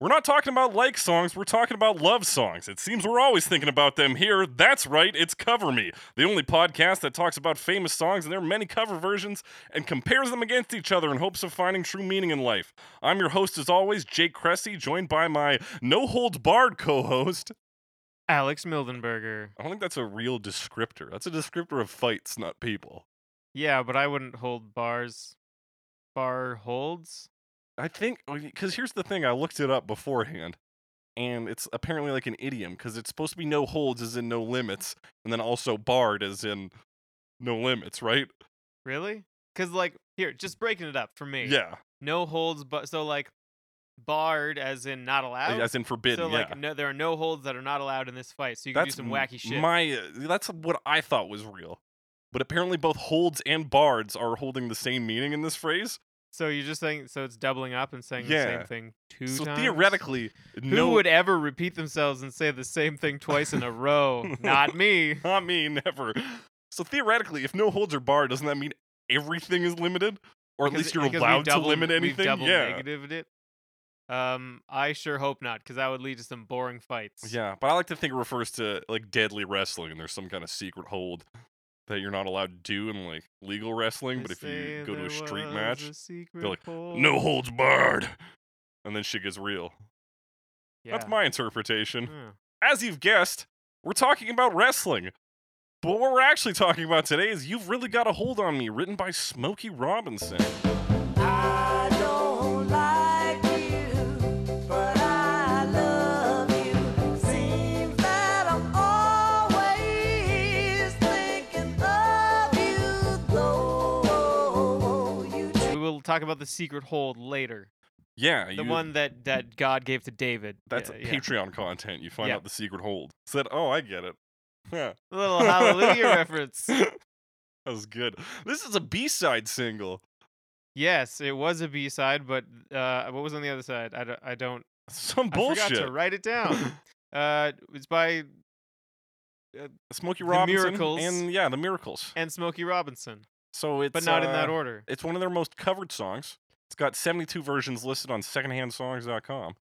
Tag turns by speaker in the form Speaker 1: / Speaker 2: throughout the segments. Speaker 1: We're not talking about like songs, we're talking about love songs. It seems we're always thinking about them here. That's right, it's Cover Me, the only podcast that talks about famous songs and their many cover versions and compares them against each other in hopes of finding true meaning in life. I'm your host, as always, Jake Cressy, joined by my no holds barred co host.
Speaker 2: Alex Mildenberger.
Speaker 1: I don't think that's a real descriptor. That's a descriptor of fights, not people.
Speaker 2: Yeah, but I wouldn't hold bars. Bar holds?
Speaker 1: I think because here's the thing. I looked it up beforehand, and it's apparently like an idiom because it's supposed to be no holds as in no limits, and then also barred as in no limits, right?
Speaker 2: Really? Because, like, here, just breaking it up for me.
Speaker 1: Yeah,
Speaker 2: No holds, but so, like, barred as in not allowed?
Speaker 1: as in forbidden.
Speaker 2: so, like,
Speaker 1: yeah.
Speaker 2: no, there are no holds that are not allowed in this fight, so you can do some wacky shit.
Speaker 1: My uh, that's what I thought was real, but apparently both holds and bards are holding the same meaning in this phrase.
Speaker 2: so you're just saying, so it's doubling up and saying the
Speaker 1: Yeah.
Speaker 2: same thing two
Speaker 1: so
Speaker 2: times?
Speaker 1: theoretically,
Speaker 2: Who
Speaker 1: no,
Speaker 2: would ever repeat themselves and say the same thing twice in a row? Not me.
Speaker 1: not me, never. So theoretically, if no holds are barred, doesn't that mean everything is limited, or at
Speaker 2: Because-
Speaker 1: least you're
Speaker 2: because we've
Speaker 1: allowed
Speaker 2: double-
Speaker 1: to limit
Speaker 2: we've
Speaker 1: anything?
Speaker 2: double
Speaker 1: yeah.
Speaker 2: negatived it. Um, I sure hope not, because that would lead to some boring fights.
Speaker 1: Yeah, but I like to think it refers to like deadly wrestling, and there's some kind of secret hold that you're not allowed to do in like legal wrestling. But if you go to a street match, like, no holds barred, and then shit gets real. That's my interpretation. As you've guessed, we're talking about wrestling. But what we're actually talking about today is You've Really Got a Hold on Me, written by Smokey Robinson.
Speaker 3: I don't like you, but I love you. Seems that I'm always thinking of you, though you
Speaker 2: We will talk about the secret hold later.
Speaker 1: Yeah,
Speaker 2: The
Speaker 1: you,
Speaker 2: one that that God gave to David.
Speaker 1: that's
Speaker 2: Yeah, yeah.
Speaker 1: Patreon content. You find
Speaker 2: Yeah.
Speaker 1: out the secret hold. Said, oh, I get it. Yeah.
Speaker 2: A little hallelujah reference.
Speaker 1: That was good. This is a B side single.
Speaker 2: Yes, it was a B side, but uh, what was on the other side? I don't. I don't.
Speaker 1: Some
Speaker 2: I forgot
Speaker 1: bullshit.
Speaker 2: to write it down. uh, it's by
Speaker 1: Smokey
Speaker 2: The
Speaker 1: Robinson
Speaker 2: Miracles.
Speaker 1: and yeah, the Miracles.
Speaker 2: and Smokey Robinson,
Speaker 1: So it's
Speaker 2: but not in that
Speaker 1: uh,
Speaker 2: order.
Speaker 1: It's one of their most covered songs. It's got 72 versions listed on secondhandsongs.com.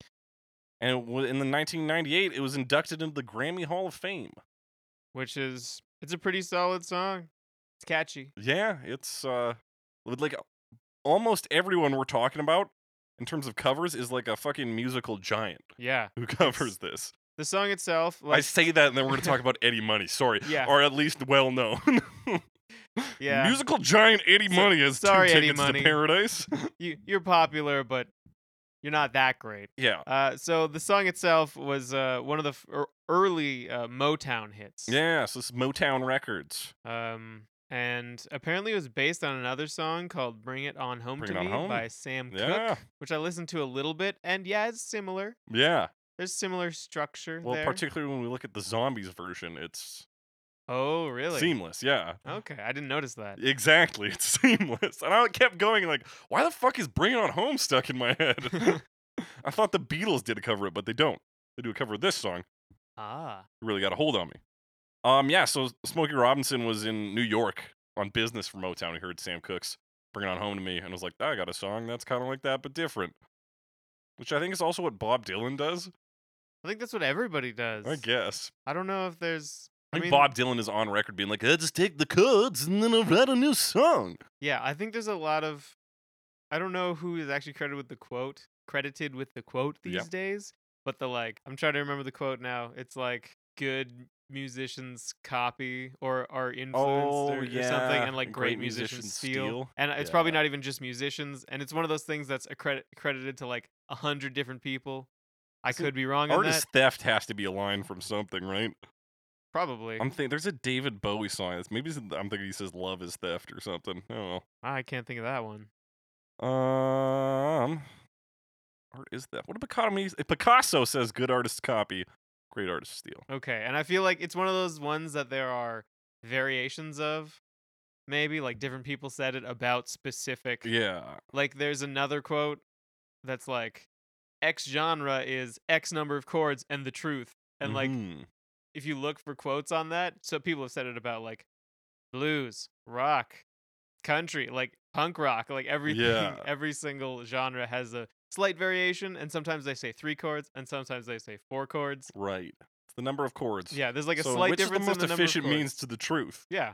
Speaker 1: And it wa- in the 1998, it was inducted into the Grammy Hall of Fame.
Speaker 2: which is it's a pretty solid song. It's catchy.
Speaker 1: Yeah, it's uh, with, like almost everyone we're talking about in terms of covers is like a fucking musical giant
Speaker 2: Yeah.
Speaker 1: who covers this.
Speaker 2: The song itself,
Speaker 1: I
Speaker 2: like
Speaker 1: say that, and then we're gonna talk about Eddie Money. Sorry,
Speaker 2: Yeah.
Speaker 1: or at least well known.
Speaker 2: yeah,
Speaker 1: Musical giant Eddie
Speaker 2: So-
Speaker 1: Money has
Speaker 2: sorry,
Speaker 1: two
Speaker 2: Eddie
Speaker 1: tickets
Speaker 2: Money.
Speaker 1: to paradise.
Speaker 2: you you're popular, but you're not that great.
Speaker 1: yeah.
Speaker 2: Uh, so the song itself was uh, one of the f- ear- early uh, Motown hits.
Speaker 1: Yeah, so this is Motown Records.
Speaker 2: Um, and apparently it was based on another song called "Bring It On Home
Speaker 1: Bring
Speaker 2: to
Speaker 1: It On
Speaker 2: Me"
Speaker 1: Home.
Speaker 2: by Sam
Speaker 1: Yeah.
Speaker 2: Cooke, which I listened to a little bit, and yeah, it's similar.
Speaker 1: Yeah.
Speaker 2: There's similar structure
Speaker 1: Well,
Speaker 2: there.
Speaker 1: particularly when we look at the zombies version, it's
Speaker 2: oh, really? Oh.
Speaker 1: seamless. Yeah.
Speaker 2: okay, I didn't notice that.
Speaker 1: Exactly. It's seamless. And I kept going like, why the fuck is Bring It On Home stuck in my head? I thought the Beatles did a cover it, but they don't. They do a cover of this song.
Speaker 2: Ah,
Speaker 1: You really got a hold on me. Um, yeah, so Smokey Robinson was in New York on business for Motown. He heard Sam Cooke's Bring It On Home to Me and was like, I got a song that's kind of like that, but different. Which I think is also what Bob Dylan does,
Speaker 2: I think that's what everybody does.
Speaker 1: I guess.
Speaker 2: I don't know if there's.
Speaker 1: I
Speaker 2: I
Speaker 1: think
Speaker 2: mean,
Speaker 1: Bob Dylan is on record being like, I just take the chords and then I write a new song.
Speaker 2: Yeah, I think there's a lot of. I don't know who is actually credited with the quote. Credited with the quote these
Speaker 1: Yeah.
Speaker 2: days, but the like. I'm trying to remember the quote now. It's like good musicians copy or are influenced
Speaker 1: Oh,
Speaker 2: or, or something,
Speaker 1: yeah,
Speaker 2: and like
Speaker 1: and
Speaker 2: great,
Speaker 1: great
Speaker 2: musicians,
Speaker 1: musicians
Speaker 2: steal.
Speaker 1: steal.
Speaker 2: And it's probably
Speaker 1: Yeah.
Speaker 2: not even just musicians. And it's one of those things that's accredit- credited to like a hundred different people. I
Speaker 1: Is it
Speaker 2: could be wrong on that.
Speaker 1: Artist theft has to be a line from something, right?
Speaker 2: Probably.
Speaker 1: I'm thinking there's a David Bowie song. That's maybe it's- I'm thinking he says love is theft or something. I don't know.
Speaker 2: I can't think of that one.
Speaker 1: Um, art is that? What did Picasso? Picasso says good artists copy, great artists steal.
Speaker 2: Okay, and I feel like it's one of those ones that there are variations of, maybe like different people said it about specific.
Speaker 1: Yeah,
Speaker 2: Like there's another quote that's like, X genre is X number of chords and the truth. And like
Speaker 1: Mhm.
Speaker 2: if you look for quotes on that, so people have said it about like blues, rock, country, like punk rock, like everything,
Speaker 1: Yeah.
Speaker 2: every single genre has a slight variation, and sometimes they say three chords, and sometimes they say four chords.
Speaker 1: Right. It's the number of chords.
Speaker 2: Yeah, there's like a
Speaker 1: So
Speaker 2: slight
Speaker 1: which
Speaker 2: difference
Speaker 1: is the most
Speaker 2: in the number
Speaker 1: efficient
Speaker 2: of chords.
Speaker 1: means to the truth.
Speaker 2: Yeah.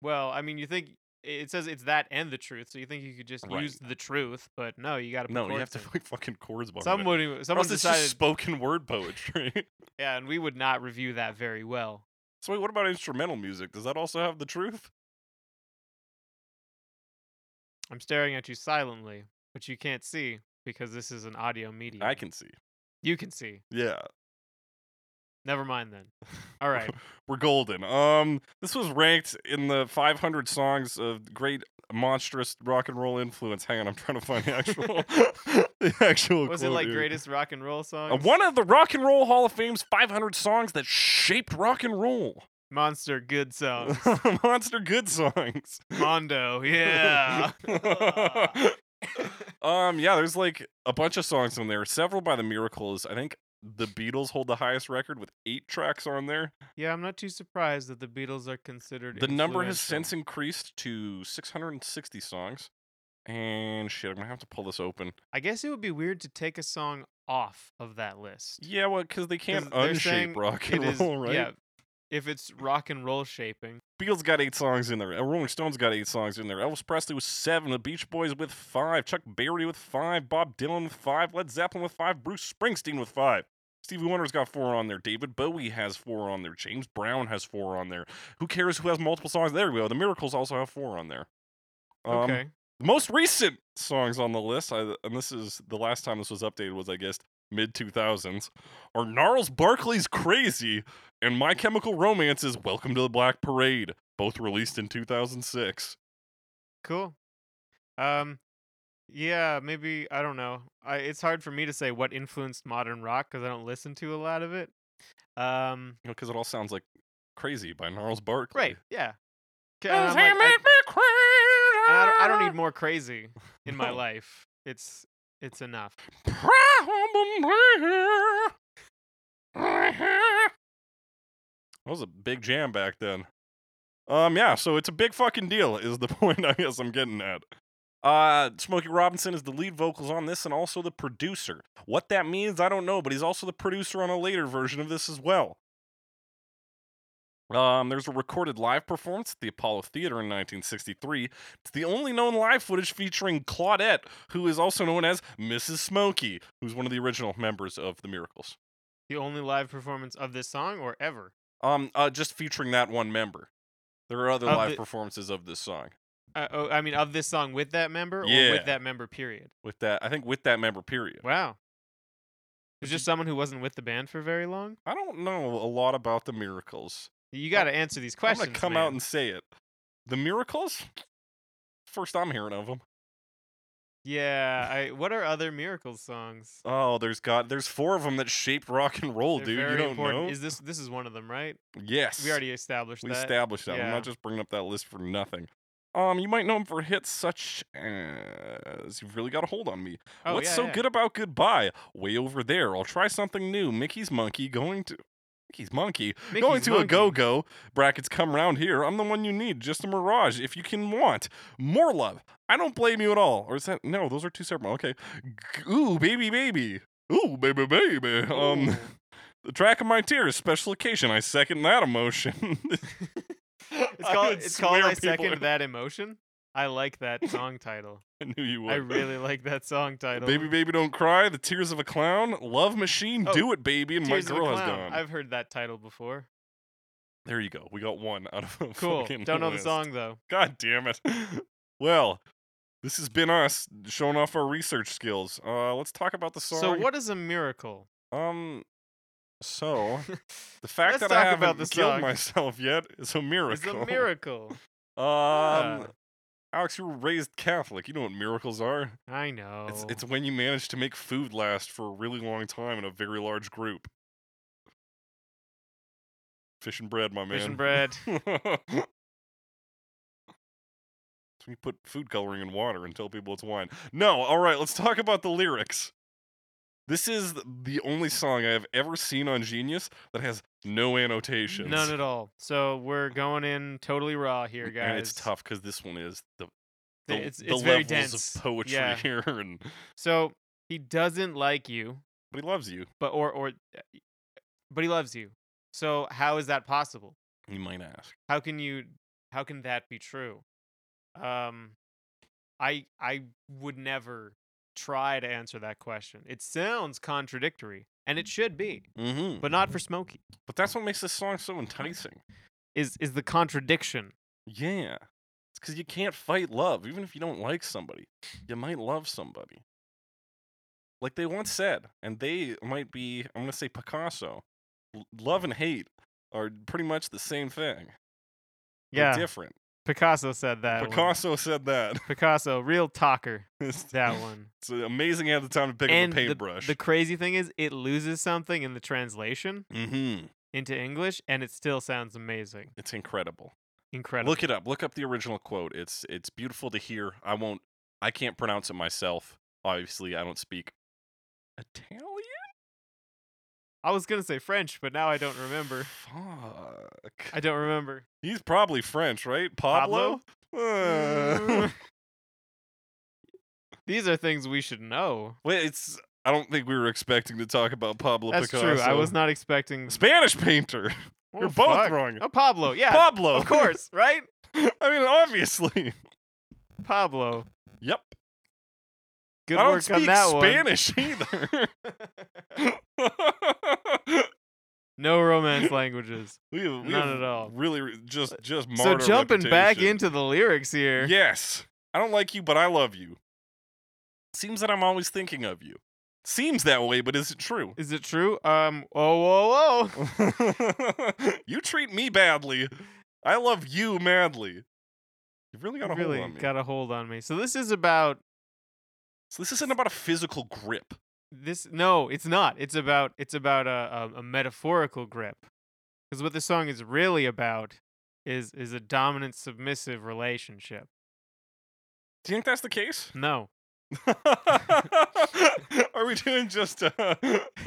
Speaker 2: Well, I mean, you think it says it's that and the truth, so you think you could just
Speaker 1: Right.
Speaker 2: use the truth, but no, you got to.
Speaker 1: No, you have to put fucking chords behind it.
Speaker 2: Someone, who-
Speaker 1: Or
Speaker 2: someone
Speaker 1: else it's
Speaker 2: decided.
Speaker 1: just spoken word poetry.
Speaker 2: yeah, and we would not review that very well.
Speaker 1: so wait, what about instrumental music? Does that also have the truth?
Speaker 2: I'm staring at you silently, but you can't see because this is an audio medium.
Speaker 1: I can see.
Speaker 2: You can see.
Speaker 1: Yeah.
Speaker 2: Never mind then. All right.
Speaker 1: We're golden. Um, this was ranked in the 500 songs of great monstrous rock and roll influence. Hang on, I'm trying to find the actual, the actual.
Speaker 2: Was it
Speaker 1: quote
Speaker 2: like
Speaker 1: here.
Speaker 2: greatest rock and roll song?
Speaker 1: Uh, one of the Rock and Roll Hall of Fame's 500 songs that shaped rock and roll.
Speaker 2: Monster good song.
Speaker 1: Monster good songs.
Speaker 2: Mondo. Yeah.
Speaker 1: um, yeah, there's like a bunch of songs on there. Several by the Miracles. I think the Beatles hold the highest record with eight tracks on there.
Speaker 2: yeah, I'm not too surprised that the Beatles are considered.
Speaker 1: The number has
Speaker 2: influential.
Speaker 1: since increased to 660 songs. And shit, I'm gonna have to pull this open.
Speaker 2: I guess it would be weird to take a song off of that list.
Speaker 1: Yeah, well, because they can't
Speaker 2: 'Cause they're
Speaker 1: unshape
Speaker 2: saying
Speaker 1: rock
Speaker 2: It
Speaker 1: and
Speaker 2: is,
Speaker 1: roll, right?
Speaker 2: yeah. If it's rock and roll shaping,
Speaker 1: Beatles got eight songs in there. Uh, Rolling Stones got eight songs in there. Elvis Presley with seven. The Beach Boys with five. Chuck Berry with five. Bob Dylan with five. Led Zeppelin with five. Bruce Springsteen with five. Stevie Wonder's got four on there. David Bowie has four on there. James Brown has four on there. Who cares who has multiple songs? There we go. The Miracles also have four on there. Um,
Speaker 2: okay.
Speaker 1: The most recent songs on the list, I, and this is the last time this was updated, was I guess mid 2000s, are Gnarls Barkley's Crazy and My Chemical Romance's Welcome to the Black Parade, both released in 2006.
Speaker 2: Cool. Um, yeah, maybe I don't know. I, it's hard for me to say what influenced modern rock because I don't listen to a lot of it. Um,
Speaker 1: You know, because it all sounds like Crazy by Gnarls Barkley.
Speaker 2: right? Yeah. 'Kay, and
Speaker 1: Does
Speaker 2: I'm
Speaker 1: he
Speaker 2: like, I-
Speaker 1: make me crazy?
Speaker 2: and I, don't, I don't need more crazy in my
Speaker 1: No.
Speaker 2: life. It's it's enough.
Speaker 1: Probably. That was a big jam back then. Um, yeah, so it's a big fucking deal, is the point I guess I'm getting at. Uh, Smokey Robinson is the lead vocals on this and also the producer. What that means, I don't know, but he's also the producer on a later version of this as well. Um, there's a recorded live performance at the Apollo Theater in 1963. It's the only known live footage featuring Claudette, who is also known as Mrs. Smokey, who's one of the original members of the Miracles.
Speaker 2: The only live performance of this song or ever.
Speaker 1: Um, uh, just featuring that one member. There are other
Speaker 2: Of
Speaker 1: live
Speaker 2: the-
Speaker 1: performances of this song.
Speaker 2: Uh, oh, I mean, of this song with that member or
Speaker 1: Yeah.
Speaker 2: with that member. Period.
Speaker 1: With that, I think with that member, period.
Speaker 2: Wow. It was just someone who wasn't with the band for very long.
Speaker 1: I don't know a lot about the Miracles.
Speaker 2: You got to answer these
Speaker 1: I'm
Speaker 2: questions.
Speaker 1: gonna come
Speaker 2: man.
Speaker 1: out and say it. The Miracles. First, I'm hearing of them.
Speaker 2: Yeah, I what are other miracles songs?
Speaker 1: Oh, there's God. There's four of them that shaped rock and roll,
Speaker 2: They're
Speaker 1: Oh, dude. You
Speaker 2: very
Speaker 1: don't
Speaker 2: important.
Speaker 1: know?
Speaker 2: Is this this is one of them, right?
Speaker 1: yes.
Speaker 2: We already established
Speaker 1: We
Speaker 2: that.
Speaker 1: established that. I'm
Speaker 2: yeah.
Speaker 1: not just bringing up that list for nothing. Um, you might know him for hits such as "You've Really Got a Hold on Me."
Speaker 2: oh,
Speaker 1: What's
Speaker 2: yeah,
Speaker 1: so
Speaker 2: yeah.
Speaker 1: good about goodbye? Way over there. I'll try something new. Mickey's monkey going to Mickey's monkey going
Speaker 2: Mickey's
Speaker 1: to a
Speaker 2: Monkey.
Speaker 1: go go brackets. Come round here. I'm the one you need. Just a mirage. If you can want more love, I don't blame you at all. Or is that no? Those are two separate. Okay. G- Ooh, baby, baby. Ooh, baby, baby. Um,
Speaker 2: Ooh.
Speaker 1: the track of my tears, special occasion. I second that emotion.
Speaker 2: It's called it's called I second that emotion. I like that song title.
Speaker 1: I knew you would.
Speaker 2: I really like that song title.
Speaker 1: Baby, baby, don't cry. The tears of a clown. Love machine.
Speaker 2: Oh,
Speaker 1: do it, baby. And
Speaker 2: Tears
Speaker 1: my
Speaker 2: of a
Speaker 1: girl has
Speaker 2: Clown.
Speaker 1: gone.
Speaker 2: I've heard that title before.
Speaker 1: There you go. We got one out of a
Speaker 2: Cool.
Speaker 1: fucking
Speaker 2: Don't know the
Speaker 1: list.
Speaker 2: song though.
Speaker 1: God damn it. Well, this has been us showing off our research skills. Uh, let's talk about the song.
Speaker 2: So what is a miracle?
Speaker 1: Um. So the fact
Speaker 2: Let's
Speaker 1: that
Speaker 2: talk
Speaker 1: I haven't
Speaker 2: about the
Speaker 1: killed
Speaker 2: song.
Speaker 1: myself yet is a
Speaker 2: It's
Speaker 1: miracle.
Speaker 2: a miracle.
Speaker 1: Um.
Speaker 2: Yeah.
Speaker 1: Alex, you were raised Catholic. You know what miracles are.
Speaker 2: I know.
Speaker 1: It's it's when you manage to make food last for a really long time in a very large group. Fish and bread, my man.
Speaker 2: fish and bread.
Speaker 1: so you put food coloring in water and tell people it's wine. No, all right, let's talk about the lyrics. This is th- the only song I have ever seen on Genius that has no annotations.
Speaker 2: None at all. So we're going in totally raw here, guys.
Speaker 1: And it's tough because this one is the the,
Speaker 2: Th- It's,
Speaker 1: the
Speaker 2: it's very
Speaker 1: levels
Speaker 2: dense.
Speaker 1: of poetry
Speaker 2: Yeah.
Speaker 1: here, and
Speaker 2: So He doesn't like you,
Speaker 1: But he loves you.
Speaker 2: but or or but he loves you. So how is that possible?
Speaker 1: You might ask.
Speaker 2: How can you how can that be true? Um I I would never try to answer that question. It sounds contradictory, and it should be,
Speaker 1: Mm-hmm. But
Speaker 2: but not for Smokey.
Speaker 1: but that's what makes this song so enticing.
Speaker 2: Is is the contradiction.
Speaker 1: Yeah. It's because you can't fight love, even if you don't like somebody. You might love somebody. Like they once said, and they might be, I'm going to say Picasso, l- love and hate are pretty much the same thing. They're
Speaker 2: Yeah.
Speaker 1: different.
Speaker 2: Picasso said that. one.
Speaker 1: Picasso said that.
Speaker 2: Picasso, real talker.
Speaker 1: It's-
Speaker 2: That one.
Speaker 1: It's amazing how the time to pick
Speaker 2: and
Speaker 1: up a paintbrush.
Speaker 2: The, the crazy thing is it loses something in the translation
Speaker 1: mm-hmm.
Speaker 2: into English and it still sounds amazing.
Speaker 1: It's incredible.
Speaker 2: Incredible.
Speaker 1: Look it up. Look up the original quote. It's it's beautiful to hear. I won't. I can't pronounce it myself. Obviously, I don't speak Italian.
Speaker 2: I was gonna say French, but now I don't remember.
Speaker 1: Fuck.
Speaker 2: I don't remember.
Speaker 1: He's probably French, right? Pablo.
Speaker 2: Pablo? Mm.
Speaker 1: Uh,
Speaker 2: These are things we should know.
Speaker 1: Wait, it's. I don't think we were expecting to talk about Pablo
Speaker 2: That's
Speaker 1: Picasso.
Speaker 2: true. I was not expecting.
Speaker 1: Spanish painter. You're
Speaker 2: Oh,
Speaker 1: both
Speaker 2: fuck.
Speaker 1: wrong.
Speaker 2: Oh, Pablo. Yeah,
Speaker 1: Pablo.
Speaker 2: of course, right?
Speaker 1: I mean, obviously.
Speaker 2: Pablo.
Speaker 1: Yep.
Speaker 2: Good
Speaker 1: I don't
Speaker 2: work
Speaker 1: speak
Speaker 2: on that one.
Speaker 1: Spanish either.
Speaker 2: No romance languages.
Speaker 1: we have, we
Speaker 2: None
Speaker 1: have
Speaker 2: at all. Uh,
Speaker 1: Really, re- just just
Speaker 2: so
Speaker 1: marred our
Speaker 2: jumping back
Speaker 1: reputation.
Speaker 2: into the lyrics here.
Speaker 1: Yes, I don't like you, but I love you. Seems that I'm always thinking of you. Seems that way, but is it true?
Speaker 2: Is it true? Um. Oh, whoa, whoa.
Speaker 1: you treat me badly. I love you madly. You've really got a
Speaker 2: really
Speaker 1: hold on me.
Speaker 2: got a hold on me. So this is about
Speaker 1: so this isn't about a physical grip.
Speaker 2: this. No, it's not. It's about it's about a a, a metaphorical grip. Because what this song is really about is is a dominant submissive relationship.
Speaker 1: Do you think that's the case?
Speaker 2: No,
Speaker 1: Are we doing just uh,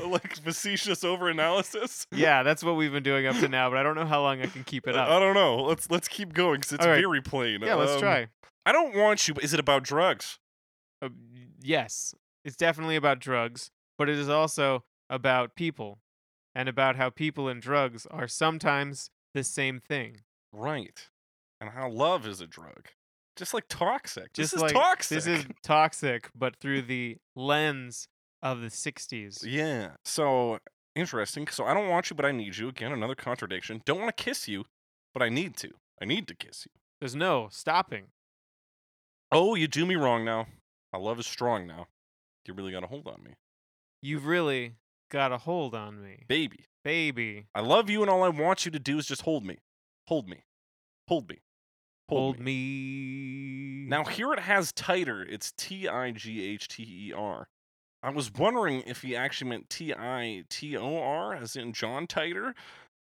Speaker 1: like facetious over analysis?
Speaker 2: yeah, that's what we've been doing up to now. But I don't know how long I can keep it
Speaker 1: Uh,
Speaker 2: up.
Speaker 1: I don't know. Let's let's keep going because it's
Speaker 2: All right.
Speaker 1: very plain.
Speaker 2: yeah, let's
Speaker 1: Um,
Speaker 2: try.
Speaker 1: I don't want you. But is it about drugs?
Speaker 2: Uh, y- yes, it's definitely about drugs, but it is also about people, and about how people and drugs are sometimes the same thing.
Speaker 1: Right. And how love is a drug, just like toxic.
Speaker 2: Just
Speaker 1: this
Speaker 2: like
Speaker 1: is toxic.
Speaker 2: This is toxic, but through the lens of the 60s.
Speaker 1: yeah. So interesting. So I don't want you, but I need you. Again, another contradiction. Don't want to kiss you, but I need to. I need to kiss you.
Speaker 2: There's no stopping.
Speaker 1: Oh, you do me wrong now. My love is strong now. You really got a hold on me,
Speaker 2: You've really got a hold on me,
Speaker 1: baby.
Speaker 2: baby.
Speaker 1: I love you, and all I want you to do is just hold me, hold me, hold me, hold,
Speaker 2: Hold
Speaker 1: me.
Speaker 2: me.
Speaker 1: Now here it has tighter. It's T I G H T E R. I was wondering if he actually meant T I T O R, as in John Tighter,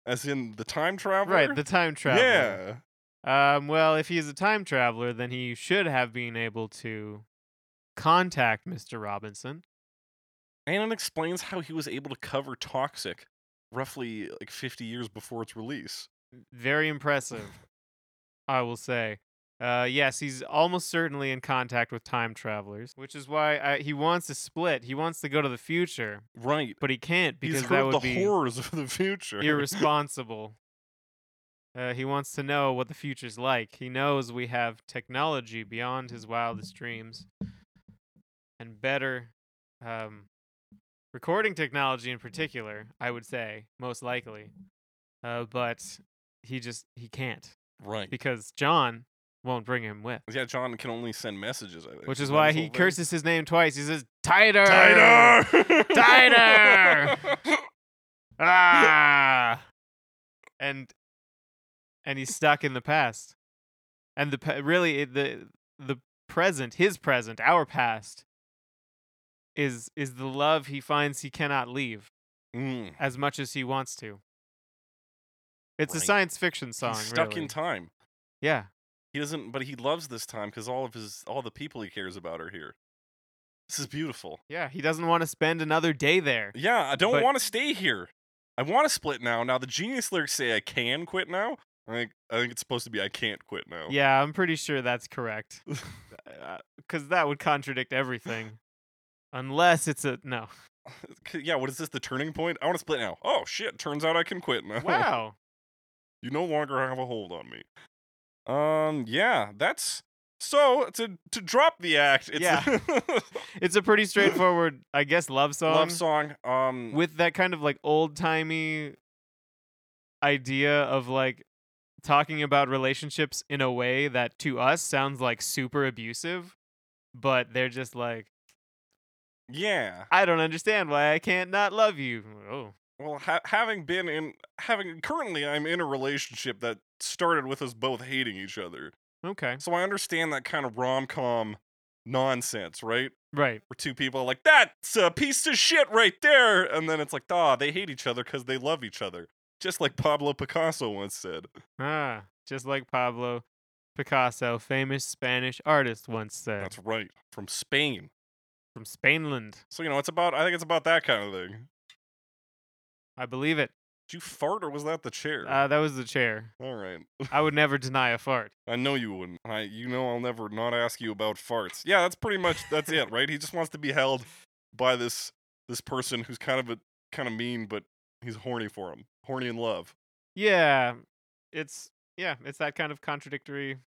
Speaker 1: as in the time traveler.
Speaker 2: right, the time traveler. Yeah. Um, well, if he's a time traveler, then he should have been able to contact Mr. Robinson.
Speaker 1: Yeah, and it explains how he was able to cover Toxic, roughly like 50 years before its release.
Speaker 2: Very impressive, I will say. Uh, yes, he's almost certainly in contact with time travelers, which is why I, he wants to split. He wants to go to the future,
Speaker 1: Right.
Speaker 2: but he can't because
Speaker 1: He's heard
Speaker 2: that would
Speaker 1: the
Speaker 2: be
Speaker 1: horrors of the future.
Speaker 2: irresponsible. Uh, he wants to know what the future's like. He knows we have technology beyond his wildest dreams and better um, recording technology in particular, I would say, most likely. Uh, but he just he can't
Speaker 1: right.
Speaker 2: because John won't bring him with.
Speaker 1: yeah, John can only send messages, I think.
Speaker 2: Which
Speaker 1: Isn't
Speaker 2: is
Speaker 1: that
Speaker 2: why
Speaker 1: his
Speaker 2: he
Speaker 1: whole thing?
Speaker 2: curses his name twice. He says, Tighter!
Speaker 1: Tighter!
Speaker 2: Tighter! ah and and he's stuck in the past and the pa- really it, the the present his present our past is is the love he finds he cannot leave
Speaker 1: Mm.
Speaker 2: as much as he wants to it's a
Speaker 1: Right.
Speaker 2: science fiction song
Speaker 1: He's stuck
Speaker 2: really.
Speaker 1: in time.
Speaker 2: yeah
Speaker 1: He doesn't, but he loves this time because all of his, all the people he cares about are here. This is beautiful.
Speaker 2: yeah he doesn't want to spend another day there
Speaker 1: Yeah, I don't
Speaker 2: But-
Speaker 1: want to stay here. I want to split now. Now the genius lyrics say I can quit now. I think I think it's supposed to be I can't quit now.
Speaker 2: yeah Uh, i'm pretty sure that's correct because that would contradict everything Unless it's a no.
Speaker 1: Yeah, what is this? The turning point? I want to split now. Oh shit! Turns out I can quit now.
Speaker 2: Wow.
Speaker 1: you no longer have a hold on me. Um, yeah, that's so to to drop the act. It's
Speaker 2: Yeah. it's a pretty straightforward, I guess, love song.
Speaker 1: love song. Um,
Speaker 2: with that kind of like old timey idea of like talking about relationships in a way that to us sounds like super abusive, but they're just like,
Speaker 1: yeah.
Speaker 2: I don't understand why I can't not love you. Oh,
Speaker 1: Well, ha- having been in having currently, I'm in a relationship that started with us both hating each other.
Speaker 2: okay,
Speaker 1: So I understand that kind of rom com nonsense, right?
Speaker 2: right,
Speaker 1: Where two people are like, "That's a piece of shit right there," and then it's like, "Ah, they hate each other because they love each other," just like Pablo Picasso once said.
Speaker 2: ah, just like Pablo Picasso, famous Spanish artist, once said
Speaker 1: That's right, from Spain.
Speaker 2: from Spainland.
Speaker 1: So you know, it's about. I think it's about that kind of thing.
Speaker 2: I believe it.
Speaker 1: Did you fart or was that the chair?
Speaker 2: Uh, that was the chair.
Speaker 1: All right.
Speaker 2: I would never deny a fart.
Speaker 1: I know you wouldn't. I, you know, I'll never not ask you about farts. Yeah, that's pretty much that's it, right? He just wants to be held by this this person who's kind of a kind of mean, but he's horny for him, horny in love.
Speaker 2: Yeah, it's yeah, it's that kind of contradictory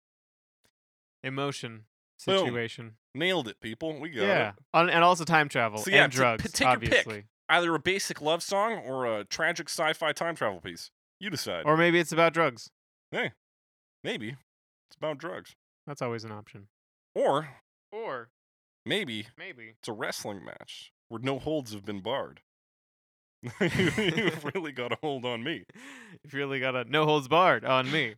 Speaker 2: emotion
Speaker 1: Boom.
Speaker 2: situation.
Speaker 1: Nailed it, people. We got
Speaker 2: Yeah,
Speaker 1: it.
Speaker 2: and, and also time travel
Speaker 1: So yeah,
Speaker 2: and
Speaker 1: t- p-
Speaker 2: drugs,
Speaker 1: take your pick.
Speaker 2: obviously.
Speaker 1: Either a basic love song or a tragic sci-fi time travel piece. You decide.
Speaker 2: Or maybe it's about drugs.
Speaker 1: maybe it's about drugs,
Speaker 2: That's always an option.
Speaker 1: or
Speaker 2: Or
Speaker 1: maybe
Speaker 2: maybe.
Speaker 1: it's a wrestling match where no holds have been barred. You- You've really got a hold on me.
Speaker 2: If you really got a no holds barred on me.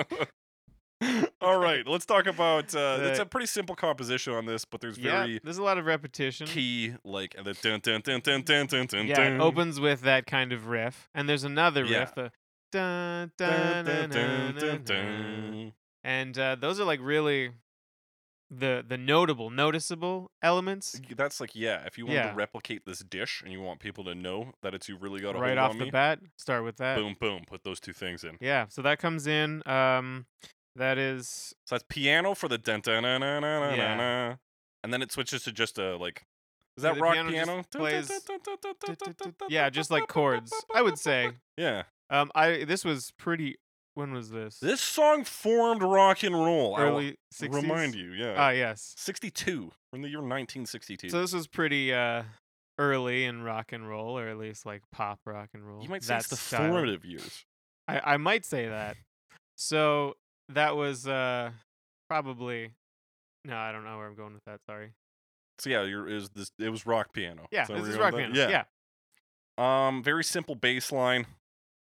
Speaker 1: All right, let's talk about. Uh, it's
Speaker 2: The-
Speaker 1: a pretty simple composition on this, but there's
Speaker 2: yeah,
Speaker 1: very
Speaker 2: there's a lot of repetition.
Speaker 1: key, like the dun dun dun dun dun dun dun.
Speaker 2: yeah,
Speaker 1: dun.
Speaker 2: it opens with that kind of riff, and there's another
Speaker 1: Yeah.
Speaker 2: riff, the dun
Speaker 1: Dun,
Speaker 2: dun dun dun dun, dun. and uh, those are like really the the notable, noticeable elements.
Speaker 1: Y- That's like yeah. If you want
Speaker 2: Yeah.
Speaker 1: to replicate this dish and you want people to know that it's you really got a
Speaker 2: right
Speaker 1: hold
Speaker 2: off
Speaker 1: on
Speaker 2: the
Speaker 1: me,
Speaker 2: bat. Start with that.
Speaker 1: boom boom, put those two things in.
Speaker 2: Yeah, so that comes in. Um, that is
Speaker 1: So that's piano for the dun dun dun dun dun
Speaker 2: Yeah.
Speaker 1: dun, dun, and then it switches to just a like. Is
Speaker 2: Yeah,
Speaker 1: that
Speaker 2: the
Speaker 1: rock
Speaker 2: piano just
Speaker 1: piano? Dun, dun,
Speaker 2: plays-
Speaker 1: dun, dun, dun, dun, dun, dun, dun,
Speaker 2: yeah,
Speaker 1: dun,
Speaker 2: just
Speaker 1: dun,
Speaker 2: like
Speaker 1: dun,
Speaker 2: chords.
Speaker 1: dun, dun,
Speaker 2: I
Speaker 1: dun,
Speaker 2: would say.
Speaker 1: dun. Yeah.
Speaker 2: Um, I this was pretty. When was this?
Speaker 1: This song formed rock and roll. I will
Speaker 2: early sixties.
Speaker 1: remind you, yeah.
Speaker 2: Ah, yes.
Speaker 1: 62 from the year 1962.
Speaker 2: So this was pretty uh early in rock and roll, or at least like pop rock and roll.
Speaker 1: you might say it's
Speaker 2: that
Speaker 1: the
Speaker 2: style.
Speaker 1: formative years.
Speaker 2: I, I might say that. So that was uh probably. No, I don't know where I'm going with that. Sorry.
Speaker 1: So yeah, you're, is this it was rock piano.
Speaker 2: Yeah,
Speaker 1: So
Speaker 2: this
Speaker 1: we're
Speaker 2: is
Speaker 1: going
Speaker 2: rock
Speaker 1: with
Speaker 2: piano.
Speaker 1: that?
Speaker 2: yeah,
Speaker 1: yeah. Um very simple bass line.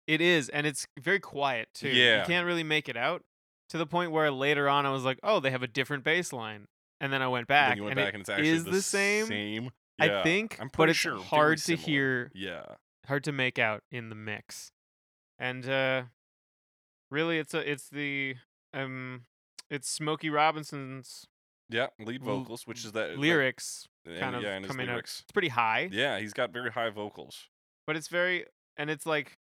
Speaker 2: It is, and it's very quiet too.
Speaker 1: Yeah.
Speaker 2: You can't really make it out to the point where later on I was like, oh, they have a different bass line. And then I went back.
Speaker 1: then you went
Speaker 2: and
Speaker 1: back
Speaker 2: it
Speaker 1: and it's actually
Speaker 2: is
Speaker 1: the,
Speaker 2: the same,
Speaker 1: same.
Speaker 2: I
Speaker 1: Yeah,
Speaker 2: think,
Speaker 1: I'm
Speaker 2: but
Speaker 1: pretty
Speaker 2: it's
Speaker 1: sure, very
Speaker 2: hard to
Speaker 1: similar.
Speaker 2: hear,
Speaker 1: Yeah.
Speaker 2: hard to make out in the mix. And uh really it's a it's the um it's Smokey Robinson's
Speaker 1: Yeah, lead
Speaker 2: L-
Speaker 1: vocals, which is that that-
Speaker 2: lyrics
Speaker 1: and-
Speaker 2: kind of
Speaker 1: yeah, and his
Speaker 2: coming out.
Speaker 1: lyrics.
Speaker 2: It's pretty high,
Speaker 1: Yeah, he's got very high vocals.
Speaker 2: but it's very and it's like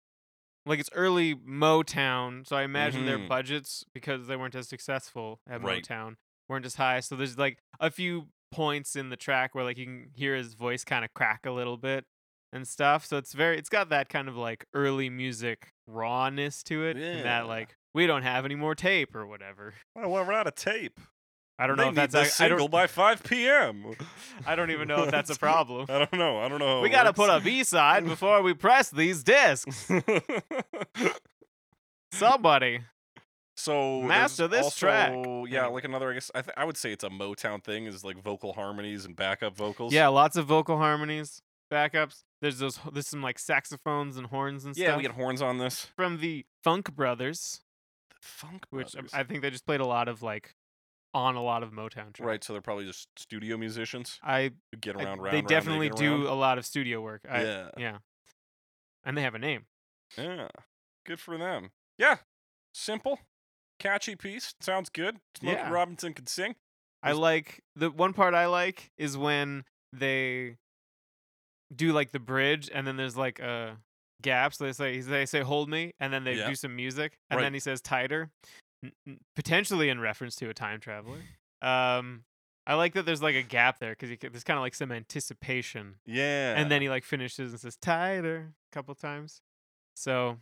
Speaker 2: like it's early Motown, so I imagine
Speaker 1: Mhm.
Speaker 2: their budgets because they weren't as successful at
Speaker 1: Right.
Speaker 2: Motown weren't as high. So there's like a few points in the track where like you can hear his voice kind of crack a little bit and stuff. So it's very it's got that kind of like early music rawness to it, and
Speaker 1: Yeah.
Speaker 2: that like we don't have any more tape or whatever.
Speaker 1: Well, we're out of tape.
Speaker 2: I don't
Speaker 1: they
Speaker 2: know if
Speaker 1: need
Speaker 2: that's
Speaker 1: this
Speaker 2: I, I
Speaker 1: single
Speaker 2: don't
Speaker 1: by 5 p.m.
Speaker 2: I don't even know if that's a
Speaker 1: That's-
Speaker 2: problem.
Speaker 1: I don't know. I don't know. how
Speaker 2: We
Speaker 1: it
Speaker 2: got to
Speaker 1: works.
Speaker 2: put a B side before we press these discs. Somebody.
Speaker 1: so there's
Speaker 2: Master this track.
Speaker 1: also- Yeah,
Speaker 2: Anyway.
Speaker 1: like another. I guess I, th- I would say it's a Motown thing. Is like vocal harmonies and backup vocals.
Speaker 2: Yeah, lots of vocal harmonies, backups. There's those. There's some like saxophones and horns and
Speaker 1: yeah.
Speaker 2: stuff
Speaker 1: We get horns on this.
Speaker 2: from the Funk Brothers,
Speaker 1: The funk,
Speaker 2: which I-
Speaker 1: Brothers.
Speaker 2: I think they just played a lot of like on a lot of Motown tracks.
Speaker 1: right. So they're probably just studio musicians
Speaker 2: I,
Speaker 1: who get
Speaker 2: I-
Speaker 1: around. round,
Speaker 2: they
Speaker 1: round,
Speaker 2: definitely
Speaker 1: get
Speaker 2: do
Speaker 1: around.
Speaker 2: a lot of studio work. I,
Speaker 1: yeah.
Speaker 2: and they have a name.
Speaker 1: Yeah. Good for them. Yeah. Simple, catchy piece. Sounds good. Smokey
Speaker 2: Yeah.
Speaker 1: Robinson can sing.
Speaker 2: I
Speaker 1: There's-
Speaker 2: like the one part I like is when they do like the bridge and then there's like a gap. So they say they say hold me and then they
Speaker 1: Yeah.
Speaker 2: do some music and
Speaker 1: Right.
Speaker 2: then he says tighter, n- n- potentially in reference to a time traveler. Um, I like that there's like a gap there because there's kind of like some anticipation,
Speaker 1: Yeah.
Speaker 2: and then he like finishes and says tighter a couple times. So,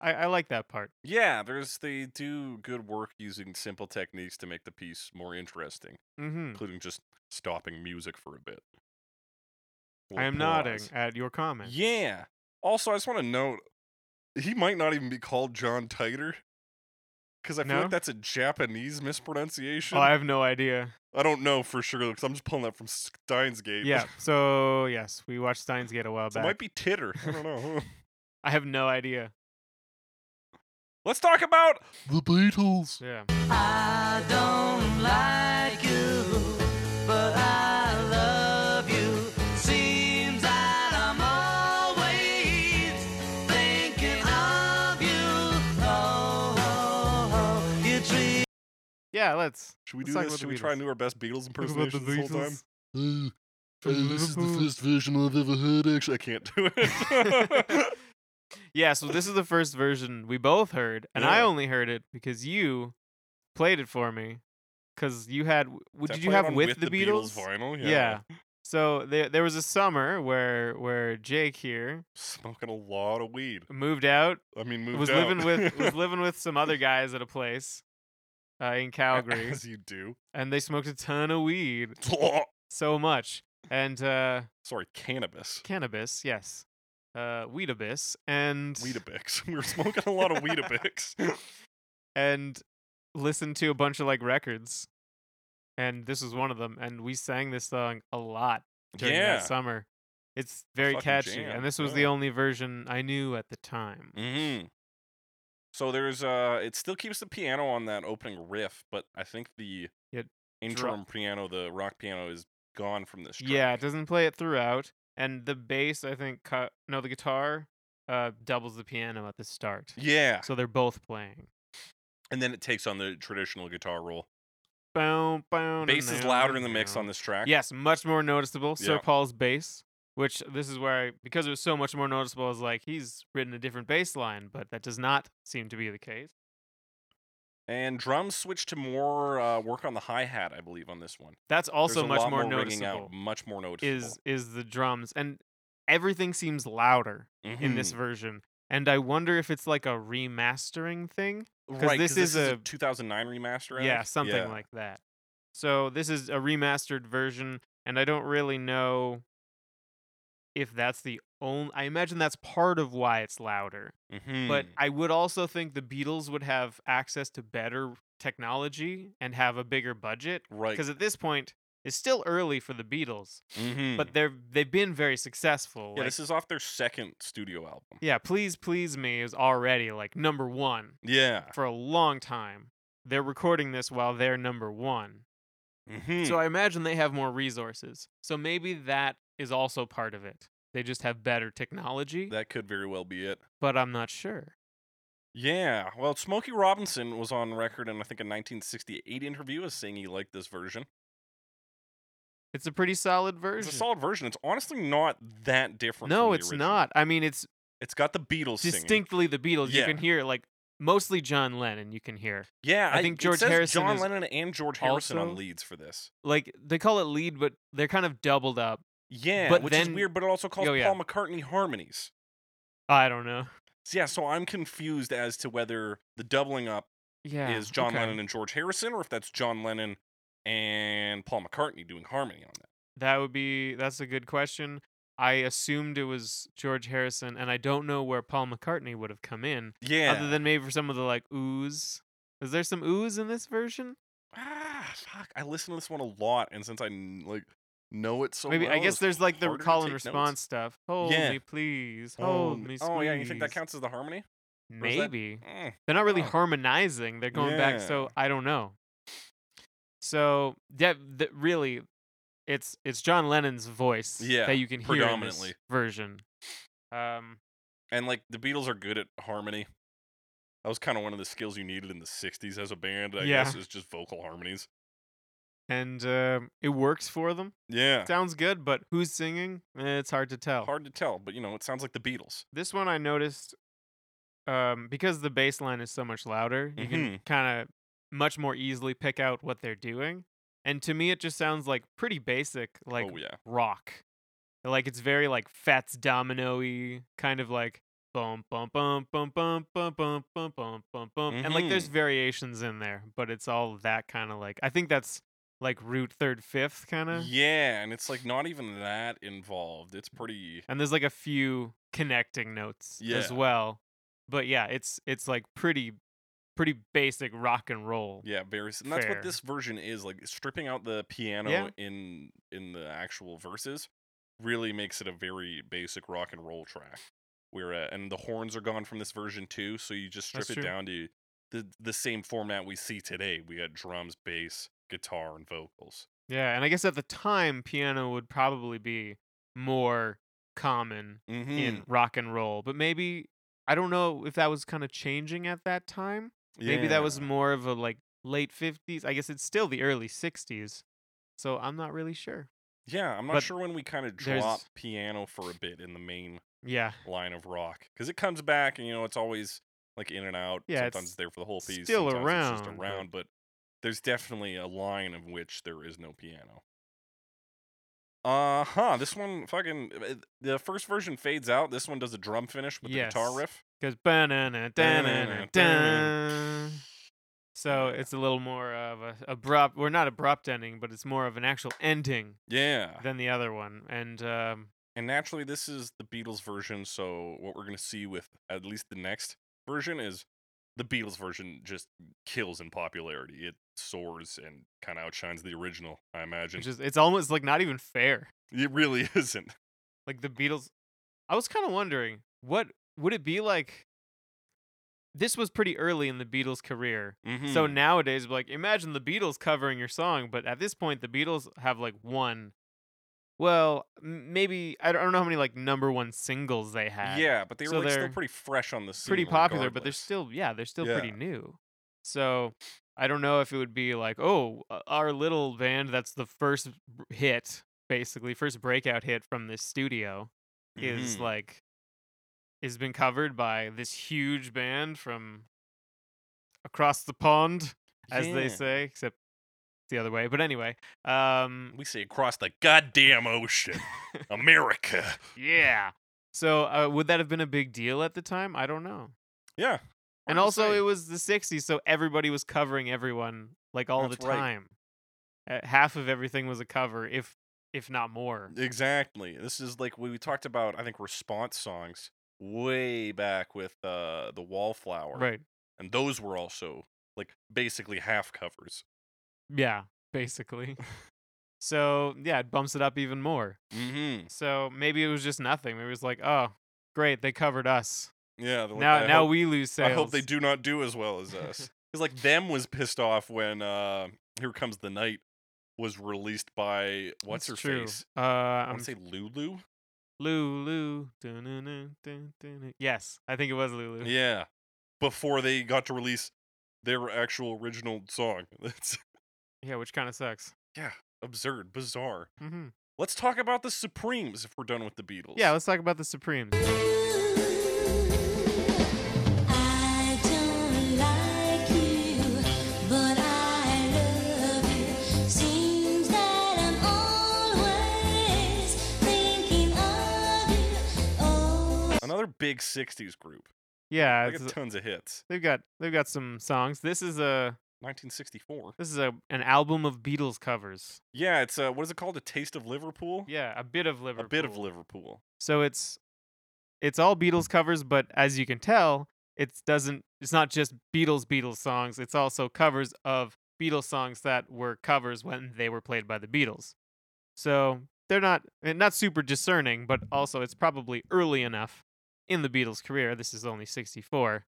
Speaker 2: I, I like that part.
Speaker 1: yeah, there's they do good work using simple techniques to make the piece more interesting,
Speaker 2: Mm-hmm.
Speaker 1: including just stopping music for a bit.
Speaker 2: I
Speaker 1: Little
Speaker 2: am nodding
Speaker 1: pause.
Speaker 2: at your comment.
Speaker 1: Yeah. Also, I just want to note he might not even be called John Titor because I feel
Speaker 2: No?
Speaker 1: like that's a Japanese mispronunciation.
Speaker 2: Oh, I have no idea.
Speaker 1: I don't know for sure because I'm just pulling that from Steins Gate.
Speaker 2: Yeah. So yes, we watched Steins Gate a while
Speaker 1: so it
Speaker 2: back.
Speaker 1: might be Titter. I don't know.
Speaker 2: I have no idea.
Speaker 1: Let's talk about the Beatles.
Speaker 2: Yeah.
Speaker 3: I don't like you, but I love you. Seems that I'm always thinking of you. Oh, you treat
Speaker 2: Yeah. Let's.
Speaker 1: Should we
Speaker 2: Let's
Speaker 1: do
Speaker 2: talk
Speaker 1: this?
Speaker 2: about the
Speaker 1: Should we try
Speaker 2: Beatles.
Speaker 1: and do our best Beatles
Speaker 2: talk about the
Speaker 1: impersonation this whole time?
Speaker 2: Beatles.
Speaker 1: Uh,
Speaker 2: From Liverpool.
Speaker 1: version I've ever heard. Actually, I can't do it.
Speaker 2: yeah, so this is the first version we both heard, and I
Speaker 1: Yeah.
Speaker 2: only heard it because you played it for me. Because you had, w-
Speaker 1: Did I
Speaker 2: did you
Speaker 1: play it
Speaker 2: have
Speaker 1: on
Speaker 2: with, the, Beatles?
Speaker 1: vinyl?
Speaker 2: yeah. So there, there was a summer where where Jake here
Speaker 1: Smoking a lot of weed.
Speaker 2: moved out,
Speaker 1: I mean, moved
Speaker 2: was
Speaker 1: out.
Speaker 2: living with was living with some other guys at a place uh, in Calgary,
Speaker 1: As you do.
Speaker 2: and they smoked a ton of weed, so much, and uh,
Speaker 1: Sorry, cannabis.
Speaker 2: cannabis, yes, uh, weedabis, and
Speaker 1: Weetabix. We were smoking a lot of Weetabix.
Speaker 2: and listened to a bunch of like records. And this was one of them. And we sang this song a lot during
Speaker 1: yeah.
Speaker 2: that summer. It's very
Speaker 1: Fucking
Speaker 2: catchy.
Speaker 1: jam,
Speaker 2: And this was the
Speaker 1: yeah.
Speaker 2: only version I knew at the time.
Speaker 1: Mm-hmm. So there's uh, it still keeps the piano on that opening riff, but I think the
Speaker 2: Yeah, dro-
Speaker 1: interim piano, the rock piano, is gone from this. Track.
Speaker 2: Yeah, it doesn't play it throughout. And the bass, I think, cut. No, the guitar uh, doubles the piano at the start.
Speaker 1: Yeah,
Speaker 2: So they're both playing.
Speaker 1: and then it takes on the traditional guitar roll.
Speaker 2: Boom, boom.
Speaker 1: Bass is louder in the mix on this track.
Speaker 2: Yes, much more noticeable. Sir
Speaker 1: Yeah.
Speaker 2: Paul's bass, which this is where I, because it was so much more noticeable, I was like, he's written a different bass line, but that does not seem to be the case.
Speaker 1: and drums switch to more uh, work on the hi hat, I believe, on this one.
Speaker 2: That's also
Speaker 1: There's a
Speaker 2: much
Speaker 1: lot
Speaker 2: more,
Speaker 1: ringing
Speaker 2: noticeable
Speaker 1: out, much more noticeable.
Speaker 2: is is the drums and everything seems louder in this
Speaker 1: Mhm.
Speaker 2: version. And I wonder if it's like a remastering thing.
Speaker 1: right?
Speaker 2: this
Speaker 1: 'cause
Speaker 2: is a-
Speaker 1: 2009 remaster. I
Speaker 2: Yeah,
Speaker 1: think?
Speaker 2: something
Speaker 1: Yeah.
Speaker 2: like that. So this is a remastered version, and I don't really know if that's the only. I imagine that's part of why it's louder. But
Speaker 1: Mhm.
Speaker 2: I would also think the Beatles would have access to better technology and have a bigger budget
Speaker 1: right,
Speaker 2: because at this point it's still early for the Beatles,
Speaker 1: Mhm.
Speaker 2: but they're they've been very successful.
Speaker 1: yeah,
Speaker 2: like-
Speaker 1: this is off their second studio album.
Speaker 2: yeah, please please me is already like number 1
Speaker 1: Yeah.
Speaker 2: for a long time. They're recording this while they're number 1.
Speaker 1: Mhm.
Speaker 2: So I imagine they have more resources. So maybe that is also part of it. They just have better technology,
Speaker 1: that could very well be it.
Speaker 2: but I'm not sure.
Speaker 1: Yeah. Well, Smokey Robinson was on record in I think a 1968 interview as saying he liked this version.
Speaker 2: It's a pretty solid
Speaker 1: It's
Speaker 2: version.
Speaker 1: a solid version. It's honestly not that different. from
Speaker 2: no,
Speaker 1: the
Speaker 2: it's
Speaker 1: original.
Speaker 2: not. I mean, it's
Speaker 1: It's got the Beatles singing.
Speaker 2: distinctly the Beatles. You
Speaker 1: Yeah.
Speaker 2: can hear like mostly John Lennon. You can hear
Speaker 1: Yeah,
Speaker 2: I think
Speaker 1: it
Speaker 2: George
Speaker 1: says
Speaker 2: Harrison
Speaker 1: John
Speaker 2: is
Speaker 1: Lennon and George Harrison on
Speaker 2: also-
Speaker 1: leads for this.
Speaker 2: like they call it lead, but they're kind of doubled up.
Speaker 1: Yeah,
Speaker 2: But
Speaker 1: which is
Speaker 2: then-
Speaker 1: weird, but it also calls
Speaker 2: Oh, yeah.
Speaker 1: Paul McCartney harmonies.
Speaker 2: I don't know.
Speaker 1: So, yeah, so I'm confused as to whether the doubling up
Speaker 2: Yeah,
Speaker 1: is John
Speaker 2: okay.
Speaker 1: Lennon and George Harrison, or if that's John Lennon and Paul McCartney doing harmony on that.
Speaker 2: That would be that's a good question. I assumed it was George Harrison, and I don't know where Paul McCartney would have come in,
Speaker 1: Yeah.
Speaker 2: other than maybe for some of the like ooze. Is there some ooze in this version?
Speaker 1: ah, fuck, I listen to this one a lot, and since I kn- like know it so
Speaker 2: maybe
Speaker 1: well,
Speaker 2: I guess
Speaker 1: it's
Speaker 2: there's like the
Speaker 1: harder to
Speaker 2: call and
Speaker 1: take notes.
Speaker 2: response stuff. Hold
Speaker 1: Yeah.
Speaker 2: me, please.
Speaker 1: Oh, n-
Speaker 2: Hold me. Squeeze.
Speaker 1: oh yeah, you think that counts as the harmony? or is that-
Speaker 2: Maybe.
Speaker 1: Mm,
Speaker 2: They're not really
Speaker 1: Oh.
Speaker 2: harmonizing. They're going back. So I don't know. So yeah, th- really, it's it's John Lennon's voice
Speaker 1: Yeah,
Speaker 2: that you can hear in this
Speaker 1: predominantly.
Speaker 2: version. Um,
Speaker 1: And like the Beatles are good at harmony. That was kind of one of the skills you needed in the '60s as a band, I
Speaker 2: Yeah.
Speaker 1: guess, is just vocal harmonies.
Speaker 2: and um it works for them.
Speaker 1: Yeah,
Speaker 2: Sounds good, but who's singing? Eh, It's hard to tell.
Speaker 1: Uh. hard to tell, but you know, it sounds like the Beatles.
Speaker 2: This one I noticed, um, because the
Speaker 1: Mm-hmm.
Speaker 2: bass line is so much louder, you can kind of much more easily pick out what they're doing. And to me, it just sounds like pretty basic, like
Speaker 1: oh yeah.
Speaker 2: rock. Like it's very like Fats Domino y kind of like bum bum bum bum bum bum bum bum bum bum bum. And like there's
Speaker 1: Mhm.
Speaker 2: variations in there, but it's all that kind of like I think that's like root third fifth kind of.
Speaker 1: Yeah, and it's like not even that involved. It's pretty
Speaker 2: And there's like a few connecting notes as
Speaker 1: Yeah.
Speaker 2: well. But yeah, it's it's like pretty pretty basic rock and roll.
Speaker 1: yeah, very s- and that's
Speaker 2: Fair.
Speaker 1: what this version is like stripping out the piano
Speaker 2: Yeah.
Speaker 1: in in the actual verses really makes it a very basic rock and roll track. Where uh, and the horns are gone from this version too, so you just strip
Speaker 2: That's
Speaker 1: it
Speaker 2: true.
Speaker 1: down to the the same format we see today. We got drums, bass, guitar and vocals.
Speaker 2: Yeah, and I guess at the time piano would probably be more common
Speaker 1: Mm-hmm.
Speaker 2: in rock and roll, but maybe I don't know if that was kind of changing at that time. Maybe that was more of a like late 50s. I guess it's still the early 60s. So I'm not really sure.
Speaker 1: Yeah, I'm not
Speaker 2: but
Speaker 1: sure when we kind of
Speaker 2: there's-
Speaker 1: drop piano for a bit in the main
Speaker 2: Yeah.
Speaker 1: line of rock because it comes back and you know it's always like in and out.
Speaker 2: Yeah,
Speaker 1: sometimes
Speaker 2: it's
Speaker 1: it's there for the whole piece,
Speaker 2: still
Speaker 1: sometimes it's
Speaker 2: around,
Speaker 1: just
Speaker 2: but-
Speaker 1: around. But there's definitely a line of which there is no piano. Uh huh. This one fucking uh, the first version fades out. This one does a drum finish with the guitar
Speaker 2: Yes.
Speaker 1: riff.
Speaker 2: Cuz banana banana dun. So
Speaker 1: Yeah.
Speaker 2: it's a little more of a abrupt, or not abrupt ending, but it's more of an actual ending
Speaker 1: Yeah.
Speaker 2: than the other one. And um,
Speaker 1: And naturally, this is the Beatles version. So what we're gonna see with at least the next version is the Beatles version just kills in popularity. It soars and kind of outshines the original. I imagine.
Speaker 2: it's just it's almost like not even fair.
Speaker 1: It really isn't.
Speaker 2: like the Beatles. I was kind of wondering what would it be like. This was pretty early in the Beatles' career,
Speaker 1: Mm-hmm. Hmm.
Speaker 2: so nowadays, like, imagine the Beatles covering your song, but at this point, the Beatles have like one. Well, m- maybe I don't I don't know how many like number one singles they had.
Speaker 1: yeah, but they were
Speaker 2: so
Speaker 1: like, still
Speaker 2: they're
Speaker 1: pretty fresh on the scene.
Speaker 2: pretty popular, but they're
Speaker 1: regardless.
Speaker 2: still yeah, they're still
Speaker 1: Yeah.
Speaker 2: pretty new. So I don't know if it would be like, oh, uh, our little band that's the first b- hit, basically first breakout hit from this studio is
Speaker 1: Mhm.
Speaker 2: like has been covered by this huge band from across the pond, as they
Speaker 1: Yeah.
Speaker 2: say, except it's the other way. But anyway, um,
Speaker 1: We say across the goddamn ocean, America.
Speaker 2: yeah. So uh, would that have been a big deal at the time? I don't know.
Speaker 1: Yeah, Hard
Speaker 2: And
Speaker 1: to
Speaker 2: also,
Speaker 1: say.
Speaker 2: it was the 60s, so everybody was covering everyone like all
Speaker 1: That's
Speaker 2: the
Speaker 1: right.
Speaker 2: time. Uh, half of everything was a cover, if if not more.
Speaker 1: exactly. This is like we we talked about. I think response songs way back with uh, the Wallflower,
Speaker 2: Right.
Speaker 1: and those were also like basically half covers.
Speaker 2: Yeah, basically. so, yeah, it bumps it up even more.
Speaker 1: Mm-hmm.
Speaker 2: So maybe it was just nothing. Maybe it was like, oh, great, they covered us.
Speaker 1: Yeah. they're like,
Speaker 2: now
Speaker 1: I
Speaker 2: now
Speaker 1: hope-
Speaker 2: we lose sales.
Speaker 1: I hope they do not do as well as us. Because like them was pissed off when uh Here Comes the Night was released by what's
Speaker 2: That's
Speaker 1: her
Speaker 2: true.
Speaker 1: face?
Speaker 2: Uh,
Speaker 1: I
Speaker 2: I'm
Speaker 1: want to say Lulu.
Speaker 2: Lulu. dun-dun-dun, dun-dun-dun. Yes, I think it was Lulu.
Speaker 1: Yeah. Before they got to release their actual original song. That's
Speaker 2: yeah which kind of sucks.
Speaker 1: yeah, absurd, bizarre.
Speaker 2: hmm
Speaker 1: Let's talk about the Supremes if we're done with the Beatles.
Speaker 2: Yeah, let's talk about the Supremes.
Speaker 3: I don't like you, but I love you. Seems that I'm always thinking of you. Oh,
Speaker 1: Another big '60s group.
Speaker 2: Yeah,
Speaker 1: They
Speaker 2: it's-
Speaker 1: got tons of hits.
Speaker 2: they've got they've got some songs. This is a
Speaker 1: 1964.
Speaker 2: this is a an album of Beatles covers.
Speaker 1: Yeah, it's uh, what is it called? A Taste of Liverpool.
Speaker 2: Yeah, a bit of
Speaker 1: a
Speaker 2: Liverpool.
Speaker 1: bit of Liverpool.
Speaker 2: So it's it's all Beatles covers, but as you can tell, it doesn't. It's not just Beatles Beatles songs. It's also covers of Beatles songs that were covers when they were played by the Beatles. So they're not eh, not super discerning, but also it's probably early enough in the Beatles' career. This is only '64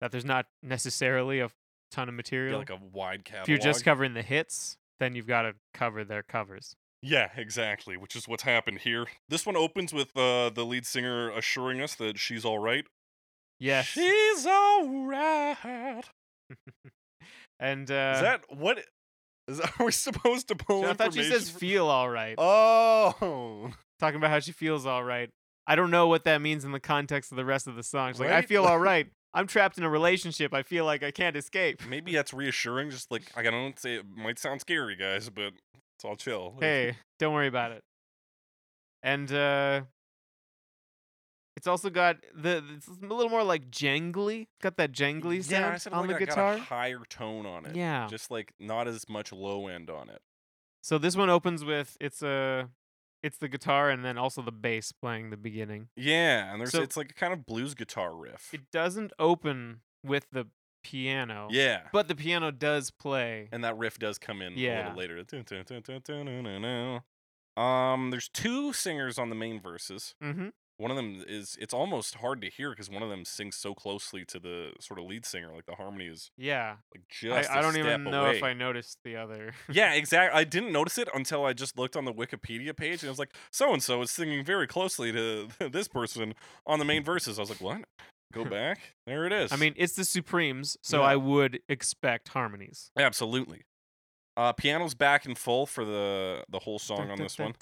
Speaker 2: that there's not necessarily a ton of
Speaker 1: Yeah,
Speaker 2: material.
Speaker 1: like a wide catalog.
Speaker 2: if you're just covering the hits, then you've got to cover their covers.
Speaker 1: Yeah, exactly, which is what's happened here. This one opens with uh, the lead singer assuring us that she's all right.
Speaker 2: Yes.
Speaker 1: She's all right.
Speaker 2: And uh,
Speaker 1: is that what? Is, are we supposed to pull
Speaker 2: I thought she
Speaker 1: information
Speaker 2: says
Speaker 1: fr-
Speaker 2: feel all right.
Speaker 1: Oh.
Speaker 2: Talking about how she feels all right. I don't know what that means in the context of the rest of the song. She's like, I
Speaker 1: Right?
Speaker 2: feel all right. I'm trapped in a relationship. I feel like I can't escape.
Speaker 1: Maybe that's reassuring. Just like I don't say it might sound scary, guys, but it's all chill.
Speaker 2: hey, don't worry about it. And uh it's also got the it's a little more like jangly. Got that jangly
Speaker 1: yeah, I
Speaker 2: sound
Speaker 1: said
Speaker 2: on
Speaker 1: like
Speaker 2: the
Speaker 1: I
Speaker 2: guitar.
Speaker 1: Got a higher tone on it.
Speaker 2: Yeah.
Speaker 1: Just like not as much low end on it.
Speaker 2: So this one opens with it's uh, it's the guitar and then also the bass playing the beginning.
Speaker 1: Yeah, and there's
Speaker 2: So-
Speaker 1: it's like a kind of blues guitar riff.
Speaker 2: It doesn't open with the piano.
Speaker 1: yeah.
Speaker 2: But the piano does play.
Speaker 1: and that riff does come in a
Speaker 2: Yeah.
Speaker 1: little later. Dun, dun, dun, dun, dun, dun, dun, dun. Um, there's two singers on the main verses.
Speaker 2: Mm-hmm.
Speaker 1: One of them is it's almost hard to hear because one of them sings so closely to the sort of lead singer, like the harmony is
Speaker 2: Yeah.
Speaker 1: like
Speaker 2: I,
Speaker 1: just.
Speaker 2: I
Speaker 1: a
Speaker 2: don't
Speaker 1: step
Speaker 2: even know if
Speaker 1: away.
Speaker 2: I noticed the other.
Speaker 1: yeah, exactly. I didn't notice it until I just looked on the Wikipedia page and I was like, so and so is singing very closely to this person on the main verses. I was like, what? Go back. There it is.
Speaker 2: I mean, it's the Supremes, so
Speaker 1: Yeah.
Speaker 2: I would expect harmonies.
Speaker 1: absolutely. Uh, piano's back in full for the the whole song on this one.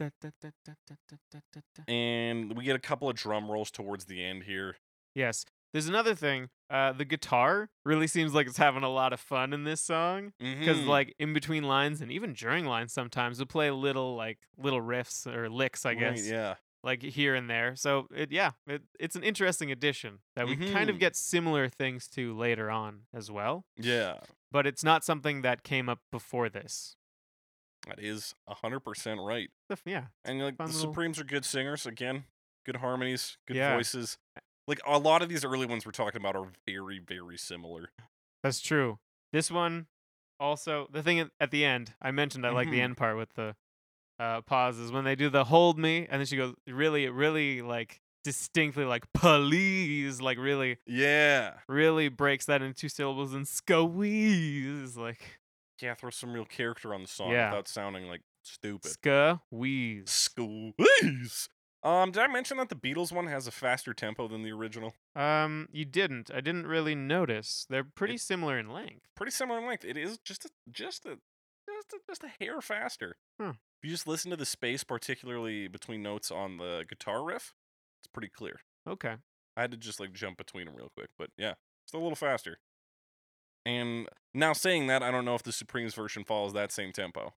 Speaker 1: and we get a couple of drum rolls towards the end here.
Speaker 2: Yes. There's another thing. Uh, the guitar really seems like it's having a lot of fun in this song. because
Speaker 1: Hmm. Mm-hmm.
Speaker 2: like in between lines and even during lines sometimes we'll play little like little riffs or licks i guess
Speaker 1: yeah,
Speaker 2: like here and there so it, yeah it, it's an interesting addition that we kind of
Speaker 1: Mhm.
Speaker 2: get similar things to later on as well
Speaker 1: yeah,
Speaker 2: but it's not something that came up before this
Speaker 1: that is hundred percent right.
Speaker 2: The f- yeah
Speaker 1: And like
Speaker 2: fun
Speaker 1: the
Speaker 2: little-
Speaker 1: Supremes are good singers again, good harmonies, good
Speaker 2: Yeah.
Speaker 1: voices. Like a lot of these early ones we're talking about are very, very similar.
Speaker 2: that's true this one also the thing at- at the end i mentioned i like the
Speaker 1: Mhm.
Speaker 2: end part with the uh, pauses when they do the hold me and then she goes really really like distinctly like please like really
Speaker 1: Yeah,
Speaker 2: really breaks that into two syllables and squeeze like
Speaker 1: yeah, throw some real character on the song
Speaker 2: Yeah.
Speaker 1: without sounding like stupid.
Speaker 2: squeeze.
Speaker 1: Squeeze. Um, did I mention that the Beatles one has a faster tempo than the original?
Speaker 2: Um, you didn't. I didn't really notice. They're pretty
Speaker 1: It-
Speaker 2: similar in length.
Speaker 1: pretty similar in length. It is just a just a just a, just a hair faster.
Speaker 2: Huh.
Speaker 1: If you just listen to the space, particularly between notes on the guitar riff, it's pretty clear.
Speaker 2: Okay.
Speaker 1: I had to just like jump between them real quick, but yeah, it's a little faster. And now saying that, I don't know if the Supremes version follows that same tempo.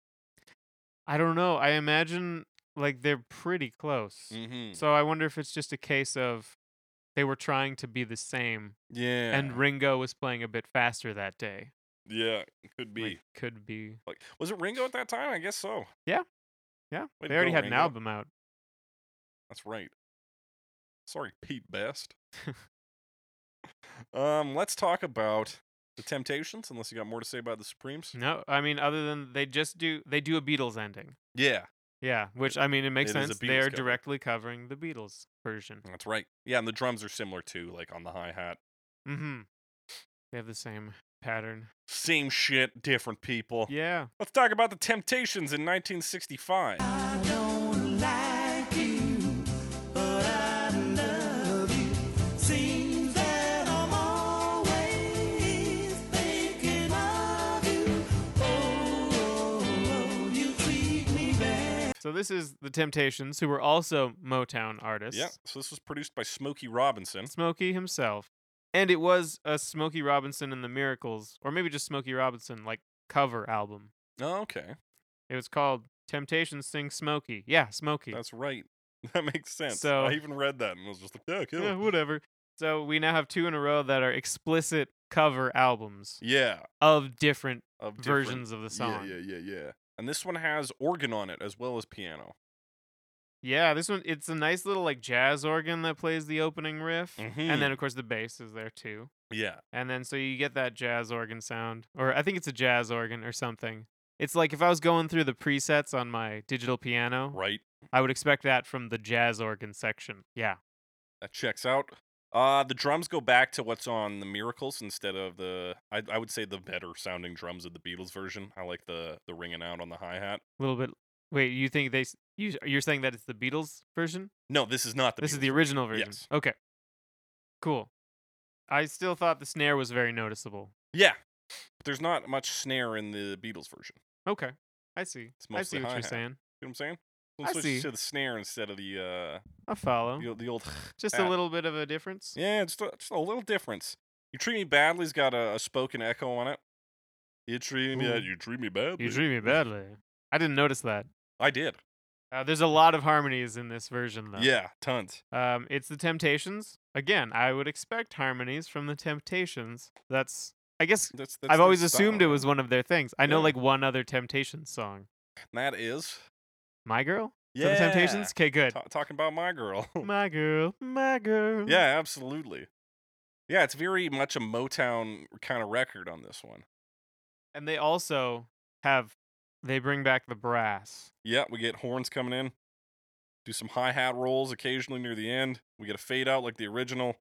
Speaker 2: I don't know. I imagine like they're pretty close.
Speaker 1: Mm-hmm.
Speaker 2: So I wonder if it's just a case of they were trying to be the same
Speaker 1: Yeah,
Speaker 2: and Ringo was playing a bit faster that day.
Speaker 1: yeah, it could be.
Speaker 2: Like,
Speaker 1: Like,
Speaker 2: could be.
Speaker 1: was it Ringo at that time? I guess so.
Speaker 2: Yeah.
Speaker 1: Way to
Speaker 2: they already
Speaker 1: go,
Speaker 2: had an
Speaker 1: Ringo.
Speaker 2: album out.
Speaker 1: That's right. Sorry, Pete Best. um, let's talk about the Temptations. Unless you got more to say about the Supremes.
Speaker 2: No, I mean other than they just do they do a Beatles ending.
Speaker 1: Yeah,
Speaker 2: Yeah, which I mean, it makes
Speaker 1: it is a
Speaker 2: sense.
Speaker 1: Beatles
Speaker 2: They are
Speaker 1: cover.
Speaker 2: directly covering the Beatles version.
Speaker 1: that's right. Yeah, and the drums are similar too, like on the hi hat.
Speaker 2: Mm-hmm. They have the same pattern.
Speaker 1: Same shit, different people.
Speaker 2: Yeah.
Speaker 1: Let's talk about the Temptations in 1965.
Speaker 2: So this is the Temptations, who were also Motown artists.
Speaker 1: Yeah, so this was produced by Smokey Robinson.
Speaker 2: Smokey himself, and it was a Smokey Robinson and the Miracles, or maybe just Smokey Robinson like cover album.
Speaker 1: Oh, okay,
Speaker 2: It was called Temptations Sing Smokey. Yeah, Smokey.
Speaker 1: that's right. That makes sense.
Speaker 2: So-
Speaker 1: I even read that and was just like, yeah, cool.
Speaker 2: yeah, whatever. So we now have two in a row that are explicit cover albums
Speaker 1: Yeah,
Speaker 2: of different
Speaker 1: of different-
Speaker 2: versions of the song.
Speaker 1: Yeah, yeah, yeah, yeah. And this one has organ on it as well as piano.
Speaker 2: Yeah, this one it's a nice little like jazz organ that plays the opening riff. And
Speaker 1: Mm-hmm.
Speaker 2: then of course the bass is there too.
Speaker 1: Yeah.
Speaker 2: And then so you get that jazz organ sound. Or I think it's a jazz organ or something. It's like if I was going through the presets on my digital piano,
Speaker 1: Right.
Speaker 2: I would expect that from the jazz organ section. Yeah.
Speaker 1: That checks out. Uh the drums go back to what's on the Miracles instead of the I, I would say the better sounding drums of the Beatles version. I like the the ringing out on the hi-hat.
Speaker 2: A little bit Wait, you think they s- you you're saying that it's the Beatles version?
Speaker 1: No, this is not the
Speaker 2: this is
Speaker 1: Beatles
Speaker 2: the
Speaker 1: version.
Speaker 2: original version.
Speaker 1: Yes.
Speaker 2: Okay. Cool. I still thought the snare was very noticeable.
Speaker 1: Yeah. But there's not much snare in the Beatles version.
Speaker 2: Okay. I see.
Speaker 1: It's
Speaker 2: I
Speaker 1: mostly
Speaker 2: see what you're
Speaker 1: hi-hat.
Speaker 2: saying.
Speaker 1: You know what I'm saying? So
Speaker 2: I
Speaker 1: switch
Speaker 2: see. Oh.
Speaker 1: to the snare instead of the uh
Speaker 2: I follow.
Speaker 1: the, the old
Speaker 2: Just
Speaker 1: hat.
Speaker 2: a little bit of a difference.
Speaker 1: Yeah, just a, just a little difference. You treat me badly's got a, a spoken echo on it. You treat me,
Speaker 2: Ooh.
Speaker 1: you treat me badly.
Speaker 2: You treat me badly. I didn't notice that.
Speaker 1: I did.
Speaker 2: Uh, there's a lot of harmonies in this version, though.
Speaker 1: Yeah, tons.
Speaker 2: Um, it's the Temptations. Again, I would expect harmonies from the Temptations. That's, I guess,
Speaker 1: That's, that's
Speaker 2: I've
Speaker 1: their
Speaker 2: always assumed it
Speaker 1: style.
Speaker 2: was one of their things. I know
Speaker 1: Yeah.
Speaker 2: like one other Temptations song.
Speaker 1: That is.
Speaker 2: My girl. Is
Speaker 1: Yeah.
Speaker 2: that the Temptations. Okay, good.
Speaker 1: Ta- talking about my girl.
Speaker 2: My girl. My girl.
Speaker 1: yeah, absolutely. Yeah, it's very much a Motown kind of record on this one.
Speaker 2: And they also have, they bring back the brass.
Speaker 1: Yeah, we get horns coming in. Do some hi hat rolls occasionally near the end. We get a fade out like the original.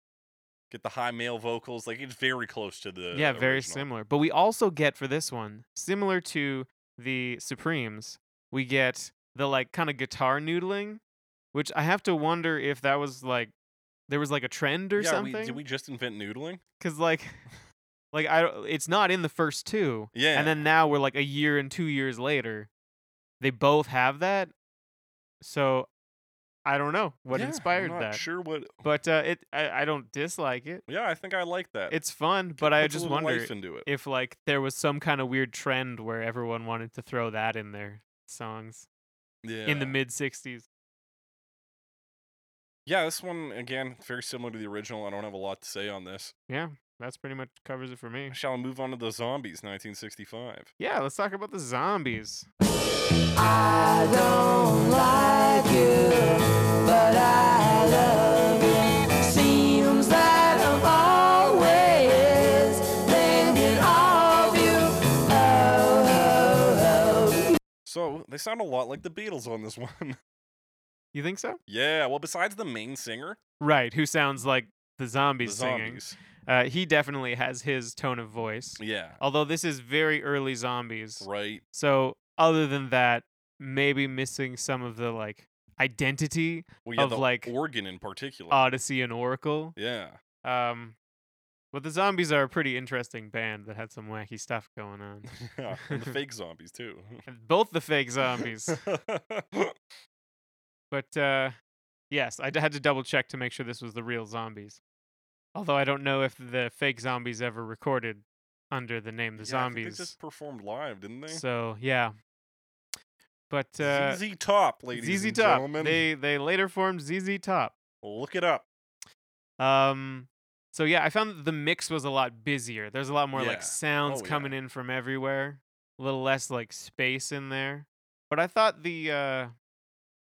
Speaker 1: Get the high male vocals. Like it's very close to the
Speaker 2: yeah, very
Speaker 1: original.
Speaker 2: similar. But we also get for this one, similar to the Supremes, we get the like kind of guitar noodling, which I have to wonder if that was like there was like a trend or
Speaker 1: yeah, we-
Speaker 2: something.
Speaker 1: did we just invent noodling?
Speaker 2: Cause like, like I don't- it's not in the first two,
Speaker 1: Yeah.
Speaker 2: and then now we're like a year and two years later, they both have that. So, I don't know what
Speaker 1: Yeah,
Speaker 2: inspired
Speaker 1: I'm not
Speaker 2: that,
Speaker 1: Sure what
Speaker 2: but uh, it I, I don't dislike it.
Speaker 1: Yeah, I think I like that.
Speaker 2: It's fun, but I
Speaker 1: Puts a
Speaker 2: just
Speaker 1: little
Speaker 2: wonder
Speaker 1: life into it.
Speaker 2: if like there was some kind of weird trend where everyone wanted to throw that in their songs
Speaker 1: yeah.
Speaker 2: in the mid 60s.
Speaker 1: Yeah, this one again very similar to the original. I don't have a lot to say on this.
Speaker 2: Yeah, that's pretty much covers it for me.
Speaker 1: Shall I move on to the zombies 1965?
Speaker 2: Yeah, let's talk about the zombies.
Speaker 4: I don't like you, but I love you. Seems that I'm always thinking of you. Oh, oh, oh.
Speaker 1: So they sound a lot like the Beatles on this one.
Speaker 2: You think so?
Speaker 1: yeah, well, besides the main singer,
Speaker 2: Right, who sounds like the
Speaker 1: the
Speaker 2: zombies singing.
Speaker 1: zombies.
Speaker 2: Uh, he definitely has his tone of voice.
Speaker 1: Yeah,
Speaker 2: Although this is very early zombies.
Speaker 1: right.
Speaker 2: So, other than that, maybe missing some of the like identity,
Speaker 1: Well, yeah,
Speaker 2: Of,
Speaker 1: the
Speaker 2: like, uh,
Speaker 1: organ in particular.
Speaker 2: Odyssey and Oracle.
Speaker 1: yeah,
Speaker 2: Um, but the Zombies are a pretty interesting band that had some wacky stuff going on.
Speaker 1: yeah, and the fake zombies too.
Speaker 2: And Both the fake zombies. but uh, yes, I d- had to double check to make sure this was the real zombies. Although I don't know if the fake zombies ever recorded under the name the
Speaker 1: Yeah, I think
Speaker 2: zombies.
Speaker 1: they just performed live, didn't they?
Speaker 2: So yeah. But uh,
Speaker 1: ZZ Top, ladies
Speaker 2: ZZ
Speaker 1: and
Speaker 2: Top.
Speaker 1: gentlemen,
Speaker 2: They they later formed ZZ Top.
Speaker 1: look it up.
Speaker 2: Um so yeah, I found that the mix was a lot busier. There's a lot more
Speaker 1: Yeah.
Speaker 2: like sounds
Speaker 1: Oh, yeah.
Speaker 2: coming in from everywhere. A little less like space in there. But I thought the uh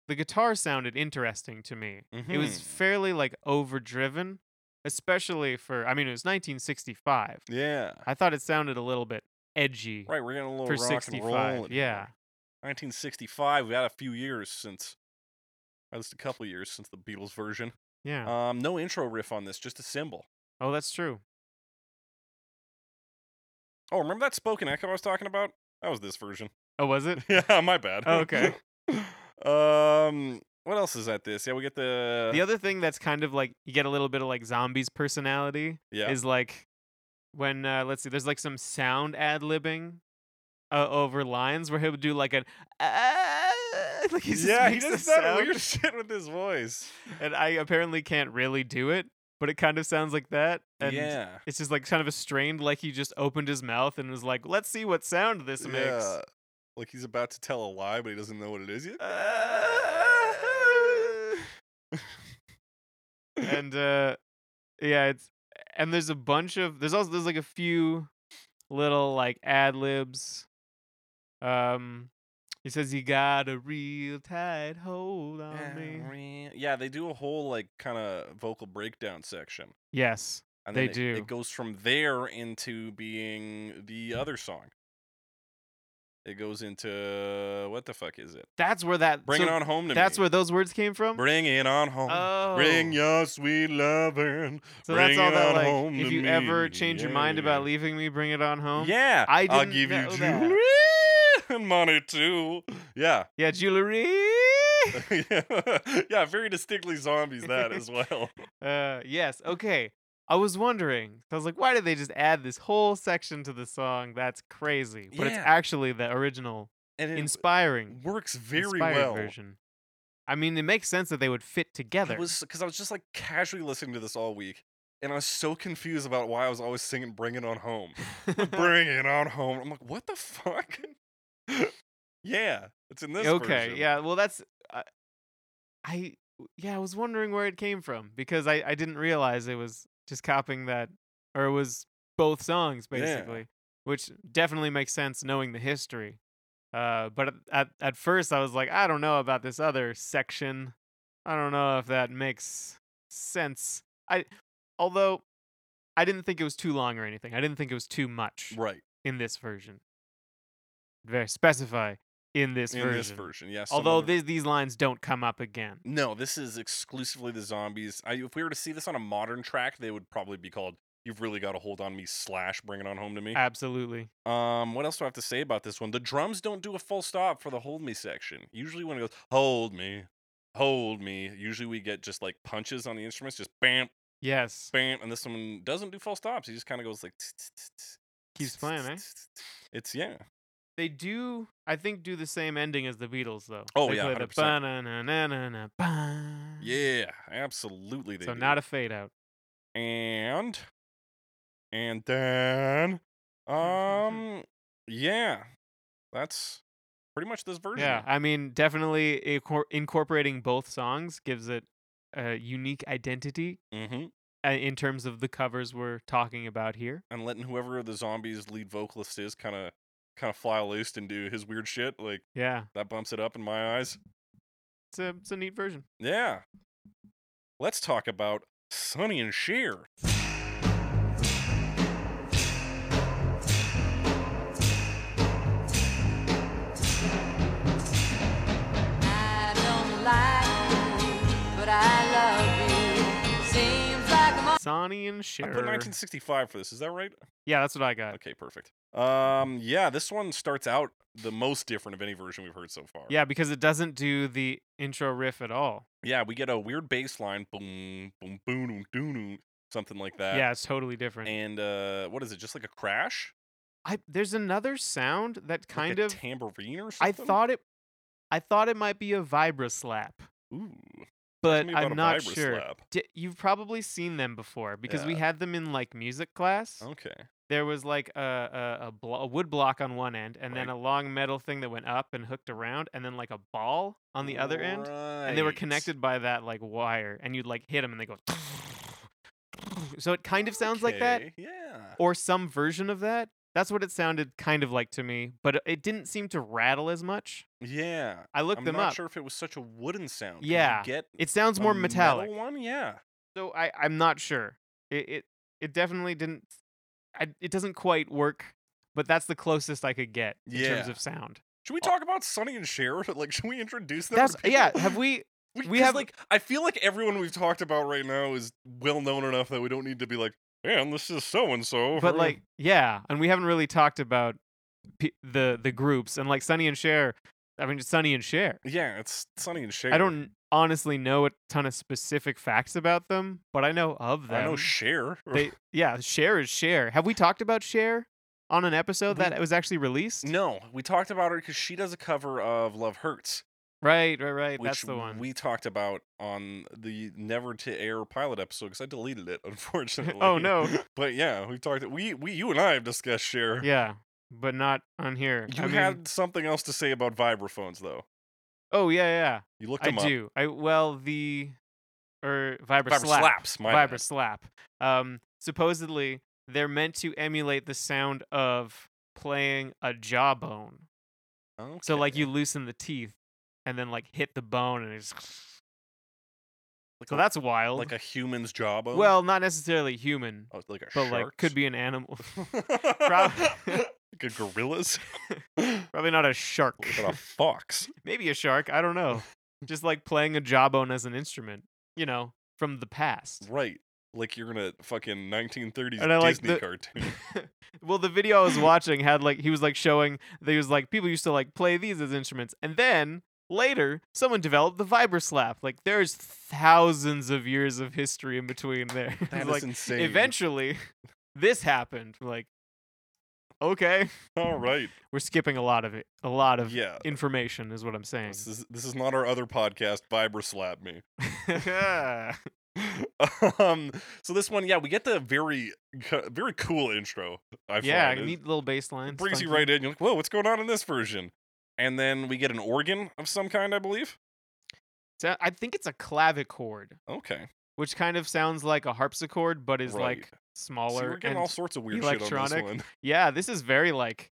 Speaker 2: the guitar sounded interesting to me. It was
Speaker 1: Mhm.
Speaker 2: fairly like overdriven, especially for I mean it was 1965.
Speaker 1: Mm-hmm. Yeah,
Speaker 2: I thought it sounded a little bit edgy
Speaker 1: right. We're getting a little
Speaker 2: for
Speaker 1: rock and
Speaker 2: 65.
Speaker 1: roll. in here.
Speaker 2: yeah.
Speaker 1: 1965. We've had a few years since, at least a couple years since the Beatles version.
Speaker 2: Yeah.
Speaker 1: Um, no intro riff on this, just a cymbal.
Speaker 2: oh, that's true.
Speaker 1: Oh, remember that spoken echo I was talking about? That was this version.
Speaker 2: Oh, was it?
Speaker 1: yeah, my bad.
Speaker 2: Oh, okay.
Speaker 1: um, what else is at this? Yeah, we get the
Speaker 2: The other thing that's kind of like you get a little bit of like zombies personality
Speaker 1: yeah.
Speaker 2: is like when uh, let's see, there's like some sound ad libbing uh, over lines where he'll do like an "Ah," like he just
Speaker 1: yeah, he
Speaker 2: makes
Speaker 1: does
Speaker 2: the
Speaker 1: that
Speaker 2: sound,
Speaker 1: weird shit with his voice.
Speaker 2: and I apparently can't really do it, but it kind of sounds like that, and
Speaker 1: yeah.
Speaker 2: it's just like kind of a strained, like he just opened his mouth and was like, "Let's see what sound this makes."
Speaker 1: Yeah. Like he's about to tell a lie, but he doesn't know what it is yet.
Speaker 2: and uh yeah it's and there's a bunch of there's also there's like a few little like ad libs um he says you got a real tight hold on me
Speaker 1: Yeah, they do a whole like kind of vocal breakdown section.
Speaker 2: yes
Speaker 1: And
Speaker 2: They
Speaker 1: then it,
Speaker 2: do.
Speaker 1: It goes from there into being the other song. It goes into what the fuck is it?
Speaker 2: that's where that
Speaker 1: Bring it
Speaker 2: so
Speaker 1: on home to
Speaker 2: that's
Speaker 1: me.
Speaker 2: where those words came from
Speaker 1: Bring it on home.
Speaker 2: oh
Speaker 1: Bring your sweet lovin'.
Speaker 2: so that's
Speaker 1: bring
Speaker 2: all
Speaker 1: it
Speaker 2: that
Speaker 1: on
Speaker 2: like
Speaker 1: home
Speaker 2: if
Speaker 1: to
Speaker 2: you ever
Speaker 1: me.
Speaker 2: change your
Speaker 1: Yeah,
Speaker 2: mind about
Speaker 1: yeah.
Speaker 2: leaving me bring it on home
Speaker 1: Yeah,
Speaker 2: I
Speaker 1: I'll
Speaker 2: didn't
Speaker 1: give
Speaker 2: know
Speaker 1: you
Speaker 2: that.
Speaker 1: jewelry and money too. Yeah,
Speaker 2: yeah jewelry
Speaker 1: yeah, very distinctly zombies that as well.
Speaker 2: Uh, yes. Okay. I was wondering. I was like, why did they just add this whole section to the song? That's crazy. But it's
Speaker 1: Yeah.
Speaker 2: actually the original,
Speaker 1: And it
Speaker 2: inspiring,
Speaker 1: works very
Speaker 2: inspired
Speaker 1: well.
Speaker 2: version. I mean, it makes sense that they would fit together.
Speaker 1: It was because I was just like casually listening to this all week, and I was so confused about why I was always singing "Bring It On Home." Bring it on home. I'm like, what the fuck? yeah, it's in this.
Speaker 2: okay.
Speaker 1: version.
Speaker 2: Yeah. Well, that's I, I. Yeah, I was wondering where it came from because I I didn't realize it was just copying that, or it was both songs
Speaker 1: Yeah.
Speaker 2: basically, which definitely makes sense knowing the history. Uh, but at, at at first I was like, I don't know about this other section. I don't know if that makes sense. I although I didn't think it was too long or anything. I didn't think it was too much
Speaker 1: Right.
Speaker 2: in this version. Very specify in this
Speaker 1: in
Speaker 2: version.
Speaker 1: this version, yes.
Speaker 2: Although these these lines don't come up again.
Speaker 1: no, this is exclusively the zombies. I, if we were to see this on a modern track, they would probably be called "You've Really Got a Hold on Me" slash "Bring It On Home to Me."
Speaker 2: Absolutely.
Speaker 1: Um, what else do I have to say about this one? The drums don't do a full stop for the hold me section. Usually when it goes, hold me, hold me, usually we get just like punches on the instruments, just bam,
Speaker 2: Yes.
Speaker 1: bam, and this one doesn't do full stops. He just kind of goes like tsk, tsk, tsk, tsk,
Speaker 2: Keeps
Speaker 1: tsk,
Speaker 2: playing,
Speaker 1: tsk,
Speaker 2: eh?
Speaker 1: tsk, tsk, tsk. It's yeah.
Speaker 2: They do I think do the same ending as the Beatles though.
Speaker 1: Oh,
Speaker 2: they
Speaker 1: yeah,
Speaker 2: Play
Speaker 1: 100%.
Speaker 2: The ba
Speaker 1: Yeah, absolutely they
Speaker 2: Mm. So
Speaker 1: do.
Speaker 2: not a fade out.
Speaker 1: and and then um yeah. That's pretty much this version.
Speaker 2: Yeah, I mean, definitely incor- incorporating both songs gives it a unique identity
Speaker 1: Mm-hmm.
Speaker 2: uh, in terms of the covers we're talking about here.
Speaker 1: and letting whoever the zombies lead vocalist is kind of kind of fly loose and do his weird shit like
Speaker 2: Yeah,
Speaker 1: that bumps it up in my eyes
Speaker 2: it's a it's a neat version.
Speaker 1: yeah let's talk about sonny and sheer
Speaker 4: I don't like you, but I love you. Seems like I'm
Speaker 2: Sonny and
Speaker 1: i
Speaker 2: Cher.
Speaker 1: put 1965 for this is that right
Speaker 2: Yeah, that's what I got.
Speaker 1: okay perfect um yeah this one starts out the most different of any version we've heard so far
Speaker 2: Yeah, because it doesn't do the intro riff at all.
Speaker 1: yeah we get a weird bass line boom boom boom boom doom, doom, something like that
Speaker 2: yeah, it's totally different.
Speaker 1: and uh what is it just like a crash
Speaker 2: I there's another sound that
Speaker 1: Like
Speaker 2: kind
Speaker 1: a
Speaker 2: of
Speaker 1: tambourine or
Speaker 2: I
Speaker 1: something
Speaker 2: thought it I thought it might be a vibra slap,
Speaker 1: Ooh, tell
Speaker 2: but
Speaker 1: me about
Speaker 2: I'm
Speaker 1: a
Speaker 2: not
Speaker 1: vibra
Speaker 2: sure.
Speaker 1: slap.
Speaker 2: D- you've probably seen them before because we
Speaker 1: Yeah. Oh.
Speaker 2: had them in like music class.
Speaker 1: okay
Speaker 2: There was like a a, a, blo- a wood block on one end, and then
Speaker 1: Right.
Speaker 2: a long metal thing that went up and hooked around, and then like a ball on the other end. and they were
Speaker 1: Right.
Speaker 2: connected by that like wire and you'd like hit them and they go so it kind of sounds like that
Speaker 1: Okay, Yeah.
Speaker 2: or some version of that that's what it sounded kind of like to me but uh, it- it didn't seem to rattle as much
Speaker 1: Yeah.
Speaker 2: i looked
Speaker 1: I'm
Speaker 2: them
Speaker 1: not
Speaker 2: up
Speaker 1: sure if it was such a wooden sound. 'cause you
Speaker 2: Yeah,
Speaker 1: Get
Speaker 2: it sounds
Speaker 1: a
Speaker 2: more
Speaker 1: metal
Speaker 2: metallic
Speaker 1: one. Yeah.
Speaker 2: so i i'm not sure it it, it definitely didn't I, it doesn't quite work but that's the closest i could get in terms
Speaker 1: Yeah.
Speaker 2: of sound
Speaker 1: Should we talk about Sonny and Cher? Like, should we introduce them? to
Speaker 2: that's yeah
Speaker 1: people?
Speaker 2: have we
Speaker 1: we,
Speaker 2: we
Speaker 1: 'cause,
Speaker 2: have-
Speaker 1: like I feel like everyone we've talked about right now is well known enough that we don't need to be like, man, this is so and so.
Speaker 2: but like yeah and we haven't really talked about pe the the groups and like Sonny and Cher I mean Sonny and Cher
Speaker 1: yeah, it's Sonny and Cher.
Speaker 2: I don't honestly know a ton of specific facts about them but I know of them
Speaker 1: I know Cher.
Speaker 2: they yeah Cher is Cher have we talked about Cher on an episode
Speaker 1: We-
Speaker 2: that was actually released
Speaker 1: no, we talked about her because she does a cover of "Love Hurts,"
Speaker 2: right right right
Speaker 1: which
Speaker 2: that's the one
Speaker 1: we talked about on the never to air pilot episode because I deleted it, unfortunately.
Speaker 2: oh no
Speaker 1: But yeah, we've talked. We we you and I have discussed share.
Speaker 2: yeah but not on here
Speaker 1: You
Speaker 2: I mean,
Speaker 1: had something else to say about vibraphones, though.
Speaker 2: oh yeah yeah
Speaker 1: You looked
Speaker 2: I
Speaker 1: them up.
Speaker 2: do I well the or Vibra,
Speaker 1: Vibra
Speaker 2: Slap.
Speaker 1: slaps. My
Speaker 2: Vibra
Speaker 1: bad.
Speaker 2: slap. Um, supposedly they're meant to emulate the sound of playing a jawbone. So like
Speaker 1: Okay.
Speaker 2: you loosen the teeth and then like hit the bone and it's
Speaker 1: like
Speaker 2: so
Speaker 1: a,
Speaker 2: that's wild.
Speaker 1: like a human's jawbone.
Speaker 2: well, not necessily human,
Speaker 1: oh, like a
Speaker 2: but
Speaker 1: shark's?
Speaker 2: like could be an animal.
Speaker 1: Prob- like a gorilla's. What
Speaker 2: Probably not a shark.
Speaker 1: about a fox?
Speaker 2: Maybe a shark. I don't know. Just like playing a jawbone as an instrument, you know, from the past.
Speaker 1: Right. Like you're in a fucking 1930s
Speaker 2: And I like
Speaker 1: Disney
Speaker 2: the-
Speaker 1: cartoon.
Speaker 2: well, the video I was watching had like he was like showing that he was like people used to like play these as instruments, and then later someone developed the vibra slap. Like there's thousands of years of history in between there. It's
Speaker 1: That is
Speaker 2: like
Speaker 1: insane.
Speaker 2: eventually this happened. Like okay,
Speaker 1: All right.
Speaker 2: we're skipping a lot of it, a lot of
Speaker 1: Yeah.
Speaker 2: information is what I'm saying.
Speaker 1: This is this is not our other podcast. Vibra slap me. um, so this one, yeah, we get the very, co- very cool intro. I
Speaker 2: yeah,
Speaker 1: find. It
Speaker 2: neat little bass lines.
Speaker 1: brings you
Speaker 2: funky.
Speaker 1: right in. You're like, whoa, what's going on in this version? And then we get an organ of some kind, I believe.
Speaker 2: So I think it's a clavichord,
Speaker 1: Okay,
Speaker 2: which kind of sounds like a harpsichord, but is
Speaker 1: Right.
Speaker 2: like
Speaker 1: so
Speaker 2: smaller.
Speaker 1: we're getting
Speaker 2: and
Speaker 1: all sorts of weird shit on this
Speaker 2: electronic.
Speaker 1: one.
Speaker 2: yeah, this is very like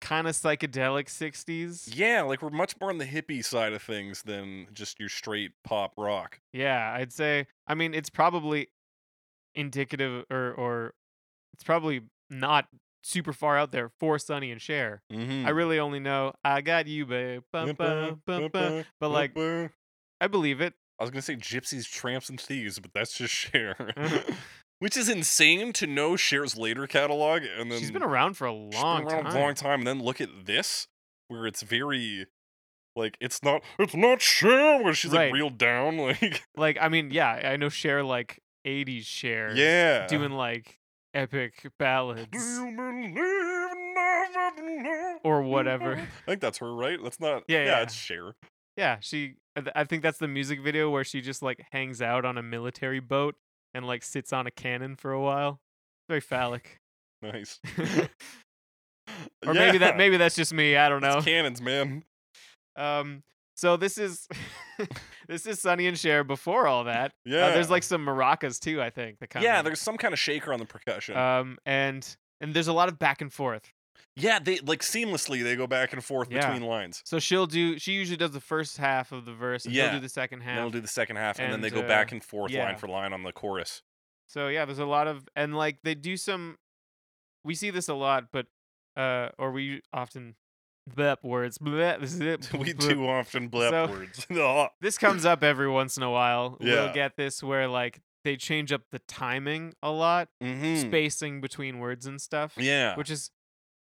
Speaker 2: kind of psychedelic '60s.
Speaker 1: Yeah, like we're much more on the hippie side of things than just your straight pop rock.
Speaker 2: Yeah, I'd say. I mean, it's probably indicative, or or it's probably not super far out there for Sonny and Cher.
Speaker 1: Mm-hmm.
Speaker 2: I really only know "I Got You, Babe," bum, bum, bum, bum," but like
Speaker 1: I
Speaker 2: I believe it.
Speaker 1: was gonna say gypsies, tramps, and thieves, but that's just Cher,
Speaker 2: Mhm.
Speaker 1: which is insane to know Cher's later catalog. And then
Speaker 2: She's been around for a
Speaker 1: she's been
Speaker 2: long
Speaker 1: around
Speaker 2: time.
Speaker 1: a long time, and then look at this, where it's very like it's not it's not Cher, where she's
Speaker 2: Right.
Speaker 1: like real down, like
Speaker 2: Like I mean, yeah, I know Cher like '80s Cher.
Speaker 1: yeah,
Speaker 2: doing like epic
Speaker 1: Do
Speaker 2: ballads
Speaker 1: you believe in love and love?
Speaker 2: or whatever.
Speaker 1: I think that's her, right? That's not.
Speaker 2: Yeah,
Speaker 1: yeah,
Speaker 2: yeah.
Speaker 1: it's Cher.
Speaker 2: Yeah, she. I th- I think that's the music video where she just like hangs out on a military boat and like sits on a cannon for a while. Very phallic.
Speaker 1: Nice.
Speaker 2: or maybe that Uh,
Speaker 1: Yeah,
Speaker 2: maybe that's just me. I don't
Speaker 1: it's
Speaker 2: know.
Speaker 1: cannons, man.
Speaker 2: Um. So this is this is Sonny and Cher before all that. Uh,
Speaker 1: Yeah.
Speaker 2: there's like some maracas too. I think. That come
Speaker 1: yeah,
Speaker 2: in.
Speaker 1: there's some kind of shaker on the percussion.
Speaker 2: Um. And and there's a lot of back and forth.
Speaker 1: yeah, they like seamlessly they go back and forth
Speaker 2: Yeah.
Speaker 1: between lines.
Speaker 2: So she'll do. She usually does the first half of the verse. And
Speaker 1: Yeah.
Speaker 2: He'll do the second half.
Speaker 1: And then we'll do the second half, and, then they
Speaker 2: And,
Speaker 1: go
Speaker 2: uh,
Speaker 1: back and forth line
Speaker 2: yeah.
Speaker 1: for line on the chorus.
Speaker 2: So yeah, there's a lot of and like they do some we see this a lot, but uh or we often blep words. Blep, this is it.
Speaker 1: we
Speaker 2: blep.
Speaker 1: too often blep
Speaker 2: So-
Speaker 1: words. Ugh.
Speaker 2: This comes up every once in a while.
Speaker 1: Yeah.
Speaker 2: We'll get this where like they change up the timing a lot,
Speaker 1: Mhm.
Speaker 2: spacing between words and stuff.
Speaker 1: Yeah.
Speaker 2: Which is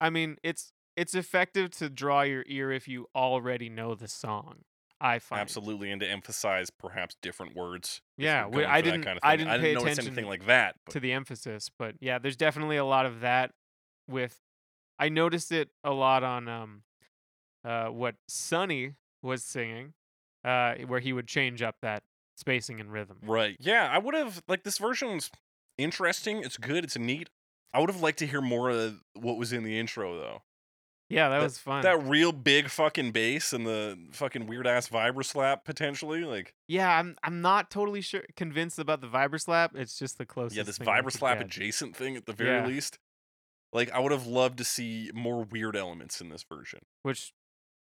Speaker 2: I mean, it's it's effective to draw your ear if you already know the song. I find
Speaker 1: Absolutely, and to emphasize perhaps different words. if
Speaker 2: Yeah,
Speaker 1: you're
Speaker 2: we-
Speaker 1: going
Speaker 2: I
Speaker 1: for that
Speaker 2: didn't-
Speaker 1: kind of
Speaker 2: I
Speaker 1: thing.
Speaker 2: didn't pay
Speaker 1: notice
Speaker 2: attention
Speaker 1: anything like that. But
Speaker 2: to the emphasis. But yeah, there's definitely a lot of that with I noticed it a lot on um uh what Sonny was singing, uh where he would change up that spacing and rhythm.
Speaker 1: Right. Yeah, I would have like this version's interesting. It's good. It's neat. I would have liked to hear more of what was in the intro though.
Speaker 2: Yeah, that,
Speaker 1: That-
Speaker 2: was fun.
Speaker 1: That real big fucking bass and the fucking weird ass vibra slap potentially. Like
Speaker 2: yeah, I'm I'm not totally sure convinced about the vibra slap. It's just the closest.
Speaker 1: yeah, this
Speaker 2: thing I
Speaker 1: vibra
Speaker 2: could
Speaker 1: slap
Speaker 2: get.
Speaker 1: adjacent thing at the very
Speaker 2: Yeah.
Speaker 1: least. Like I would have loved to see more weird elements in this version.
Speaker 2: which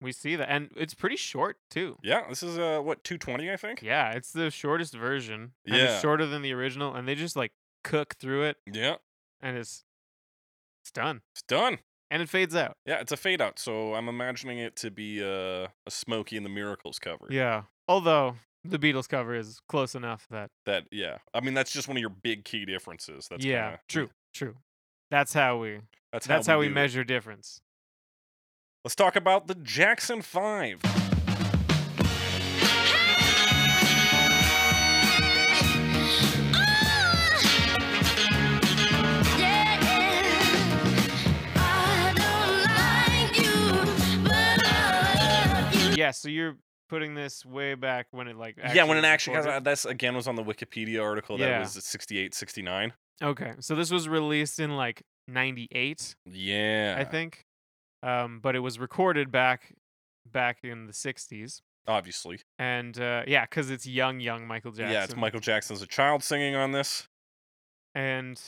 Speaker 2: we see that, and it's pretty short too.
Speaker 1: Yeah, this is uh what 220 I think.
Speaker 2: Yeah, it's the shortest version. and
Speaker 1: Yeah.
Speaker 2: it's shorter than the original, and they just like cook through it,
Speaker 1: Yeah,
Speaker 2: and it's it's done,
Speaker 1: it's done.
Speaker 2: and it fades out.
Speaker 1: Yeah, it's a fade out. So I'm imagining it to be uh, a Smokey and the Miracles cover.
Speaker 2: Yeah. Although the Beatles cover is close enough that
Speaker 1: That yeah. I mean that's just one of your big key differences. That's
Speaker 2: yeah,
Speaker 1: kinda-
Speaker 2: true, true. That's how we
Speaker 1: That's,
Speaker 2: that's how we,
Speaker 1: do it.
Speaker 2: measure difference.
Speaker 1: Let's talk about the Jackson Five.
Speaker 2: Yeah, so you're putting this way back when it uh, like
Speaker 1: yeah, when it
Speaker 2: was
Speaker 1: actually comes out,
Speaker 2: recorded?
Speaker 1: that's again was on the Wikipedia article that
Speaker 2: Yeah.
Speaker 1: was 68, 69.
Speaker 2: Okay. So this was released in like 98,
Speaker 1: Yeah,
Speaker 2: I think. Um but it was recorded back back in the 60s.
Speaker 1: obviously.
Speaker 2: And uh yeah, cuz it's young young Michael Jackson.
Speaker 1: Yeah, it's Michael Jackson's a child singing on this.
Speaker 2: and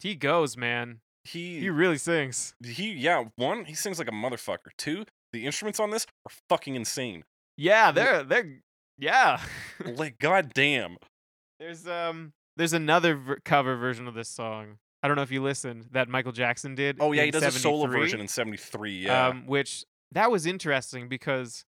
Speaker 2: he goes, man.
Speaker 1: He
Speaker 2: He really sings.
Speaker 1: he yeah. One, he sings like a motherfucker. Two, the instruments on this are fucking insane.
Speaker 2: Yeah, they're they're yeah.
Speaker 1: like goddamn.
Speaker 2: There's um there's another ver- cover version of this song. I don't know if you listened that Michael Jackson did.
Speaker 1: Oh yeah,
Speaker 2: in
Speaker 1: he does a solo
Speaker 2: 73,
Speaker 1: version in '73. Yeah,
Speaker 2: Um, which that was interesting because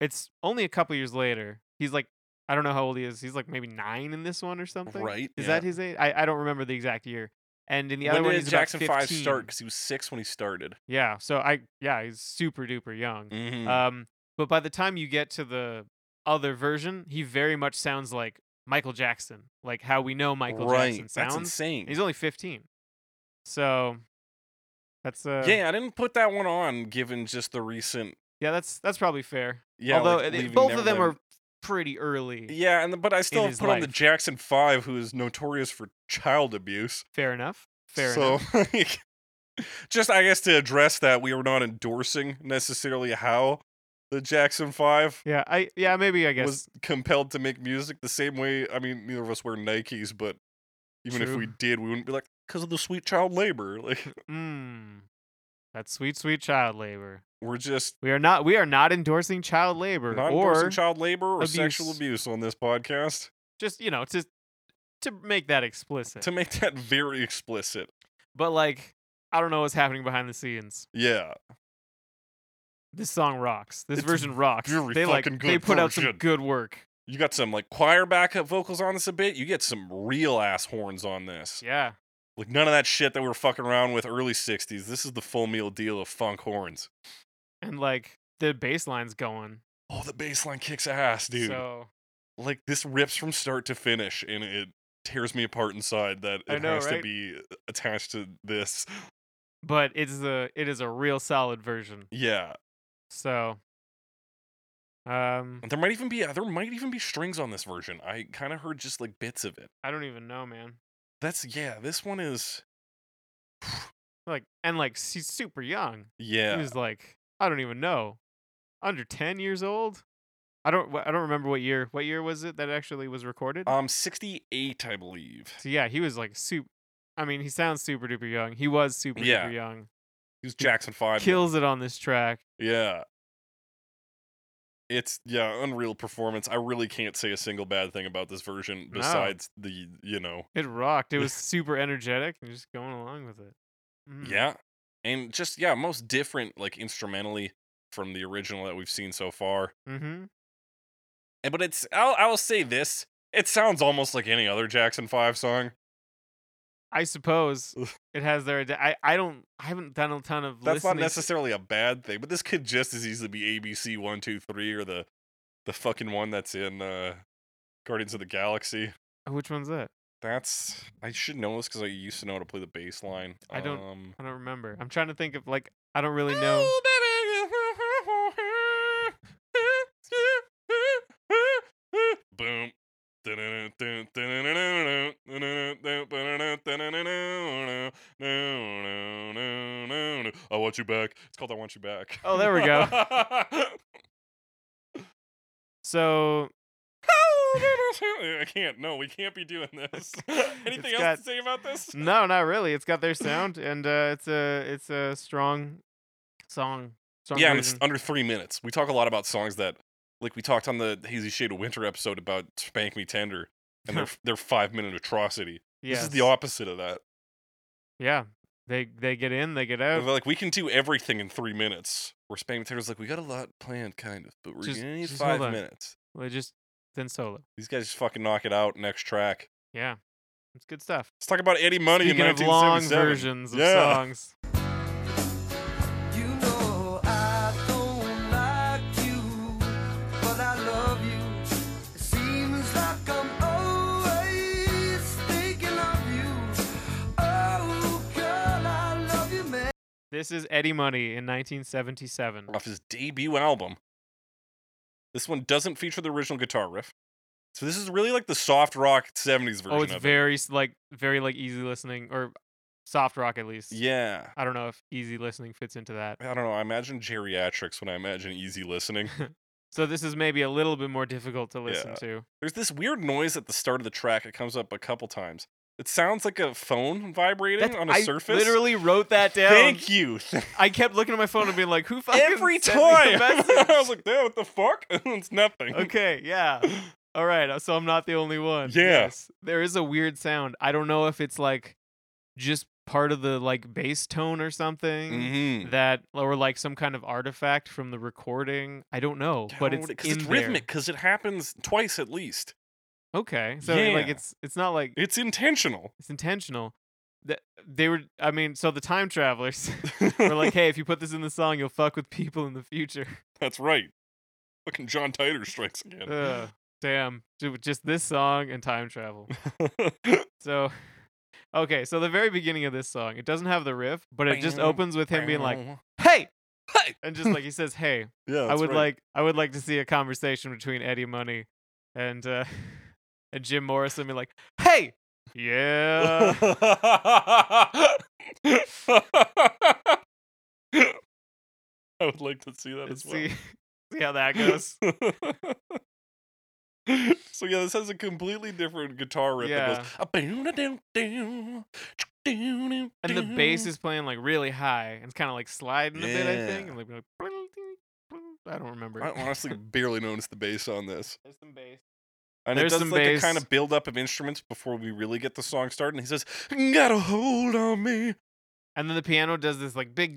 Speaker 2: it's only a couple years later. He's like, I don't know how old he is. He's like maybe nine in this one or something.
Speaker 1: right. yeah.
Speaker 2: Is that his age? I, I don't remember the exact year. And in the other
Speaker 1: when
Speaker 2: one,
Speaker 1: did
Speaker 2: he's
Speaker 1: Jackson
Speaker 2: about 15.
Speaker 1: Five start? Because he was six when he started.
Speaker 2: Yeah. So I yeah, he's super duper young.
Speaker 1: Mhm.
Speaker 2: Um, but by the time you get to the other version, he very much sounds like Michael Jackson, like how we know Michael
Speaker 1: right.
Speaker 2: Jackson
Speaker 1: That's
Speaker 2: sounds.
Speaker 1: insane.
Speaker 2: He's only 15, so that's uh,
Speaker 1: yeah, I didn't put that one on given just the recent.
Speaker 2: yeah, that's that's probably fair.
Speaker 1: Yeah,
Speaker 2: Although
Speaker 1: like,
Speaker 2: uh, they-
Speaker 1: leaving
Speaker 2: both of them
Speaker 1: Neverland.
Speaker 2: are pretty early.
Speaker 1: Yeah, and the- but I still
Speaker 2: his
Speaker 1: put on the
Speaker 2: life.
Speaker 1: Jackson Five, who is notorious for child abuse.
Speaker 2: Fair enough. Fair
Speaker 1: so,
Speaker 2: enough.
Speaker 1: like, just I guess to address that, we were not endorsing necessarily how the Jackson Five
Speaker 2: Yeah, I yeah maybe I guess
Speaker 1: was compelled to make music. The same way, I mean, neither of us wear Nikes, but even if
Speaker 2: True.
Speaker 1: we did, we wouldn't be like because of the sweet child labor. Like
Speaker 2: Mm. That's sweet, sweet child labor.
Speaker 1: we're just
Speaker 2: We are not. We are not endorsing child labor
Speaker 1: not
Speaker 2: or
Speaker 1: endorsing child labor or sexual abuse
Speaker 2: abuse.
Speaker 1: on this podcast.
Speaker 2: just you know to to make that explicit.
Speaker 1: To make that very explicit,
Speaker 2: but like, I don't know what's happening behind the scenes.
Speaker 1: yeah.
Speaker 2: This song rocks. This
Speaker 1: It's
Speaker 2: version rocks.
Speaker 1: very
Speaker 2: they like
Speaker 1: fucking
Speaker 2: they
Speaker 1: good
Speaker 2: put out some
Speaker 1: version.
Speaker 2: good work.
Speaker 1: You got some like choir backup vocals on this a bit. You get some real ass horns on this.
Speaker 2: Yeah,
Speaker 1: Like none of that shit that we were fucking around with early 60s. This is the full meal deal of funk horns.
Speaker 2: and like the bass line's going.
Speaker 1: Oh, the bass line kicks ass, dude.
Speaker 2: So
Speaker 1: Like this rips from start to finish and it tears me apart inside that
Speaker 2: I
Speaker 1: it
Speaker 2: know,
Speaker 1: has
Speaker 2: right?
Speaker 1: to be attached to this.
Speaker 2: but it's a it is a real solid version.
Speaker 1: Yeah.
Speaker 2: So um
Speaker 1: There might even be uh, there might even be strings on this version. I kind of heard just like bits of it.
Speaker 2: I don't even know, man.
Speaker 1: That's yeah, this one is
Speaker 2: Like and like she's super young.
Speaker 1: yeah.
Speaker 2: He was like, I don't even know, under ten years old. I don't. wh- I don't remember what year. What year was it that actually was recorded?
Speaker 1: um 68, I believe.
Speaker 2: so yeah, he was like super. I mean, he sounds super duper young. He was super
Speaker 1: Yeah.
Speaker 2: duper young.
Speaker 1: He was Jackson 5. man.
Speaker 2: Kills it on this track.
Speaker 1: Yeah. It's yeah, unreal performance. I really can't say a single bad thing about this version
Speaker 2: No.
Speaker 1: besides the you know.
Speaker 2: It rocked. It was super energetic and just going along with it. Mm.
Speaker 1: Yeah. And just yeah, most different like instrumentally from the original that we've seen so far.
Speaker 2: Mm-hmm.
Speaker 1: And but it's I'll I will say this. It sounds almost like any other Jackson 5 song.
Speaker 2: I suppose it has their. ad- I. I don't. I haven't done a ton of.
Speaker 1: That's
Speaker 2: listening
Speaker 1: not
Speaker 2: to-
Speaker 1: necessarily a bad thing, but this could just as easily be ABC 123 or the the fucking one that's in uh Guardians of the Galaxy.
Speaker 2: Oh, Which one's that?
Speaker 1: That's I should know this because I used to know how to play the bass line.
Speaker 2: I don't-
Speaker 1: Um,
Speaker 2: I don't remember. I'm trying to think of like. I don't really know.
Speaker 1: Boom. I want you back. It's called I want you back.
Speaker 2: Oh, there we go. So
Speaker 1: I can't. No, we can't be doing this. Anything else
Speaker 2: got-
Speaker 1: to say about this?
Speaker 2: no, not really. It's got their sound, and uh, it's a it's a strong song. strong
Speaker 1: yeah, and it's
Speaker 2: version.
Speaker 1: under three minutes. We talk a lot about songs that, like we talked on the Hazy Shade of Winter episode about Spank Me Tender, and they're they're five minute atrocity. This is the
Speaker 2: Yes.
Speaker 1: opposite of that.
Speaker 2: yeah. They they get in, they get out.
Speaker 1: They're like we can do everything in three minutes. Where Spank Me Tender's like we got a lot planned, kind of, but we're
Speaker 2: Just-
Speaker 1: gonna need
Speaker 2: just hold
Speaker 1: five
Speaker 2: on.
Speaker 1: minutes.
Speaker 2: They just then solo.
Speaker 1: These guys just fucking knock it out. Next track.
Speaker 2: Yeah, it's good stuff.
Speaker 1: Let's talk about Eddie Money
Speaker 2: Speaking
Speaker 1: in
Speaker 2: of long
Speaker 1: 1977.
Speaker 2: versions of
Speaker 1: Yeah.
Speaker 2: songs,
Speaker 4: You know I don't like you, but I love you. It seems like I'm always thinking of you. Oh, girl, I love you, man.
Speaker 2: this is Eddie Money in 1977.
Speaker 1: off his debut album. This one doesn't feature the original guitar riff. So this is really like the soft rock 70s version
Speaker 2: Oh, it's
Speaker 1: of it.
Speaker 2: very s like very like easy listening or soft rock at least.
Speaker 1: Yeah.
Speaker 2: I don't know if easy listening fits into that.
Speaker 1: I don't know. I imagine geriatrics when I imagine easy listening.
Speaker 2: So this is maybe a little bit more difficult to listen
Speaker 1: Yeah.
Speaker 2: to.
Speaker 1: There's this weird noise at the start of the track. It comes up a couple times. It sounds like a phone vibrating
Speaker 2: That's-
Speaker 1: on a
Speaker 2: I
Speaker 1: surface.
Speaker 2: literally wrote that down.
Speaker 1: Thank you.
Speaker 2: I kept looking at my phone and being like, "Who fucking
Speaker 1: Every
Speaker 2: sent
Speaker 1: time.
Speaker 2: me a
Speaker 1: I was
Speaker 2: message?
Speaker 1: like, "Damn, what the fuck? it's nothing.
Speaker 2: okay, yeah, all right. uh, So I'm not the only one.
Speaker 1: Yeah.
Speaker 2: there is a weird sound. I don't know if it's like just part of the like bass tone or something
Speaker 1: Mm-hmm.
Speaker 2: that, or like some kind of artifact from the recording. I don't know, but it's
Speaker 1: it's
Speaker 2: in there.
Speaker 1: rhythmic because it happens twice at least.
Speaker 2: Okay, so eh,
Speaker 1: Yeah.
Speaker 2: like it's it's not like
Speaker 1: It's intentional.
Speaker 2: it's intentional. Th- They were, I mean, so the time travelers were like, "Hey, if you put this in the song, you'll fuck with people in the future."
Speaker 1: That's right. Fucking John Titor strikes again.
Speaker 2: Ugh, damn. Ju- Just this song and time travel. So, okay, so the very beginning of this song, it doesn't have the riff, but it just
Speaker 1: Bam,
Speaker 2: opens with him being like, "Hey!"
Speaker 1: Hey!
Speaker 2: And just like he says, "Hey,
Speaker 1: yeah,
Speaker 2: I
Speaker 1: that's
Speaker 2: would
Speaker 1: right.
Speaker 2: like I would like to see a conversation between Eddie Money and uh, and Jim Morrison be like, "Hey, yeah,
Speaker 1: I would like to see that as
Speaker 2: let's
Speaker 1: well.
Speaker 2: see see how that goes."
Speaker 1: so yeah, this has a completely different guitar riff
Speaker 2: yeah,
Speaker 1: that goes.
Speaker 2: and the bass is playing like really high, and it's kind of like sliding a bit, I think,
Speaker 1: Yeah.
Speaker 2: and like, like I don't remember.
Speaker 1: I honestly barely noticed the bass on this.
Speaker 2: There's some bass.
Speaker 1: And
Speaker 2: There's
Speaker 1: it does
Speaker 2: some
Speaker 1: like
Speaker 2: bass.
Speaker 1: a kind of build up of instruments before we really get the song started. And he says, Got a hold on me.
Speaker 2: And then the piano does this like big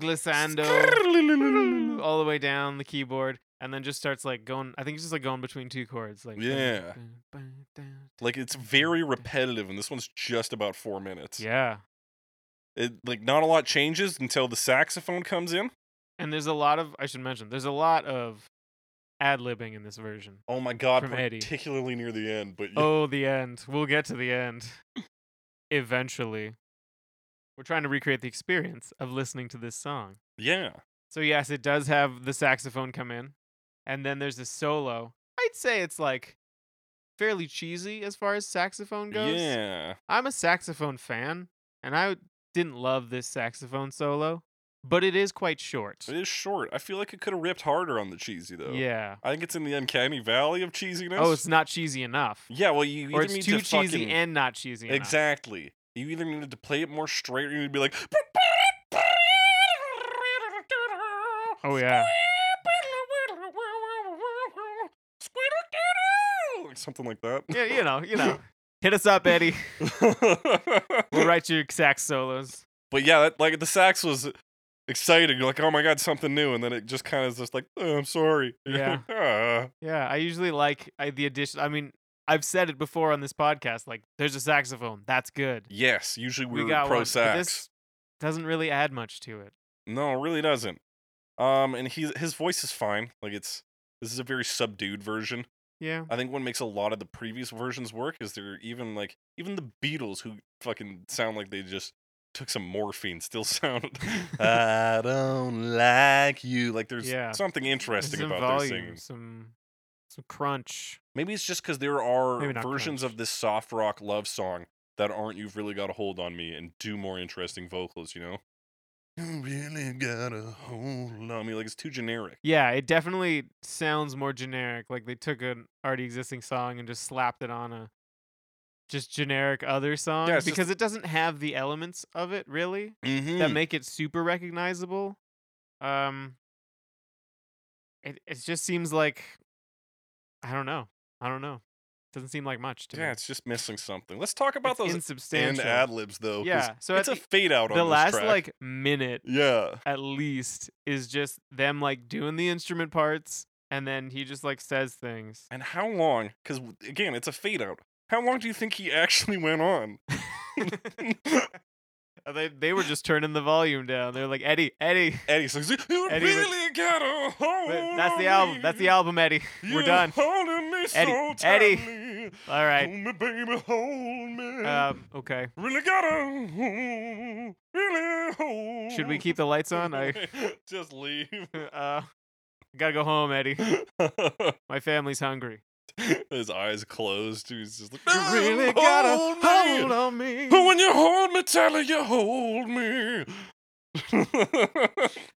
Speaker 2: glissando
Speaker 1: Skrrrlulululu.
Speaker 2: all the way down the keyboard, and then just starts like going. I think it's just like going between two chords, like dun,
Speaker 1: Yeah.
Speaker 2: dun, bun, dun,
Speaker 1: Like it's very repetitive, and this one's just about four minutes.
Speaker 2: Yeah.
Speaker 1: It like not a lot changes until the saxophone comes in.
Speaker 2: And there's a lot of I should mention, there's a lot of ad libbing in this version.
Speaker 1: Oh my god,
Speaker 2: From Eddie.
Speaker 1: particularly near the end. But yeah.
Speaker 2: Oh, the end. We'll get to the end. Eventually. We're trying to recreate the experience of listening to this song.
Speaker 1: yeah.
Speaker 2: So yes, it does have the saxophone come in. And then there's this solo. I'd say it's like fairly cheesy as far as saxophone goes.
Speaker 1: Yeah.
Speaker 2: I'm a saxophone fan, and I didn't love this saxophone solo, but it is quite short.
Speaker 1: It is short. I feel like it could have ripped harder on the cheesy though.
Speaker 2: Yeah.
Speaker 1: I think it's in the uncanny valley of cheesiness.
Speaker 2: Oh, it's not cheesy enough.
Speaker 1: yeah. Well, you either
Speaker 2: or it's
Speaker 1: need
Speaker 2: too
Speaker 1: to
Speaker 2: cheesy
Speaker 1: fucking-
Speaker 2: and not cheesy enough.
Speaker 1: Exactly. You either needed to play it more straight, or you'd be like.
Speaker 2: Oh yeah.
Speaker 1: Like something like that.
Speaker 2: yeah, you know, you know. Hit us up, Eddie. We'll write your sax solos.
Speaker 1: But yeah, that, like the sax was exciting. You're like, oh my god, something new, and then it just kind of just like, oh, I'm sorry. You're
Speaker 2: Yeah.
Speaker 1: like, "Ah."
Speaker 2: Yeah, I usually like I, the addition. I mean, I've said it before on this podcast. Like, there's a saxophone. That's good.
Speaker 1: Yes. Usually
Speaker 2: We
Speaker 1: we're
Speaker 2: got
Speaker 1: pro
Speaker 2: one, but
Speaker 1: sax.
Speaker 2: This doesn't really add much to it.
Speaker 1: No, it really doesn't. Um, and he his voice is fine. Like it's this is a very subdued version.
Speaker 2: Yeah.
Speaker 1: I think what makes a lot of the previous versions work is they're even like even the Beatles who fucking sound like they just took some morphine still sound I don't like you. Like there's
Speaker 2: Yeah.
Speaker 1: something
Speaker 2: There's
Speaker 1: interesting
Speaker 2: some
Speaker 1: about
Speaker 2: volume,
Speaker 1: their singing.
Speaker 2: some some crunch.
Speaker 1: Maybe it's just because there
Speaker 2: Maybe
Speaker 1: are
Speaker 2: not
Speaker 1: versions
Speaker 2: crunch.
Speaker 1: of this soft rock love song that aren't you've really got a hold on me and do more interesting vocals, you know? You really got a hold on me. Like it's too generic.
Speaker 2: Yeah, it definitely sounds more generic. Like they took an already existing song and just slapped it on a just generic other song
Speaker 1: it's just-
Speaker 2: because it doesn't have the elements of it really
Speaker 1: Mm-hmm.
Speaker 2: that make it super recognizable. Um, it it just seems like I don't know. I don't know. Doesn't seem like much to me.
Speaker 1: yeah, it's just missing something. Let's talk about
Speaker 2: It's
Speaker 1: those and
Speaker 2: insubstantial.
Speaker 1: ad libs though. 'cause
Speaker 2: Yeah, so at
Speaker 1: it's a
Speaker 2: the-
Speaker 1: fade out on
Speaker 2: the
Speaker 1: this
Speaker 2: last
Speaker 1: track.
Speaker 2: like minute
Speaker 1: yeah.
Speaker 2: at least is just them like doing the instrument parts and then he just like says things.
Speaker 1: And how long? Because again, it's a fade out. How long do you think he actually went on?
Speaker 2: Uh, They they were just turning the volume down. They're like Eddie, Eddie.
Speaker 1: Eddie's like, you
Speaker 2: Eddie was-
Speaker 1: really got a hold
Speaker 2: Wait, That's
Speaker 1: on
Speaker 2: the album. That's
Speaker 1: me.
Speaker 2: the album, Eddie. We're
Speaker 1: You're
Speaker 2: done.
Speaker 1: holding me so
Speaker 2: Eddie, Eddie.
Speaker 1: tightly.
Speaker 2: All right.
Speaker 1: Hold me, baby, hold me.
Speaker 2: Um, okay.
Speaker 1: really gotta hold, really hold.
Speaker 2: Should we keep the lights on? I
Speaker 1: just leave.
Speaker 2: uh, gotta go home, Eddie. My family's hungry.
Speaker 1: His eyes closed. He's just like,
Speaker 2: You really gotta hold on me.
Speaker 1: But when you hold me, Tyler, you hold me.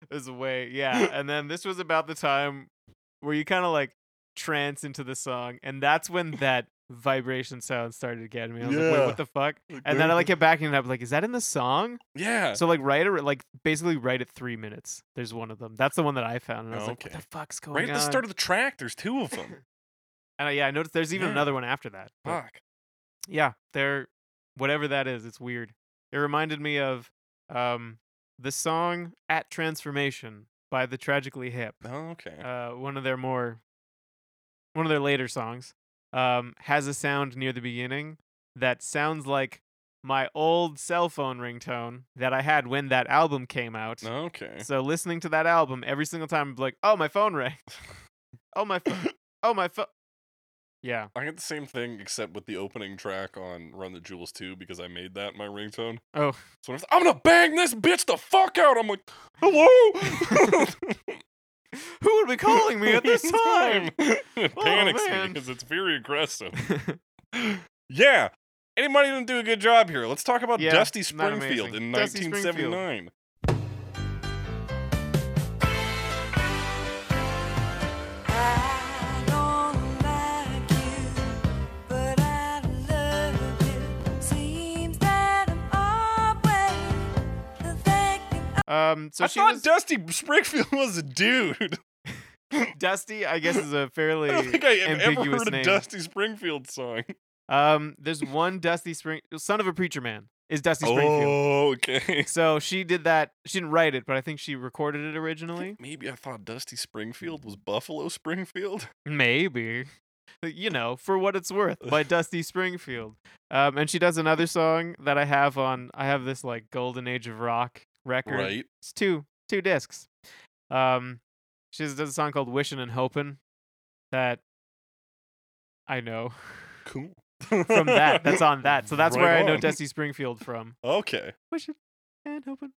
Speaker 2: This is way, yeah. And then this was about the time where you kind of like trance into the song, and that's when that vibration sound started getting me. I was like, wait,
Speaker 1: Yeah.
Speaker 2: what the fuck? And then I like kept backing it up, like, is that in the song?
Speaker 1: yeah.
Speaker 2: So like right at like basically right at three minutes, there's one of them. That's the one that I found, and I was like,
Speaker 1: Okay.
Speaker 2: "What the fuck's going
Speaker 1: Right
Speaker 2: on?"
Speaker 1: at the start of the track, there's two of them.
Speaker 2: and I, yeah, I noticed there's even
Speaker 1: Yeah.
Speaker 2: another one after that. but
Speaker 1: Fuck.
Speaker 2: yeah, they're whatever that is. It's weird. It reminded me of um the song "At Transformation" by the Tragically Hip.
Speaker 1: Oh, okay.
Speaker 2: Uh, one of their more one of their later songs um has a sound near the beginning that sounds like my old cell phone ringtone that I had when that album came out.
Speaker 1: okay.
Speaker 2: So listening to that album every single time, I'm like, oh my phone rang. Oh my, pho- oh my phone. Yeah,
Speaker 1: I get the same thing except with the opening track on Run the Jewels 2 because I made that my ringtone.
Speaker 2: Oh.
Speaker 1: So when it's, I'm gonna bang this bitch the fuck out. I'm like, hello?
Speaker 2: Who would be calling me at this time?
Speaker 1: it
Speaker 2: Oh,
Speaker 1: panics me
Speaker 2: man.
Speaker 1: because it's very aggressive. yeah. Anybody didn't do a good job here. Let's talk about
Speaker 2: Yeah,
Speaker 1: Dusty
Speaker 2: not amazing.
Speaker 1: Springfield in
Speaker 2: Dusty Springfield.
Speaker 1: 1979.
Speaker 4: I don't like you, but I love you. Seems that I'm always thinking
Speaker 2: um, so
Speaker 1: I
Speaker 2: she
Speaker 1: thought
Speaker 2: was
Speaker 1: Dusty Springfield was a dude.
Speaker 2: Dusty. I guess is a fairly
Speaker 1: I don't think I have ever
Speaker 2: ambiguous
Speaker 1: heard a
Speaker 2: name.
Speaker 1: Dusty Springfield song.
Speaker 2: Um, there's one Dusty Spring, son of a preacher man, is Dusty Springfield.
Speaker 1: Oh, okay.
Speaker 2: So she did that. She didn't write it, but I think she recorded it originally.
Speaker 1: Maybe I thought Dusty Springfield was Buffalo Springfield.
Speaker 2: Maybe. Uh, You know, for what it's worth, by Dusty Springfield. Um, and she does another song that I have on. I have this like Golden Age of Rock record.
Speaker 1: Right.
Speaker 2: It's two two discs. Um, she does a song called "Wishing and Hoping" that I know
Speaker 1: Cool.
Speaker 2: from that. That's on that. So that's
Speaker 1: Right
Speaker 2: where I know
Speaker 1: on.
Speaker 2: Dusty Springfield from.
Speaker 1: Okay.
Speaker 2: Wishing and hoping.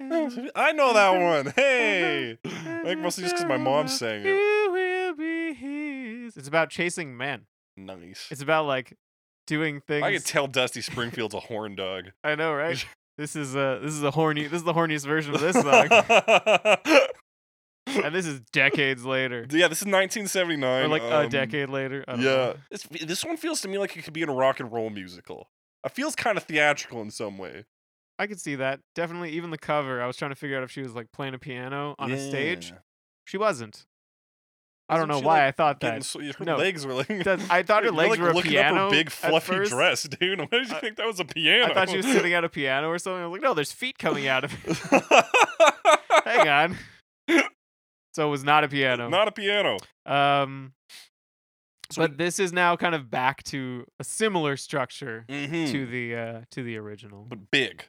Speaker 2: and hoping
Speaker 1: I know that one. Hey. I think mostly just because my mom sang it.
Speaker 2: You will be his. It's about chasing men.
Speaker 1: Nice.
Speaker 2: It's about like doing things.
Speaker 1: I can tell Dusty Springfield's a horn dog.
Speaker 2: I know, right? this is a this is a horny. This is the horniest version of this song, and this is decades later,
Speaker 1: yeah, this is 1979.
Speaker 2: or like a
Speaker 1: um,
Speaker 2: decade later. I don't
Speaker 1: Yeah,
Speaker 2: know.
Speaker 1: this, this one feels to me like it could be in a rock and roll musical. It feels kind of theatrical in some way.
Speaker 2: I could see that. Definitely, even the cover. I was trying to figure out if she was like playing a piano on a stage.
Speaker 1: Yeah.
Speaker 2: She wasn't. I
Speaker 1: Isn't
Speaker 2: don't know
Speaker 1: she,
Speaker 2: why
Speaker 1: like,
Speaker 2: I thought
Speaker 1: Getting
Speaker 2: that.
Speaker 1: so- her
Speaker 2: No.
Speaker 1: legs were like.
Speaker 2: Does- I thought her
Speaker 1: You're,
Speaker 2: legs
Speaker 1: like
Speaker 2: were a
Speaker 1: looking
Speaker 2: piano
Speaker 1: up her big
Speaker 2: at
Speaker 1: fluffy
Speaker 2: first.
Speaker 1: dress, dude. Why did you
Speaker 2: I-
Speaker 1: think that was a piano?
Speaker 2: I thought she was sitting at a piano or something. I was like, no, there's feet coming out of it. Hang on. So it was not a piano.
Speaker 1: Not a piano.
Speaker 2: um,
Speaker 1: So
Speaker 2: but this is now kind of back to a similar structure
Speaker 1: Mhm.
Speaker 2: to the uh, to the original.
Speaker 1: but big.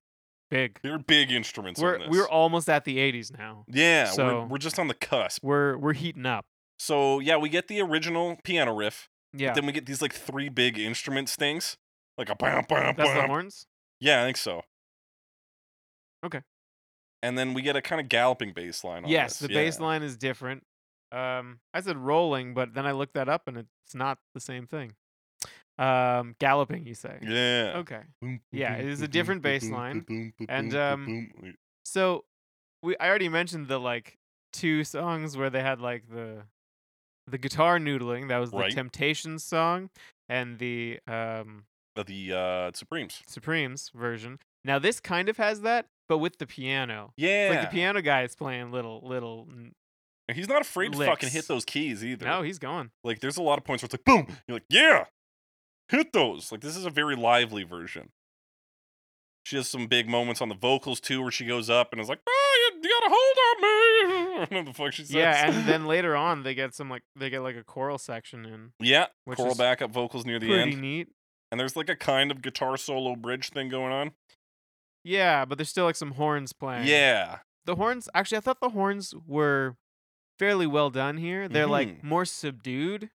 Speaker 2: Big.
Speaker 1: There are big instruments on
Speaker 2: We're
Speaker 1: this.
Speaker 2: we're almost at the 80s now.
Speaker 1: yeah,
Speaker 2: so-
Speaker 1: we're, we're just on the cusp.
Speaker 2: We're we're heating up.
Speaker 1: So yeah, we get the original piano riff.
Speaker 2: Yeah.
Speaker 1: Then we get these like three big instruments things, like a bam bam
Speaker 2: That's the
Speaker 1: bam.
Speaker 2: horns.
Speaker 1: Yeah, I think so.
Speaker 2: Okay.
Speaker 1: And then we get a kind of galloping bass line on
Speaker 2: Yes,
Speaker 1: this.
Speaker 2: the
Speaker 1: yeah.
Speaker 2: bass line is different. Um, I said rolling, but then I looked that up and it's not the same thing. Um, galloping, you say?
Speaker 1: Yeah.
Speaker 2: Okay.
Speaker 1: Boom,
Speaker 2: yeah,
Speaker 1: boom,
Speaker 2: it is a
Speaker 1: boom, boom,
Speaker 2: different
Speaker 1: boom,
Speaker 2: bass
Speaker 1: boom,
Speaker 2: line,
Speaker 1: boom, boom,
Speaker 2: and,
Speaker 1: boom, boom,
Speaker 2: um,
Speaker 1: boom. Wait,
Speaker 2: So we I already mentioned the like two songs where they had like the the guitar noodling. That was the
Speaker 1: Right.
Speaker 2: Temptations song and the um
Speaker 1: uh, the uh, Supremes.
Speaker 2: Supremes version. Now this kind of has that, but with the piano.
Speaker 1: Yeah.
Speaker 2: It's like the piano guy is playing little little. n-
Speaker 1: And He's not afraid to fucking hit
Speaker 2: licks.
Speaker 1: those keys either.
Speaker 2: No, he's going.
Speaker 1: Like there's a lot of points where it's like boom. You're like, yeah, hit those. Like this is a very lively version. She has some big moments on the vocals too, where she goes up and is like, oh, you, you got a hold on me. I don't know the fuck she says.
Speaker 2: Yeah, and then later on they get some like they get like a choral section in.
Speaker 1: yeah,
Speaker 2: Which
Speaker 1: choral
Speaker 2: is
Speaker 1: backup vocals near the
Speaker 2: Pretty
Speaker 1: end,
Speaker 2: neat.
Speaker 1: and there's like a kind of guitar solo bridge thing going on.
Speaker 2: Yeah, but there's still like some horns playing.
Speaker 1: Yeah,
Speaker 2: The horns actually I thought the horns were fairly well done here. They're
Speaker 1: Mhm.
Speaker 2: like more subdued.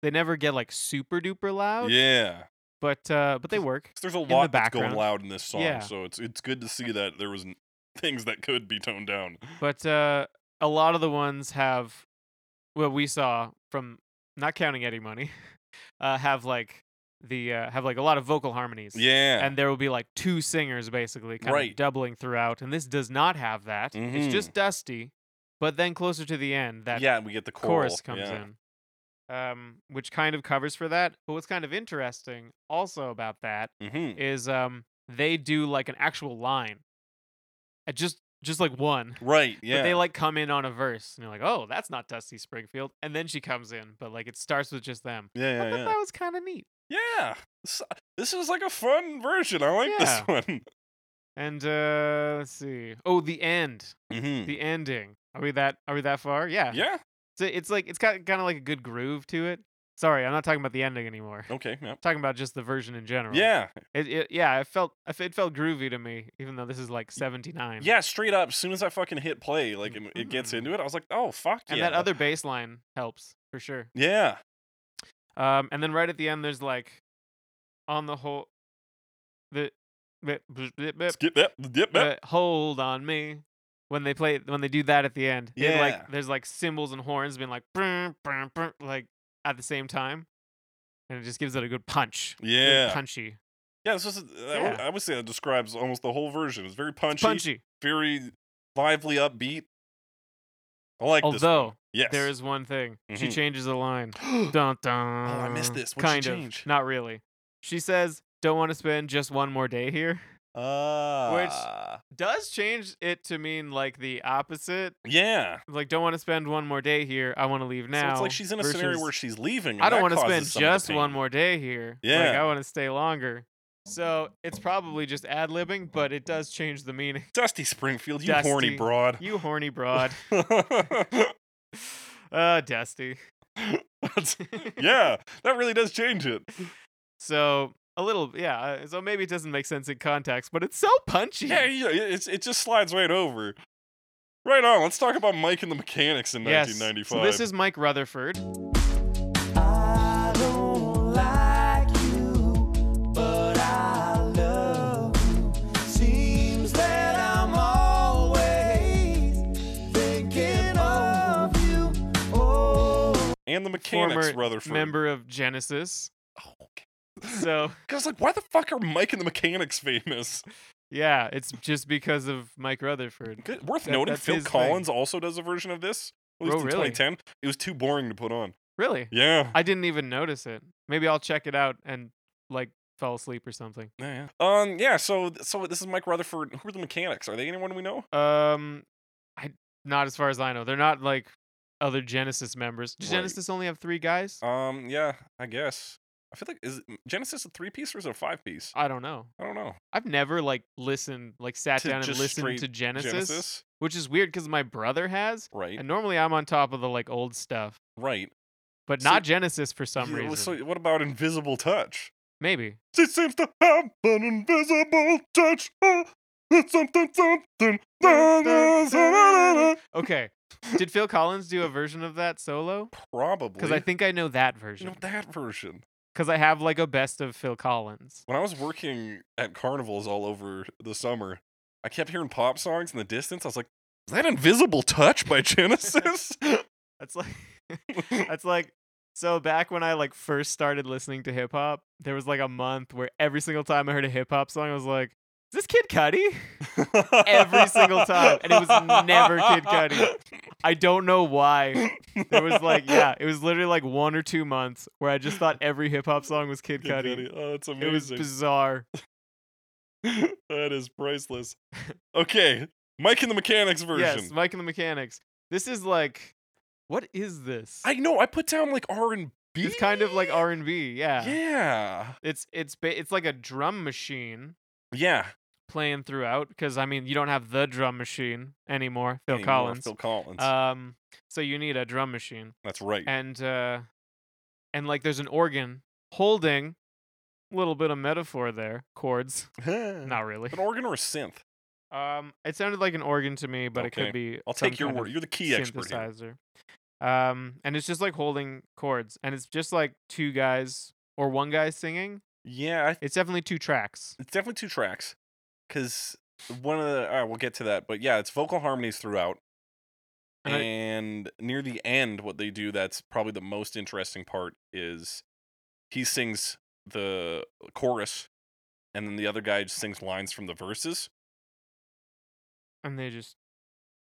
Speaker 2: They never get like super duper loud.
Speaker 1: yeah.
Speaker 2: But uh but they work.
Speaker 1: 'Cause there's a
Speaker 2: the
Speaker 1: lot that's going
Speaker 2: background.
Speaker 1: loud in this song,
Speaker 2: Yeah.
Speaker 1: so it's it's good to see that there was n- things that could be toned down.
Speaker 2: But uh a lot of the ones have what we saw from not counting Eddie Money, uh have like the uh have like a lot of vocal harmonies.
Speaker 1: Yeah,
Speaker 2: and there will be like two singers basically kind
Speaker 1: Right. Mm-hmm.
Speaker 2: of doubling throughout and this does not have that it's just dusty but then closer to the end that
Speaker 1: yeah, we get the choral.
Speaker 2: chorus comes
Speaker 1: yeah.
Speaker 2: in um, which kind of covers for that but what's kind of interesting also about that
Speaker 1: Mm-hmm.
Speaker 2: is um, they do like an actual line Uh, just just like one
Speaker 1: Right. Yeah.
Speaker 2: but they like come in on a verse and you're like oh that's not dusty springfield and then she comes in but like it starts with just them
Speaker 1: Yeah.
Speaker 2: i
Speaker 1: Yeah.
Speaker 2: thought
Speaker 1: yeah.
Speaker 2: that was kind of neat
Speaker 1: Yeah. This, this is like a fun version. I like
Speaker 2: Yeah.
Speaker 1: this one.
Speaker 2: and uh, let's see oh the end
Speaker 1: Mm-hmm.
Speaker 2: the ending. Are we that are we that far? Yeah.
Speaker 1: Yeah.
Speaker 2: So it's like it's got kind of like a good groove to it. Sorry, I'm not talking about the ending anymore. I'm
Speaker 1: Okay. Yep.
Speaker 2: talking about just the version in general.
Speaker 1: Yeah.
Speaker 2: It, it yeah, it felt I f- it felt groovy to me even though this is like 79.
Speaker 1: Yeah. Straight up. As soon as I fucking hit play, like it, it gets
Speaker 2: Mhm.
Speaker 1: into it, I was like, oh fuck
Speaker 2: And
Speaker 1: yeah.
Speaker 2: that other bass line helps for sure.
Speaker 1: Yeah.
Speaker 2: Um and then right at the end there's like on the whole the blip, blip, blip, blip,
Speaker 1: Skip that. Dip that.
Speaker 2: uh, hold on me when they play when they do that at the end. it,
Speaker 1: Yeah.
Speaker 2: like there's like cymbals and horns being like brr, brr, brr, like at the same time, and it just gives it a good punch. really
Speaker 1: Yeah.
Speaker 2: punchy,
Speaker 1: Yeah, it's just, I would-
Speaker 2: Yeah.
Speaker 1: I would say that describes almost the whole version. It's very punchy,
Speaker 2: punchy.
Speaker 1: very lively, upbeat. I like this.
Speaker 2: Although
Speaker 1: Yes.
Speaker 2: there is one thing, she
Speaker 1: Mhm.
Speaker 2: changes the line. dun dun.
Speaker 1: Oh, I missed this. What'd she
Speaker 2: kind of,
Speaker 1: change?
Speaker 2: not really. She says, "Don't want to spend just one more day here."
Speaker 1: Ah.
Speaker 2: Does change it to mean like the opposite?
Speaker 1: yeah.
Speaker 2: Like, don't want to spend one more day here. I want to leave now.
Speaker 1: so it's like she's in a scenario
Speaker 2: versus-
Speaker 1: where she's leaving.
Speaker 2: I don't
Speaker 1: want to
Speaker 2: spend just one more day here. Like,
Speaker 1: Yeah.
Speaker 2: I want to stay longer. So it's probably just ad libbing, but it does change the meaning.
Speaker 1: Dusty Springfield, you horny
Speaker 2: Dusty.
Speaker 1: broad.
Speaker 2: You horny broad. uh, Dusty.
Speaker 1: That's- yeah, that really does change it.
Speaker 2: So a little, yeah. uh, So maybe it doesn't make sense in context, but it's so punchy.
Speaker 1: Yeah, yeah it- it's, it just slides right over. Right on. Let's talk about Mike and the Mechanics in
Speaker 2: Yes. So
Speaker 1: 1995.
Speaker 2: this is Mike Rutherford.
Speaker 4: I don't like you, but I love you. Seems that I'm always thinking of you. Oh.
Speaker 1: and the Mechanics,
Speaker 2: former
Speaker 1: Rutherford.
Speaker 2: member of Genesis.
Speaker 1: Oh, okay.
Speaker 2: So
Speaker 1: I was like, why the fuck are Mike and the Mechanics famous?
Speaker 2: yeah, it's just because of Mike Rutherford.
Speaker 1: Good. Worth
Speaker 2: That-
Speaker 1: noting,
Speaker 2: that's
Speaker 1: Phil
Speaker 2: his thing.
Speaker 1: Collins also does a version of this. At least
Speaker 2: Oh,
Speaker 1: in
Speaker 2: really?
Speaker 1: 2010. It was too boring to put on.
Speaker 2: Really?
Speaker 1: Yeah.
Speaker 2: I didn't even notice it. Maybe I'll check it out and like fell asleep or something.
Speaker 1: Yeah, yeah. Um. Yeah. So, so this is Mike Rutherford. Who are the mechanics? Are they anyone we know?
Speaker 2: Um, I not as far as I know. They're not like other Genesis members. Does
Speaker 1: Right.
Speaker 2: Genesis only have three guys?
Speaker 1: Um. Yeah. I guess. I feel like is it- Genesis a three piece or is it a five piece?
Speaker 2: I don't know.
Speaker 1: I don't know.
Speaker 2: I've never like listened, like sat
Speaker 1: To
Speaker 2: down and
Speaker 1: just
Speaker 2: listened
Speaker 1: straight
Speaker 2: to Genesis, which is weird because my brother has,
Speaker 1: Right.
Speaker 2: and normally I'm on top of the like old stuff,
Speaker 1: right.
Speaker 2: but
Speaker 1: So-
Speaker 2: not Genesis for some
Speaker 1: Yeah, well,
Speaker 2: reason.
Speaker 1: So what about Invisible Touch?
Speaker 2: Maybe.
Speaker 1: She seems to have an invisible touch. Oh, it's something, something.
Speaker 2: Dun,
Speaker 1: Da, da,
Speaker 2: dun,
Speaker 1: da, da, da, da.
Speaker 2: Okay. Did Phil Collins do a version of that solo?
Speaker 1: Probably.
Speaker 2: Because I think I know that
Speaker 1: you know
Speaker 2: version.
Speaker 1: that version.
Speaker 2: Because I have like a best of Phil Collins.
Speaker 1: when I was working at carnivals all over the summer, I kept hearing pop songs in the distance. I was like, is that Invisible Touch by Genesis?
Speaker 2: That's like that's like so back when I like first started listening to hip hop, there was like a month where every single time I heard a hip hop song, I was like, "Is this Kid Cudi?" Every single time, and it was never Kid Cudi. I don't know why. There was like yeah, it was literally like one or two months where I just thought every hip hop song was Kid,
Speaker 1: Kid
Speaker 2: Cudi.
Speaker 1: Cudi. Oh, that's
Speaker 2: It was
Speaker 1: amazing.
Speaker 2: bizarre.
Speaker 1: that is priceless. Okay, Mike and the Mechanics version.
Speaker 2: Yes, Mike and the Mechanics. This is like, what is this?
Speaker 1: I know. I put down like R and B.
Speaker 2: it's kind of like R and B. Yeah.
Speaker 1: Yeah.
Speaker 2: It's it's ba- it's like a drum machine
Speaker 1: Yeah.
Speaker 2: playing throughout because I mean you don't have the drum machine anymore, Phil
Speaker 1: Anymore,
Speaker 2: Collins.
Speaker 1: Phil Collins.
Speaker 2: Um, so you need a drum machine
Speaker 1: that's right.
Speaker 2: and uh, and like there's an organ holding a little bit of metaphor there, chords.
Speaker 1: Mm.
Speaker 2: Not really.
Speaker 1: An organ or a synth?
Speaker 2: Um, it sounded like an organ to me, but it
Speaker 1: Okay.
Speaker 2: could be.
Speaker 1: I'll
Speaker 2: some
Speaker 1: take your
Speaker 2: kind of
Speaker 1: word. You're the key expert here.
Speaker 2: synthesizer. Um, and it's just like holding chords, and it's just like two guys or one guy singing.
Speaker 1: Yeah, I
Speaker 2: It's definitely two tracks.
Speaker 1: it's definitely two tracks because one of the all right, we'll get to that but yeah it's vocal harmonies throughout
Speaker 2: And I-
Speaker 1: and near the end what they do that's probably the most interesting part is he sings the chorus and then the other guy just sings lines from the verses
Speaker 2: and they just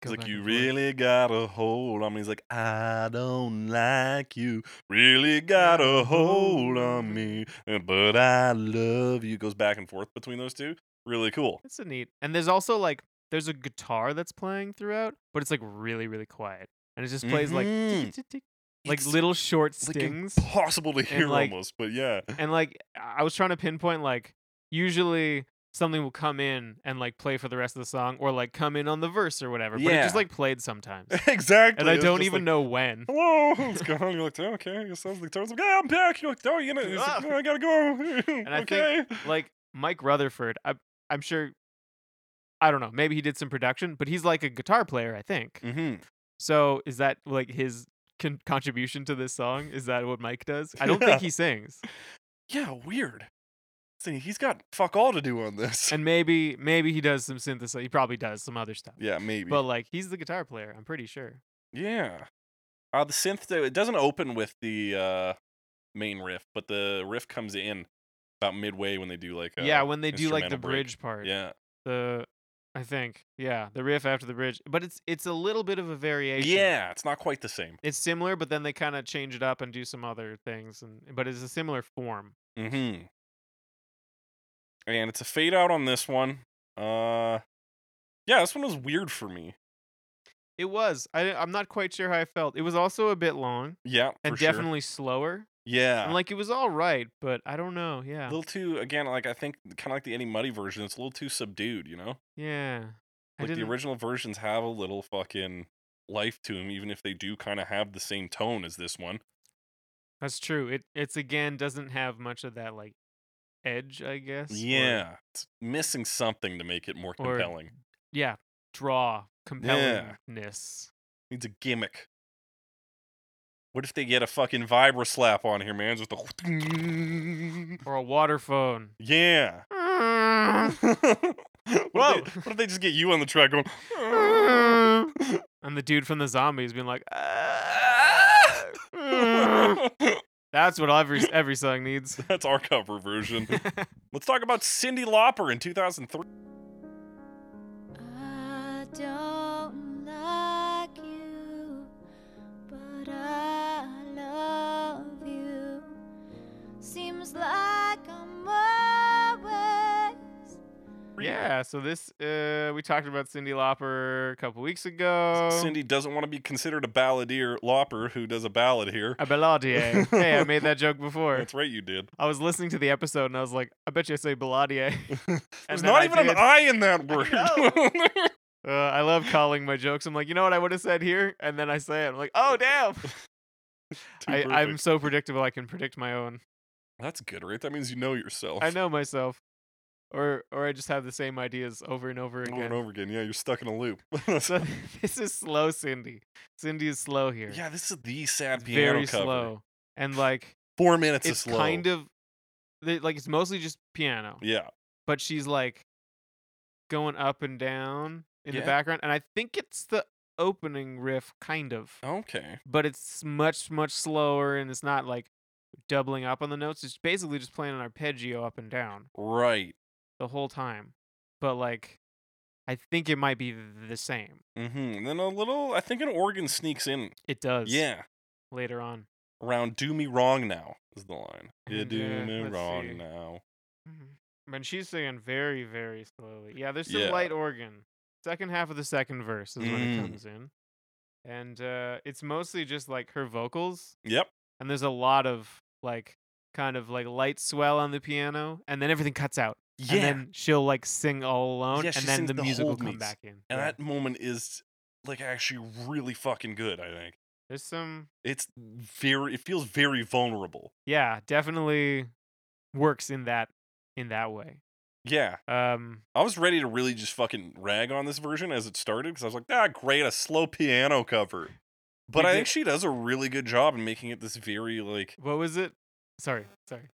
Speaker 1: he's
Speaker 2: go
Speaker 1: like
Speaker 2: back
Speaker 1: you
Speaker 2: and forth.
Speaker 1: really got a hold on me he's like i don't like you really got a hold on me but i love you goes back and forth between those two really cool
Speaker 2: It's a neat. And there's also like there's a guitar that's playing throughout, but it's like really really quiet, and it just plays like tick,
Speaker 1: Mhm.
Speaker 2: tick, tick, tick, like
Speaker 1: It's-
Speaker 2: little short
Speaker 1: like
Speaker 2: stings.
Speaker 1: impossible to hear
Speaker 2: like-
Speaker 1: almost, but yeah.
Speaker 2: and like I was trying to pinpoint like usually something will come in and like play for the rest of the song or like come in on the verse or whatever, but it just
Speaker 1: Yeah.
Speaker 2: like played sometimes.
Speaker 1: exactly.
Speaker 2: and I
Speaker 1: it's
Speaker 2: don't
Speaker 1: just
Speaker 2: even
Speaker 1: like,
Speaker 2: know when.
Speaker 1: Hello, what's going on? You're like, oh, okay, I guess that was the guitarist. Like, yeah, I'm back. You're like, oh, you know, he's like,
Speaker 2: Ah.
Speaker 1: "Oh, I gotta go. and
Speaker 2: I think,
Speaker 1: okay.
Speaker 2: Like Mike Rutherford, I I'm sure I don't know, maybe he did some production, but he's like a guitar player, I think.
Speaker 1: mm-hmm.
Speaker 2: So is that like his con- contribution to this song? Is that what Mike does? I don't think
Speaker 1: Yeah.
Speaker 2: he sings.
Speaker 1: Yeah, weird. See, he's got fuck all to do on this.
Speaker 2: and maybe maybe he does some synthesize. He probably does some other stuff.
Speaker 1: yeah, maybe.
Speaker 2: But like he's the guitar player, I'm pretty sure.
Speaker 1: yeah. Uh, the synth though, it doesn't open with the uh, main riff, but the riff comes in about midway when they do like a
Speaker 2: yeah, when they do like the
Speaker 1: instrumental break.
Speaker 2: bridge part.
Speaker 1: yeah
Speaker 2: The I think. Yeah, the riff after the bridge. But it's it's a little bit of a variation.
Speaker 1: yeah it's not quite the same.
Speaker 2: It's similar, but then they kind of change it up and do some other things and but it's a similar form.
Speaker 1: Mm-hmm. And it's a fade out on this one. Uh, yeah, this one was weird for me.
Speaker 2: It was. I I'm not quite sure how I felt. It was also a bit long
Speaker 1: Yeah,
Speaker 2: and
Speaker 1: for sure.
Speaker 2: definitely slower.
Speaker 1: Yeah,
Speaker 2: And like it was all right, but I don't know.
Speaker 1: a
Speaker 2: Yeah.
Speaker 1: little too again. Like I think kind of like the Eddie Muddy version. It's a little too subdued. You know,
Speaker 2: yeah. I
Speaker 1: like the
Speaker 2: didn't-
Speaker 1: original versions have a little fucking life to them, even if they do kind of have the same tone as this one.
Speaker 2: That's true. It it's again doesn't have much of that like edge, I guess. or-
Speaker 1: Yeah, it's missing something to make it more
Speaker 2: or-
Speaker 1: compelling.
Speaker 2: yeah. Draw
Speaker 1: Yeah.
Speaker 2: compellingness.
Speaker 1: Needs a gimmick. What if they get a fucking vibra slap on here, man? Just a
Speaker 2: Or a water phone.
Speaker 1: yeah. what,
Speaker 2: Whoa.
Speaker 1: if they, what if they just get you on the track going?
Speaker 2: and the dude from the zombies being like "Ah." That's what every every song needs.
Speaker 1: That's our cover version. Let's talk about Cindy Lauper in 2003.
Speaker 3: I don't like you, but I love you. Seems like I'm always
Speaker 2: yeah, so this uh we talked about Cindy Lauper a couple weeks ago.
Speaker 1: Cindy doesn't want to be considered a balladeer. Lauper, who does a ballad here.
Speaker 2: a balladier. hey, I made that joke before.
Speaker 1: That's right, you did.
Speaker 2: I was listening to the episode and I was like, I bet you I say balladier.
Speaker 1: There's
Speaker 2: then
Speaker 1: not
Speaker 2: I
Speaker 1: even
Speaker 2: did.
Speaker 1: an I in that word.
Speaker 2: Uh, I love calling my jokes. I'm like, you know what I would have said here, and then I say it. I'm like, oh damn!
Speaker 1: Too
Speaker 2: I, I'm
Speaker 1: perfect.
Speaker 2: so predictable. I can predict my own.
Speaker 1: That's good, right? That means you know yourself.
Speaker 2: I know myself, or or I just have the same ideas over and over
Speaker 1: Over
Speaker 2: again.
Speaker 1: and over again. Yeah, you're stuck in a loop.
Speaker 2: So this is slow, Cindy. Cindy is slow here.
Speaker 1: yeah, this is the sad
Speaker 2: It's
Speaker 1: piano
Speaker 2: very
Speaker 1: cover.
Speaker 2: slow, and like
Speaker 1: Four minutes
Speaker 2: it's
Speaker 1: is slow.
Speaker 2: kind of they- like it's mostly just piano,
Speaker 1: yeah.
Speaker 2: but she's like going up and down in
Speaker 1: Yeah.
Speaker 2: the background, and I think it's the opening riff, kind of.
Speaker 1: Oh. Okay.
Speaker 2: but it's much much slower and it's not like doubling up on the notes it's basically just playing an arpeggio up and down
Speaker 1: Right.
Speaker 2: the whole time but like i think it might be th- the same
Speaker 1: Mm-hmm. And then a little, I think an organ sneaks in.
Speaker 2: it does
Speaker 1: Yeah.
Speaker 2: later on
Speaker 1: Around do me wrong now is the line. You
Speaker 2: And,
Speaker 1: do
Speaker 2: uh,
Speaker 1: me
Speaker 2: let's
Speaker 1: wrong
Speaker 2: see.
Speaker 1: now.
Speaker 2: and she's singing very very slowly yeah there's some
Speaker 1: Mm-hmm. Yeah.
Speaker 2: light organ second half of the second verse is when it
Speaker 1: Mm.
Speaker 2: comes in and uh it's mostly just like her vocals
Speaker 1: Yep.
Speaker 2: and there's a lot of like kind of like light swell on the piano and then everything cuts out
Speaker 1: Yeah.
Speaker 2: and then she'll like sing all alone
Speaker 1: Yeah, she
Speaker 2: and then
Speaker 1: sings
Speaker 2: the,
Speaker 1: the
Speaker 2: music will
Speaker 1: hold
Speaker 2: come
Speaker 1: meets.
Speaker 2: back in
Speaker 1: and
Speaker 2: Yeah.
Speaker 1: that moment is like actually really fucking good, I think.
Speaker 2: there's some
Speaker 1: It's very, it feels very vulnerable.
Speaker 2: yeah definitely works in that in that way
Speaker 1: Yeah.
Speaker 2: um
Speaker 1: I was ready to really just fucking rag on this version as it started because I was like, ah, great, a slow piano cover. But
Speaker 2: We
Speaker 1: I
Speaker 2: did-
Speaker 1: think she does a really good job in making it this very like
Speaker 2: what was it sorry sorry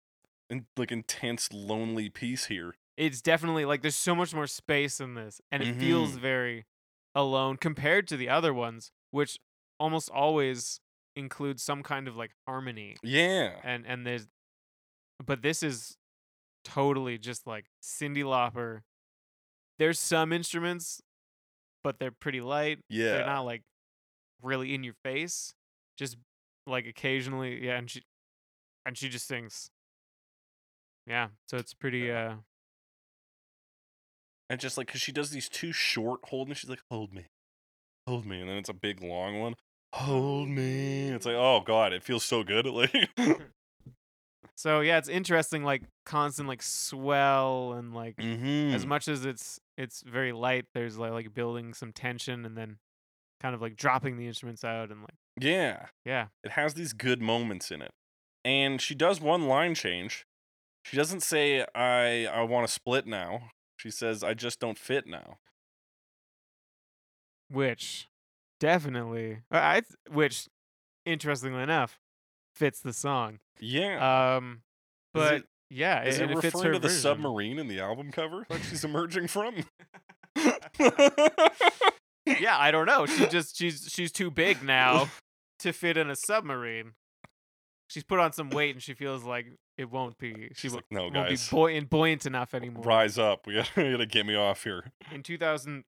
Speaker 1: in, like intense, lonely piece here.
Speaker 2: it's definitely like there's so much more space in this and it feels very alone compared to the other ones which almost always include some kind of like harmony
Speaker 1: Yeah.
Speaker 2: and and there's but this is totally just like Cindy Lauper. There's some instruments, but they're pretty light.
Speaker 1: Yeah.
Speaker 2: They're not like really in your face. Just like occasionally, yeah, and she and she just sings. Yeah, so it's pretty uh
Speaker 1: And just like, cause she does these two short hold, and she's like, "Hold me, hold me," and then it's a big long one, "Hold me." It's like, oh god, it feels so good. Like,
Speaker 2: so yeah, it's interesting like constant like swell and like
Speaker 1: mm-hmm.
Speaker 2: as much as it's it's very light there's like, like building some tension and then kind of like dropping the instruments out and like
Speaker 1: yeah,
Speaker 2: yeah
Speaker 1: it has these good moments in it, and she does one line change. She doesn't say, "I I want to split now." She says, "I just don't fit now."
Speaker 2: which definitely uh, I I th- which interestingly enough fits the song
Speaker 1: Yeah,
Speaker 2: um
Speaker 1: Is
Speaker 2: but
Speaker 1: it-
Speaker 2: Yeah,
Speaker 1: Is
Speaker 2: and
Speaker 1: it
Speaker 2: it fits
Speaker 1: referring
Speaker 2: her
Speaker 1: to the
Speaker 2: version.
Speaker 1: submarine in the album cover that she's emerging from?
Speaker 2: yeah, I don't know. She just she's she's too big now to fit in a submarine. She's put on some weight and she feels like it won't be she
Speaker 1: She's
Speaker 2: won't,
Speaker 1: like, no,
Speaker 2: won't be
Speaker 1: Oh, guys.
Speaker 2: buoyant, buoyant enough anymore.
Speaker 1: Rise up. We gotta, we gotta get me off here.
Speaker 2: In 2003,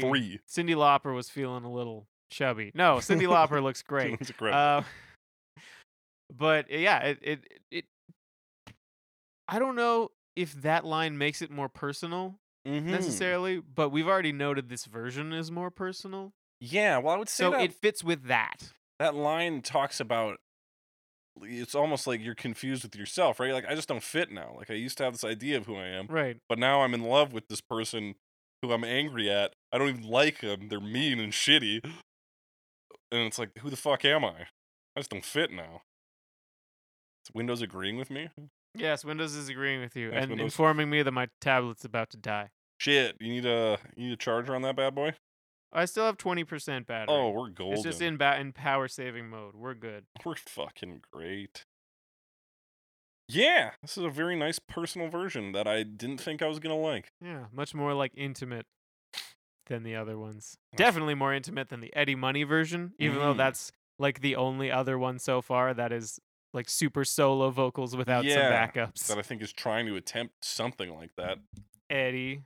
Speaker 1: Three.
Speaker 2: Cindy Lauper was feeling a little chubby. No, Cindy Lauper looks great.
Speaker 1: It's incredible.
Speaker 2: Uh, but eh, yeah, it, it it I don't know if that line makes it more personal
Speaker 1: Mhm.
Speaker 2: necessarily, but we've already noted this version is more personal.
Speaker 1: Yeah, well, I would say
Speaker 2: So
Speaker 1: that,
Speaker 2: it fits with that.
Speaker 1: that line talks about it's almost like you're confused with yourself, right? Like, I just don't fit now. Like, I used to have this idea of who I am,
Speaker 2: Right.
Speaker 1: but now I'm in love with this person who I'm angry at. I don't even like them. They're mean and shitty. And it's like, who the fuck am I? I just don't fit now. Is Windows agreeing with me?
Speaker 2: Yes, Windows is agreeing with you
Speaker 1: Yes,
Speaker 2: and
Speaker 1: Windows.
Speaker 2: informing me that my tablet's about to die.
Speaker 1: Shit, you need a you need a charger on that bad boy.
Speaker 2: I still have 20% battery.
Speaker 1: Oh, we're golden.
Speaker 2: it's just in ba- in power saving mode. We're good.
Speaker 1: We're fucking great. Yeah, this is a very nice personal version that I didn't think I was gonna like.
Speaker 2: Yeah, much more like intimate than the other ones.
Speaker 1: Nice.
Speaker 2: Definitely more intimate than the Eddie Money version, even though
Speaker 1: Mm.
Speaker 2: that's like the only other one so far that is like super solo vocals without
Speaker 1: Yeah,
Speaker 2: some backups.
Speaker 1: That I think is trying to attempt something like that.
Speaker 2: Mm. Eddie.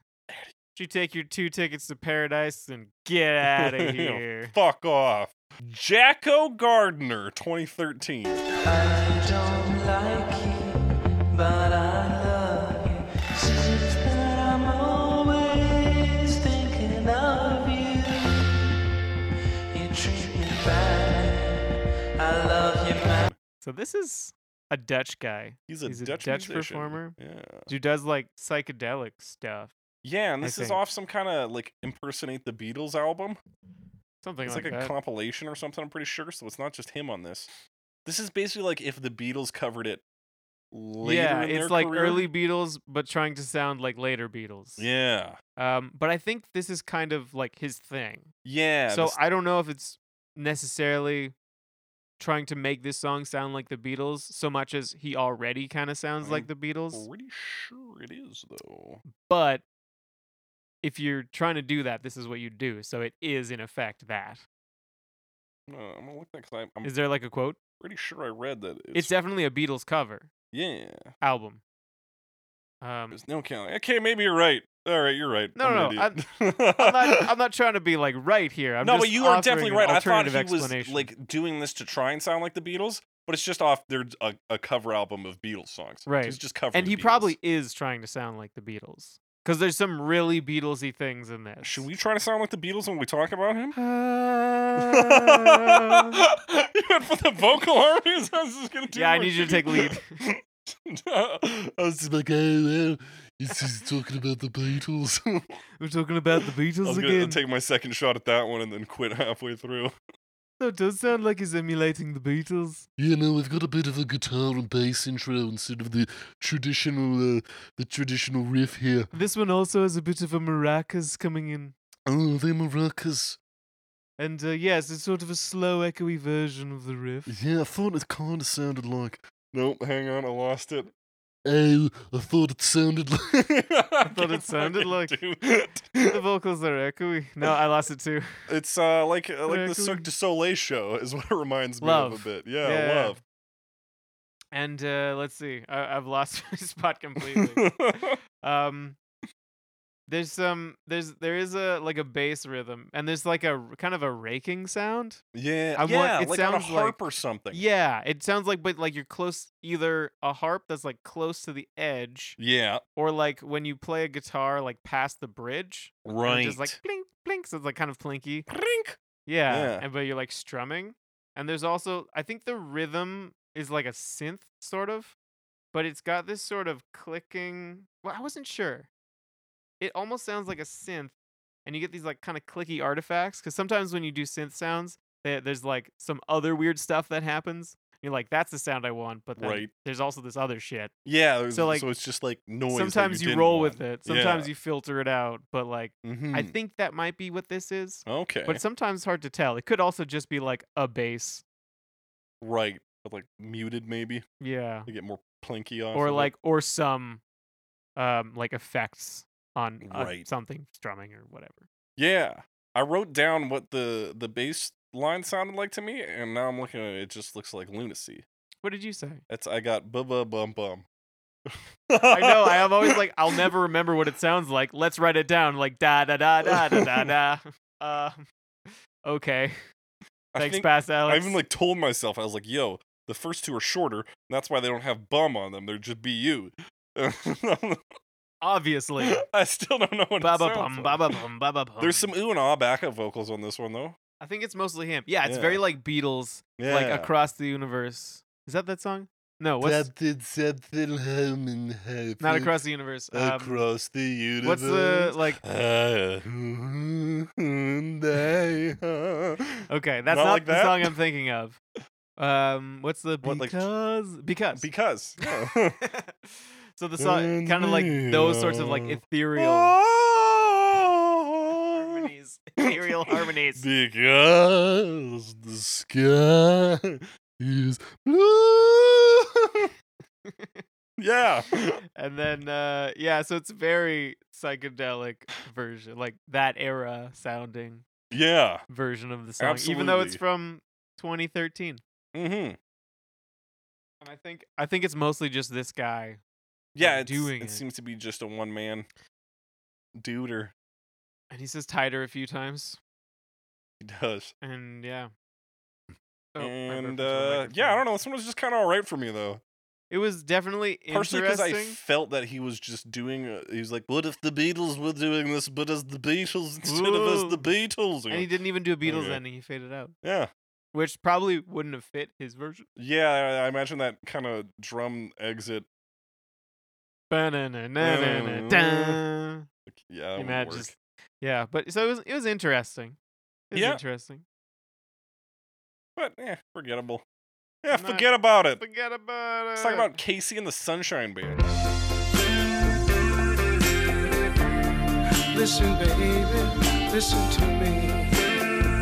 Speaker 2: You take your two tickets to paradise and get out of
Speaker 1: You know,
Speaker 2: here.
Speaker 1: Fuck off. Jacko Gardner, 2013.
Speaker 4: I don't like you, but I love you. Says that I'm always thinking of you. You treat me bad. I love you, man.
Speaker 2: So this is a Dutch guy
Speaker 1: He's a
Speaker 2: He's a
Speaker 1: Dutch,
Speaker 2: Dutch
Speaker 1: musician.
Speaker 2: performer.
Speaker 1: Yeah.
Speaker 2: who does like psychedelic stuff.
Speaker 1: Yeah, and
Speaker 2: I
Speaker 1: this is
Speaker 2: think.
Speaker 1: off some kind of like impersonate the Beatles album.
Speaker 2: Something
Speaker 1: It's
Speaker 2: like,
Speaker 1: like, a
Speaker 2: that.
Speaker 1: compilation or something, I'm pretty sure. So it's not just him on this. This is basically like if the Beatles covered it later.
Speaker 2: yeah,
Speaker 1: in
Speaker 2: it's
Speaker 1: their
Speaker 2: like
Speaker 1: career.
Speaker 2: early Beatles, but trying to sound like later Beatles.
Speaker 1: Yeah.
Speaker 2: Um, but I think this is kind of like his thing.
Speaker 1: Yeah.
Speaker 2: so
Speaker 1: this-
Speaker 2: I don't know if it's necessarily trying to make this song sound like the Beatles so much as he already kind of sounds like the Beatles.
Speaker 1: pretty sure it is though.
Speaker 2: But if you're trying to do that, this is what you do. So it is in effect that.
Speaker 1: No, Uh, I'm gonna look that because I'm
Speaker 2: Is there like a quote?
Speaker 1: pretty sure I read that. Mm. It's,
Speaker 2: It's definitely a Beatles cover
Speaker 1: yeah.
Speaker 2: album. Um,
Speaker 1: There's no count. Okay, maybe you're right. All right, you're right.
Speaker 2: No,
Speaker 1: I'm an
Speaker 2: no, no,
Speaker 1: idiot.
Speaker 2: I'm not, I'm not trying to be like right here. I'm
Speaker 1: no,
Speaker 2: just
Speaker 1: but you are
Speaker 2: offering
Speaker 1: definitely
Speaker 2: an
Speaker 1: right. I thought
Speaker 2: alternative
Speaker 1: he was
Speaker 2: explanation.
Speaker 1: like doing this to try and sound like the Beatles, but it's just off. There's a, a cover album of Beatles songs. So
Speaker 2: Right.
Speaker 1: He's just covering.
Speaker 2: and
Speaker 1: the
Speaker 2: he
Speaker 1: Beatles.
Speaker 2: probably is trying to sound like the Beatles because there's some really Beatlesy things in this.
Speaker 1: Should we try to sound like the Beatles when we talk about him?
Speaker 2: Ah.
Speaker 1: you went for the vocal harmonies. I was just gonna do.
Speaker 2: yeah, I
Speaker 1: my-
Speaker 2: need you to take lead.
Speaker 1: I was just like, oh, well, he's just talking about the Beatles. I
Speaker 2: We're talking about the Beatles
Speaker 1: was gonna take my second shot at that one and then quit halfway through.
Speaker 2: That does sound like he's emulating the Beatles.
Speaker 5: You know, I've got a bit of a guitar and bass intro instead of the traditional, uh, the traditional riff here.
Speaker 2: This one also has a bit of a maracas coming in,
Speaker 5: Oh, they maracas.
Speaker 2: and uh, yes, it's sort of a slow, echoey version of the riff.
Speaker 5: Yeah, I thought it kind of sounded like.
Speaker 1: Nope, hang on, I lost it.
Speaker 5: Oh, I thought it sounded like.
Speaker 1: I
Speaker 2: thought it sounded like- the
Speaker 1: it.
Speaker 2: vocals are echoey. No, I lost it too.
Speaker 1: It's uh, like uh, like the
Speaker 2: Exactly.
Speaker 1: Cirque du Soleil show is what it reminds me of
Speaker 2: Love.
Speaker 1: a bit. Yeah,
Speaker 2: Yeah.
Speaker 1: love.
Speaker 2: And uh, let's see, I- I've lost my spot completely. um there's some there's there is a like a bass rhythm and there's like a r- kind of a raking sound
Speaker 1: yeah,
Speaker 2: I want-
Speaker 1: yeah,
Speaker 2: it
Speaker 1: like on a
Speaker 2: sounds like-
Speaker 1: harp or something.
Speaker 2: yeah it sounds like but like you're close either a harp that's like close to the edge
Speaker 1: yeah,
Speaker 2: or like when you play a guitar like past the bridge and
Speaker 1: right.
Speaker 2: it's just like blink blink so it's like kind of plinky
Speaker 1: Clink.
Speaker 2: yeah,
Speaker 1: Yeah.
Speaker 2: And, but you're like strumming and there's also i think the rhythm is like a synth sort of but it's got this sort of clicking well i wasn't sure it almost sounds like a synth and you get these like kind of clicky artifacts because sometimes when you do synth sounds there there's like some other weird stuff that happens you're like that's the sound i want but then
Speaker 1: Right.
Speaker 2: there's also this other shit
Speaker 1: Yeah, there's- so
Speaker 2: So, like,
Speaker 1: it's just like noise. that
Speaker 2: sometimes
Speaker 1: you,
Speaker 2: you roll with it sometimes you filter it out but like
Speaker 1: you.
Speaker 2: i think that might be what this is
Speaker 1: Okay.
Speaker 2: but sometimes it's hard to tell it could also just be like a bass
Speaker 1: right, but like muted maybe
Speaker 2: Yeah.
Speaker 1: to get more plinky off.
Speaker 2: or
Speaker 1: of it.
Speaker 2: like or some um like effects on uh,
Speaker 1: Right.
Speaker 2: something strumming or whatever.
Speaker 1: yeah. I wrote down what the the bass line sounded like to me, and now I'm looking at it. It just looks like lunacy.
Speaker 2: What did you say?
Speaker 1: That's I got bubba bum bum.
Speaker 2: I know. I am always like, I'll never remember what it sounds like. Let's write it down. Like da da da da da da da. Uh, okay.
Speaker 1: I
Speaker 2: Thanks,
Speaker 1: think-
Speaker 2: Bass Alex.
Speaker 1: I even like told myself I was like, "Yo, the first two are shorter. And that's why they don't have bum on them. They're just BU."
Speaker 2: obviously.
Speaker 1: I still don't know what. it
Speaker 2: Ba ba
Speaker 1: sounds like.
Speaker 2: bum ba ba bum ba ba bum.
Speaker 1: There's some ooh and ah backup vocals on this one though.
Speaker 2: I think it's mostly him. Yeah, it's
Speaker 1: Yeah.
Speaker 2: very like Beatles,
Speaker 1: Yeah.
Speaker 2: like across the universe. Is that that song? No, what's
Speaker 5: Something, something home and happy
Speaker 2: not across the universe? Um,
Speaker 5: across the universe.
Speaker 2: what's the like?
Speaker 1: Uh,
Speaker 2: Okay, that's
Speaker 1: Not
Speaker 2: not,
Speaker 1: like
Speaker 2: the
Speaker 1: that?
Speaker 2: song I'm thinking of. Um, what's the
Speaker 1: What, like-
Speaker 2: because because
Speaker 1: because.
Speaker 2: so the song kind of like those sorts of like ethereal
Speaker 1: Ah! Oh,
Speaker 2: harmonies, ethereal harmonies.
Speaker 5: Because the sky is blue.
Speaker 1: yeah.
Speaker 2: and then uh yeah, so it's very psychedelic version, like that era sounding
Speaker 1: Yeah.
Speaker 2: version of the song, even though it's
Speaker 1: Absolutely.
Speaker 2: from 2013.
Speaker 1: Mhm.
Speaker 2: And I think I think it's mostly just this guy.
Speaker 1: Yeah,
Speaker 2: Like
Speaker 1: it's,
Speaker 2: doing
Speaker 1: it,
Speaker 2: it.
Speaker 1: seems to be just a one man duder.
Speaker 2: And he says tighter a few times.
Speaker 1: He does.
Speaker 2: And yeah. Oh, my
Speaker 1: and
Speaker 2: reference on
Speaker 1: uh, yeah, I
Speaker 2: microphone.
Speaker 1: don't know. This one was just kind of all right for me though.
Speaker 2: It was definitely
Speaker 1: Partially because I
Speaker 2: interesting.
Speaker 1: felt that he was just doing. Uh, he was like, "What if the Beatles were doing this? But as the Beatles instead of as the
Speaker 2: Ooh.
Speaker 1: Beatles."
Speaker 2: and he didn't even do a Beatles
Speaker 1: Okay.
Speaker 2: ending; he faded out,
Speaker 1: yeah,
Speaker 2: which probably wouldn't have fit his version.
Speaker 1: yeah. I- I imagine that kind of drum exit.
Speaker 2: Ba-na-na-na-na-na.
Speaker 1: like, Yeah, that
Speaker 2: You
Speaker 1: wouldn't
Speaker 2: know,
Speaker 1: work.
Speaker 2: just- yeah, but so it was. It was interesting. It was
Speaker 1: Yeah.
Speaker 2: interesting.
Speaker 1: but yeah, forgettable. Yeah,
Speaker 2: Not-
Speaker 1: forget about it.
Speaker 2: Forget about it.
Speaker 1: Let's talk about Casey and the Sunshine Band.
Speaker 4: Listen, baby, listen to me.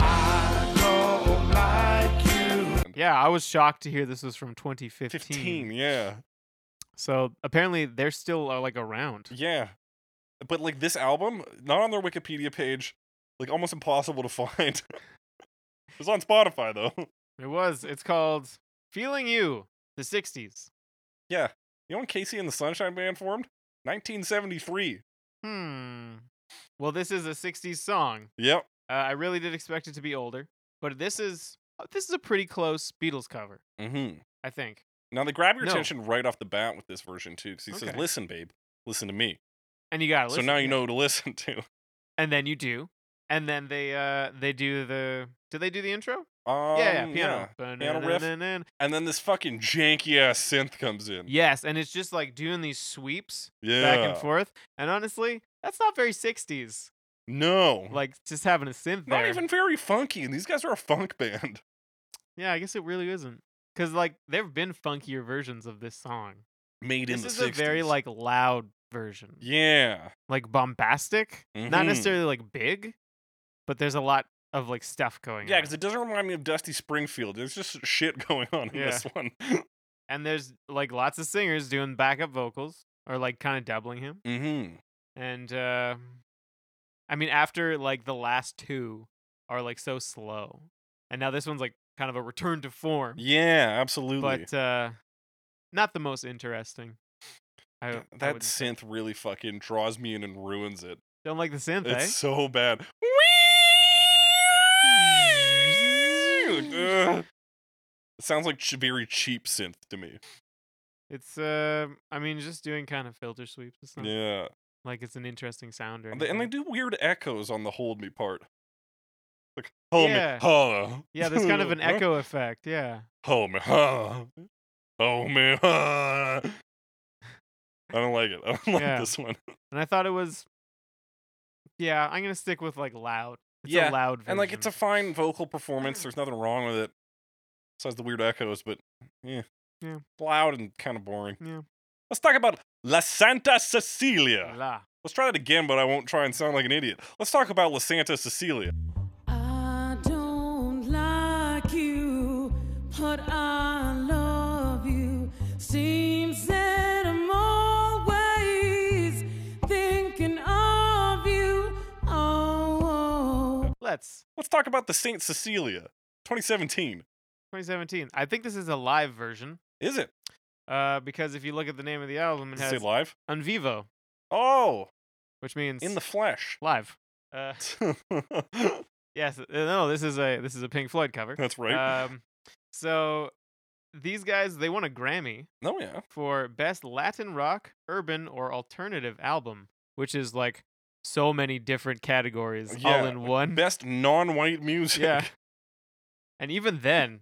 Speaker 4: I don't like you.
Speaker 2: Yeah, I was shocked to hear this was from 2015.
Speaker 1: Fifteen, yeah,
Speaker 2: So apparently they're still uh, like around.
Speaker 1: yeah. But like this album, not on their Wikipedia page, like almost impossible to find. it's on Spotify though.
Speaker 2: It was. It's called "Feeling You," the 60s.
Speaker 1: You know when Casey and the Sunshine Band formed? 1973.
Speaker 2: Hmm. Well, this is a 60s song.
Speaker 1: Yep.
Speaker 2: Uh, I really did expect it to be older, but this is uh, this is a pretty close Beatles cover,
Speaker 1: Mm-hmm.
Speaker 2: I think.
Speaker 1: Now they grab your
Speaker 2: No.
Speaker 1: attention right off the bat with this version too, because he says,
Speaker 2: Okay.
Speaker 1: "Listen, babe, listen to me."
Speaker 2: And you gotta
Speaker 1: so
Speaker 2: listen.
Speaker 1: now you
Speaker 2: yeah.
Speaker 1: know who to listen to.
Speaker 2: And then you do, and then they uh they do the do they do the intro?
Speaker 1: Um,
Speaker 2: yeah, yeah, piano,
Speaker 1: Piano riff.
Speaker 2: Ba-na-na-na-na.
Speaker 1: And then this fucking janky ass synth comes in.
Speaker 2: Yes, and it's just like doing these sweeps
Speaker 1: Yeah.
Speaker 2: back and forth. And honestly, that's not very 60s.
Speaker 1: No.
Speaker 2: Like just having a synth
Speaker 1: Mm-hmm. not
Speaker 2: there.
Speaker 1: even very funky. And these guys are a funk band.
Speaker 2: Yeah, I guess it really isn't. Cause like there've been funkier versions of this song.
Speaker 1: Made in
Speaker 2: This
Speaker 1: the
Speaker 2: is
Speaker 1: 60s.
Speaker 2: a very like loud version,
Speaker 1: Yeah.
Speaker 2: like bombastic, not
Speaker 1: Mhm.
Speaker 2: necessarily like big, but there's a lot of like stuff going
Speaker 1: Yeah,
Speaker 2: on.
Speaker 1: because it doesn't remind me of Dusty Springfield. There's just shit going on in
Speaker 2: Yeah.
Speaker 1: this one.
Speaker 2: and there's like lots of singers doing backup vocals or like kind of doubling him.
Speaker 1: mm-hmm.
Speaker 2: And uh I mean, after like the last two are like so slow, and now this one's like kind of a return to form,
Speaker 1: Yeah, absolutely.
Speaker 2: but uh not the most interesting. I,
Speaker 1: Yeah,
Speaker 2: I
Speaker 1: that
Speaker 2: wouldn't say.
Speaker 1: synth really fucking draws me in and ruins it.
Speaker 2: don't like the synth. eh?
Speaker 1: It's so bad. Ugh. It sounds like ch- very cheap synth to me.
Speaker 2: It's uh, I mean, just doing kind of filter sweeps. It's not
Speaker 1: Yeah,
Speaker 2: like it's an interesting sound or
Speaker 1: and they, and they
Speaker 2: anything.
Speaker 1: do weird echoes on the "Hold Me" part. Like "Hold
Speaker 2: Yeah.
Speaker 1: Me," huh?
Speaker 2: yeah, there's kind of an echo effect. Yeah,
Speaker 1: "Hold Me," huh? "Hold Me," huh? I Oh, don't like it. I don't like
Speaker 2: Yeah.
Speaker 1: this one.
Speaker 2: and I thought it was. Yeah, I'm gonna stick with like loud. It's
Speaker 1: Yeah,
Speaker 2: a loud version.
Speaker 1: And like, it's a fine vocal performance. There's nothing wrong with it, besides the weird echoes. But yeah,
Speaker 2: Yeah.
Speaker 1: loud and kind of boring.
Speaker 2: Yeah.
Speaker 1: Let's talk about La Santa Cecilia.
Speaker 2: La.
Speaker 1: Let's try that again, but I won't try and sound like an idiot. Let's talk about La Santa Cecilia.
Speaker 6: I don't like you. but I love you. Seems that I'm always thinking of you. Oh,
Speaker 2: Let's.
Speaker 1: Let's talk about the Saint Cecilia, 2017.
Speaker 2: 2017. I think this is a live version.
Speaker 1: Is it?
Speaker 2: Uh, because if you look at the name of the album, it
Speaker 1: Does it
Speaker 2: has
Speaker 1: say live?
Speaker 2: "On Vivo,"
Speaker 1: Oh,
Speaker 2: which means
Speaker 1: in the flesh.
Speaker 2: live. Uh, yes. uh, No, this is a this is a Pink Floyd cover.
Speaker 1: That's right.
Speaker 2: Um, so these guys they won a Grammy
Speaker 1: oh yeah.
Speaker 2: for best Latin rock, urban, or alternative album, which is like so many different categories all
Speaker 1: Yeah,
Speaker 2: in one.
Speaker 1: Best non-white music.
Speaker 2: Yeah. And even then,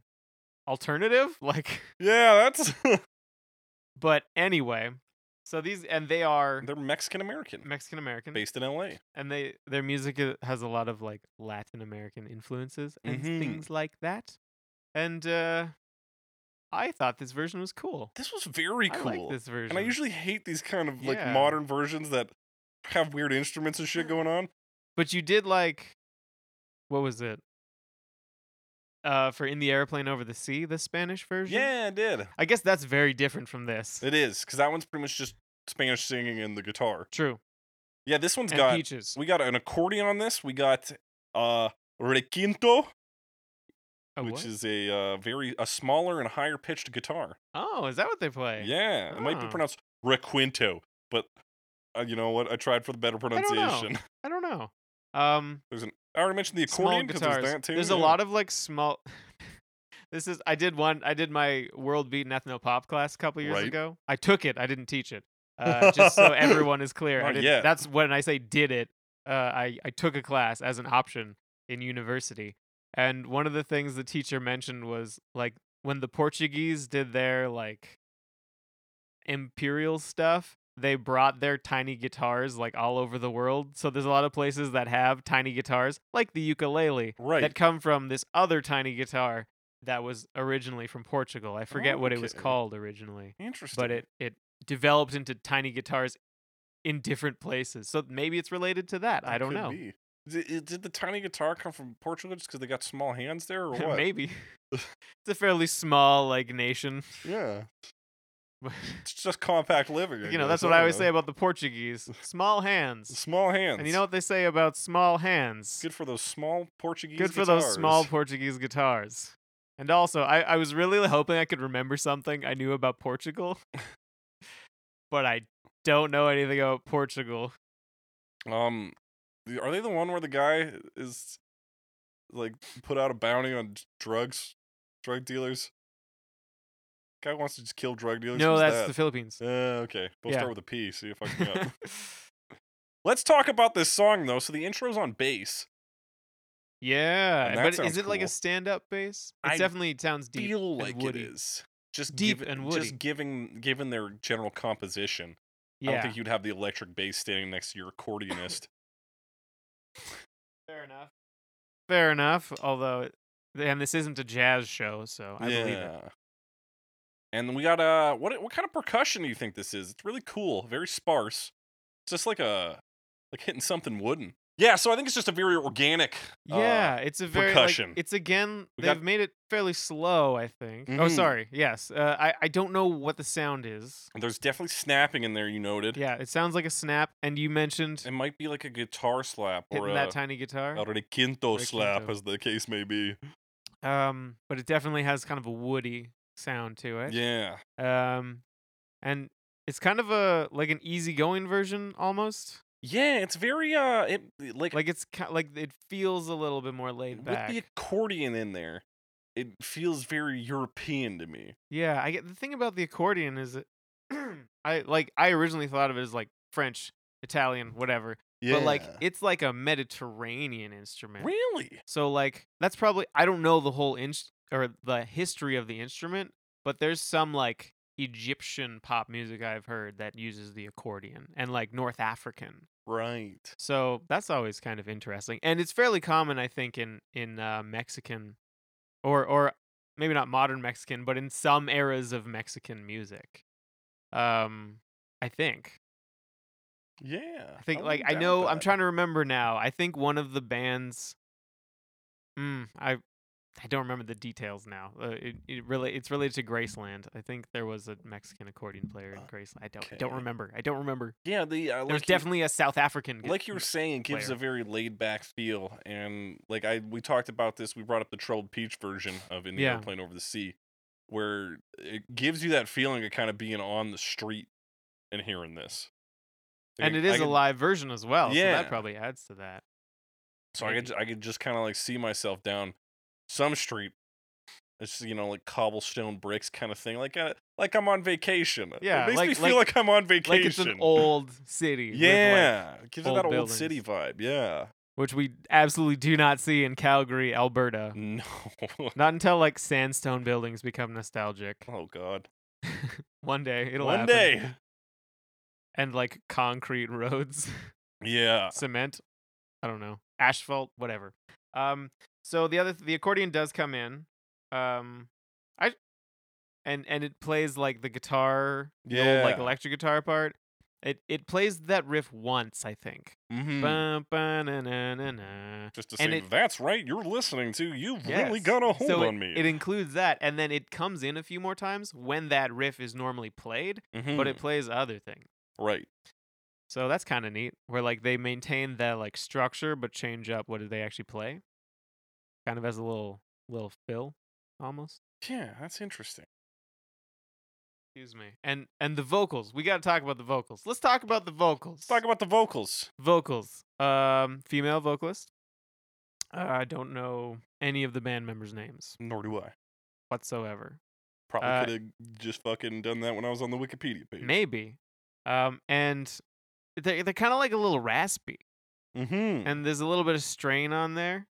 Speaker 2: alternative like.
Speaker 1: Yeah, that's
Speaker 2: But anyway, so these and they are
Speaker 1: they're Mexican American,
Speaker 2: Mexican American,
Speaker 1: based in L.A.
Speaker 2: and they their music i- has a lot of like Latin American influences and
Speaker 1: Mhm.
Speaker 2: things like that. And uh I thought this version was cool.
Speaker 1: This was very cool.
Speaker 2: I like this version.
Speaker 1: And I usually hate these kind of like
Speaker 2: Yeah.
Speaker 1: modern versions that have weird instruments and shit going on.
Speaker 2: but you did like, what was it? Uh, for in the airplane over the sea, the Spanish version.
Speaker 1: Yeah, it did.
Speaker 2: I guess that's very different from this.
Speaker 1: It is because that one's pretty much just Spanish singing and the guitar.
Speaker 2: True.
Speaker 1: Yeah, this one's
Speaker 2: and
Speaker 1: got
Speaker 2: peaches.
Speaker 1: we got an accordion on this. We got uh requinto,
Speaker 2: Oh,
Speaker 1: which
Speaker 2: what?
Speaker 1: is a uh, very a smaller and higher pitched guitar.
Speaker 2: oh, is that what they play?
Speaker 1: Yeah, it might be
Speaker 2: Oh.
Speaker 1: pronounced requinto, but uh, you know what? I tried for the better
Speaker 2: don't know.
Speaker 1: pronunciation.
Speaker 2: I don't know. Um,
Speaker 1: There's an I already mentioned the
Speaker 2: small
Speaker 1: accordion because
Speaker 2: guitars.
Speaker 1: there's that too.
Speaker 2: There's a lot of like small. this is I did one. I did my world beat and ethno pop class a couple years
Speaker 1: Right.
Speaker 2: ago. I took it. I didn't teach it. Uh, just so everyone is clear, I
Speaker 1: Not
Speaker 2: didn't,
Speaker 1: yet.
Speaker 2: that's when I say did it. Uh, I I took a class as an option in university, and one of the things the teacher mentioned was like when the Portuguese did their like imperial stuff they brought their tiny guitars like all over the world so there's a lot of places that have tiny guitars like the ukulele
Speaker 1: Right.
Speaker 2: that come from this other tiny guitar that was originally from portugal i forget what it was
Speaker 1: Okay.
Speaker 2: called originally
Speaker 1: Interesting.
Speaker 2: but it it developed into tiny guitars in different places so maybe it's related to that, i
Speaker 1: That
Speaker 2: don't
Speaker 1: could
Speaker 2: know
Speaker 1: be. Did, i- did the tiny guitar come from Portugal just because they got small hands there, or what?
Speaker 2: maybe it's a fairly small like nation
Speaker 1: Yeah, it's just compact living. I
Speaker 2: you know
Speaker 1: guess.
Speaker 2: that's what i
Speaker 1: don't
Speaker 2: always say
Speaker 1: know.
Speaker 2: about the portuguese small hands
Speaker 1: uh, Small hands.
Speaker 2: And you know what they say about small hands?
Speaker 1: Good for those small Portuguese.
Speaker 2: Good for those small
Speaker 1: guitars.
Speaker 2: Portuguese guitars. And also, I, I was really hoping I could remember something I knew about Portugal, but I don't know anything about Portugal.
Speaker 1: um, the- are they the one where the guy is like put out a bounty on d- drugs, drug dealers? Guy wants to just kill drug dealers.
Speaker 2: no,
Speaker 1: Who's
Speaker 2: that's
Speaker 1: that?
Speaker 2: the Philippines.
Speaker 1: Uh, okay. We'll
Speaker 2: Yeah.
Speaker 1: start with a P, see if I can get Let's talk about this song, though. So the intro's on bass.
Speaker 2: yeah,
Speaker 1: And that
Speaker 2: but
Speaker 1: sounds
Speaker 2: is it like
Speaker 1: cool.
Speaker 2: a stand-up bass? It
Speaker 1: I
Speaker 2: definitely sounds deep.
Speaker 1: Feel
Speaker 2: and
Speaker 1: like it
Speaker 2: woody.
Speaker 1: is. Just
Speaker 2: Deep
Speaker 1: given-
Speaker 2: and woody.
Speaker 1: Just giving, given their general composition.
Speaker 2: Yeah,
Speaker 1: I don't think you'd have the electric bass standing next to your accordionist.
Speaker 2: fair enough. Fair enough. Although, and this isn't a jazz show, so I believe it.
Speaker 1: And we got uh, what what kind of percussion do you think this is? It's really cool, very sparse. It's just like a like hitting something wooden. Yeah, so I think it's just a very organic. uh,
Speaker 2: Yeah, it's a very like,
Speaker 1: percussion.
Speaker 2: it's again
Speaker 1: We
Speaker 2: they've
Speaker 1: got-
Speaker 2: made it fairly slow. I think. Oh,
Speaker 1: Mhm.
Speaker 2: sorry. Yes. Uh, I I don't know what the sound is.
Speaker 1: there's definitely snapping in there. You noted.
Speaker 2: Yeah, it sounds like a snap. And you mentioned
Speaker 1: It might be like a guitar slap or uh,
Speaker 2: hitting
Speaker 1: a,
Speaker 2: that tiny guitar.
Speaker 1: a requinto slap,
Speaker 2: Requinto.
Speaker 1: as the case may be.
Speaker 2: Um, but it definitely has kind of a woody sound to it.
Speaker 1: Yeah.
Speaker 2: Yeah. Um, and it's kind of a like an easygoing version almost.
Speaker 1: Yeah, it's very uh, it like,
Speaker 2: Like it's ki- like it feels a little bit more laid
Speaker 1: with
Speaker 2: back.
Speaker 1: the accordion in there, it feels very European to me.
Speaker 2: Yeah, I get the thing about the accordion is it I like I originally thought of it as like French, Italian, whatever.
Speaker 1: Yeah,
Speaker 2: But like it's like a Mediterranean instrument.
Speaker 1: really,
Speaker 2: So like that's probably I don't know the whole inch or the history of the instrument, but there's some like Egyptian pop music I've heard that uses the accordion and like North African.
Speaker 1: right?
Speaker 2: So that's always kind of interesting, and it's fairly common, I think, in in uh, Mexican, or or maybe not modern Mexican, but in some eras of Mexican music. Um, I think
Speaker 1: Yeah,
Speaker 2: I think
Speaker 1: I'm
Speaker 2: like I
Speaker 1: down
Speaker 2: know
Speaker 1: with
Speaker 2: I'm
Speaker 1: that.
Speaker 2: trying to remember now. I think one of the bands. Mm, I I don't remember the details now. Uh, it, it really it's related to Graceland. I think there was a Mexican accordion player in Graceland. I don't I don't
Speaker 1: Uh, Okay.
Speaker 2: remember. I don't remember.
Speaker 1: Yeah, the uh,
Speaker 2: There's
Speaker 1: like you-
Speaker 2: definitely a South African. gu-
Speaker 1: like you were saying, it gives a
Speaker 2: player.
Speaker 1: very laid back feel, and like I we talked about this, we brought up the Troubled Peach version of In the
Speaker 2: Yeah.
Speaker 1: Airplane Over the Sea, where it gives you that feeling of kind of being on the street and hearing this. Like,
Speaker 2: and
Speaker 1: I-
Speaker 2: it
Speaker 1: I
Speaker 2: is a
Speaker 1: could-
Speaker 2: live version as well. so
Speaker 1: Yeah.
Speaker 2: that probably adds to that.
Speaker 1: So I could ju- I could just kind of like see myself down some street. It's you know like cobblestone bricks kind of thing, like uh, like I'm on vacation.
Speaker 2: Yeah,
Speaker 1: it makes me
Speaker 2: like-
Speaker 1: feel
Speaker 2: like-
Speaker 1: like I'm on vacation.
Speaker 2: Like it's an old city. with, like-
Speaker 1: yeah, it gives it
Speaker 2: old
Speaker 1: that old
Speaker 2: buildings.
Speaker 1: city vibe. Yeah,
Speaker 2: which we absolutely do not see in Calgary, Alberta.
Speaker 1: no,
Speaker 2: Not until like sandstone buildings become nostalgic.
Speaker 1: oh god,
Speaker 2: One day it'll
Speaker 1: one
Speaker 2: happen.
Speaker 1: day.
Speaker 2: and like concrete roads,
Speaker 1: Yeah.
Speaker 2: cement, I don't know, asphalt, whatever. Um, so the other the accordion does come in, um, I, and and it plays like the guitar, the old, like
Speaker 1: Yeah.
Speaker 2: electric guitar part. It it plays that riff once, I think.
Speaker 1: Mm-hmm.
Speaker 2: Bum, ba, na, na, na, na.
Speaker 1: Just to
Speaker 2: and
Speaker 1: say,
Speaker 2: it-
Speaker 1: that's right. You're listening to. You've really
Speaker 2: Yes.
Speaker 1: got a hold
Speaker 2: so
Speaker 1: on
Speaker 2: it,
Speaker 1: me.
Speaker 2: It includes that, and then it comes in a few more times when that riff is normally played, but
Speaker 1: Mm.
Speaker 2: it plays other things.
Speaker 1: Mm-hmm, right.
Speaker 2: So that's kind of neat. Where like they maintain the like structure but change up what do they actually play? Kind of as a little little fill almost.
Speaker 1: Yeah, that's interesting.
Speaker 2: Excuse me. And and the vocals. We got to talk about the vocals. Let's talk about the vocals.
Speaker 1: Let's talk about the vocals.
Speaker 2: vocals. Um female vocalist. Uh, I don't know any of the band members' names
Speaker 1: Nor do I.
Speaker 2: whatsoever.
Speaker 1: Probably
Speaker 2: Uh,
Speaker 1: could have just fucking done that when I was on the Wikipedia page.
Speaker 2: Maybe. Um and they they're kind of like a little raspy.
Speaker 1: Mm-hmm.
Speaker 2: And there's a little bit of strain on there.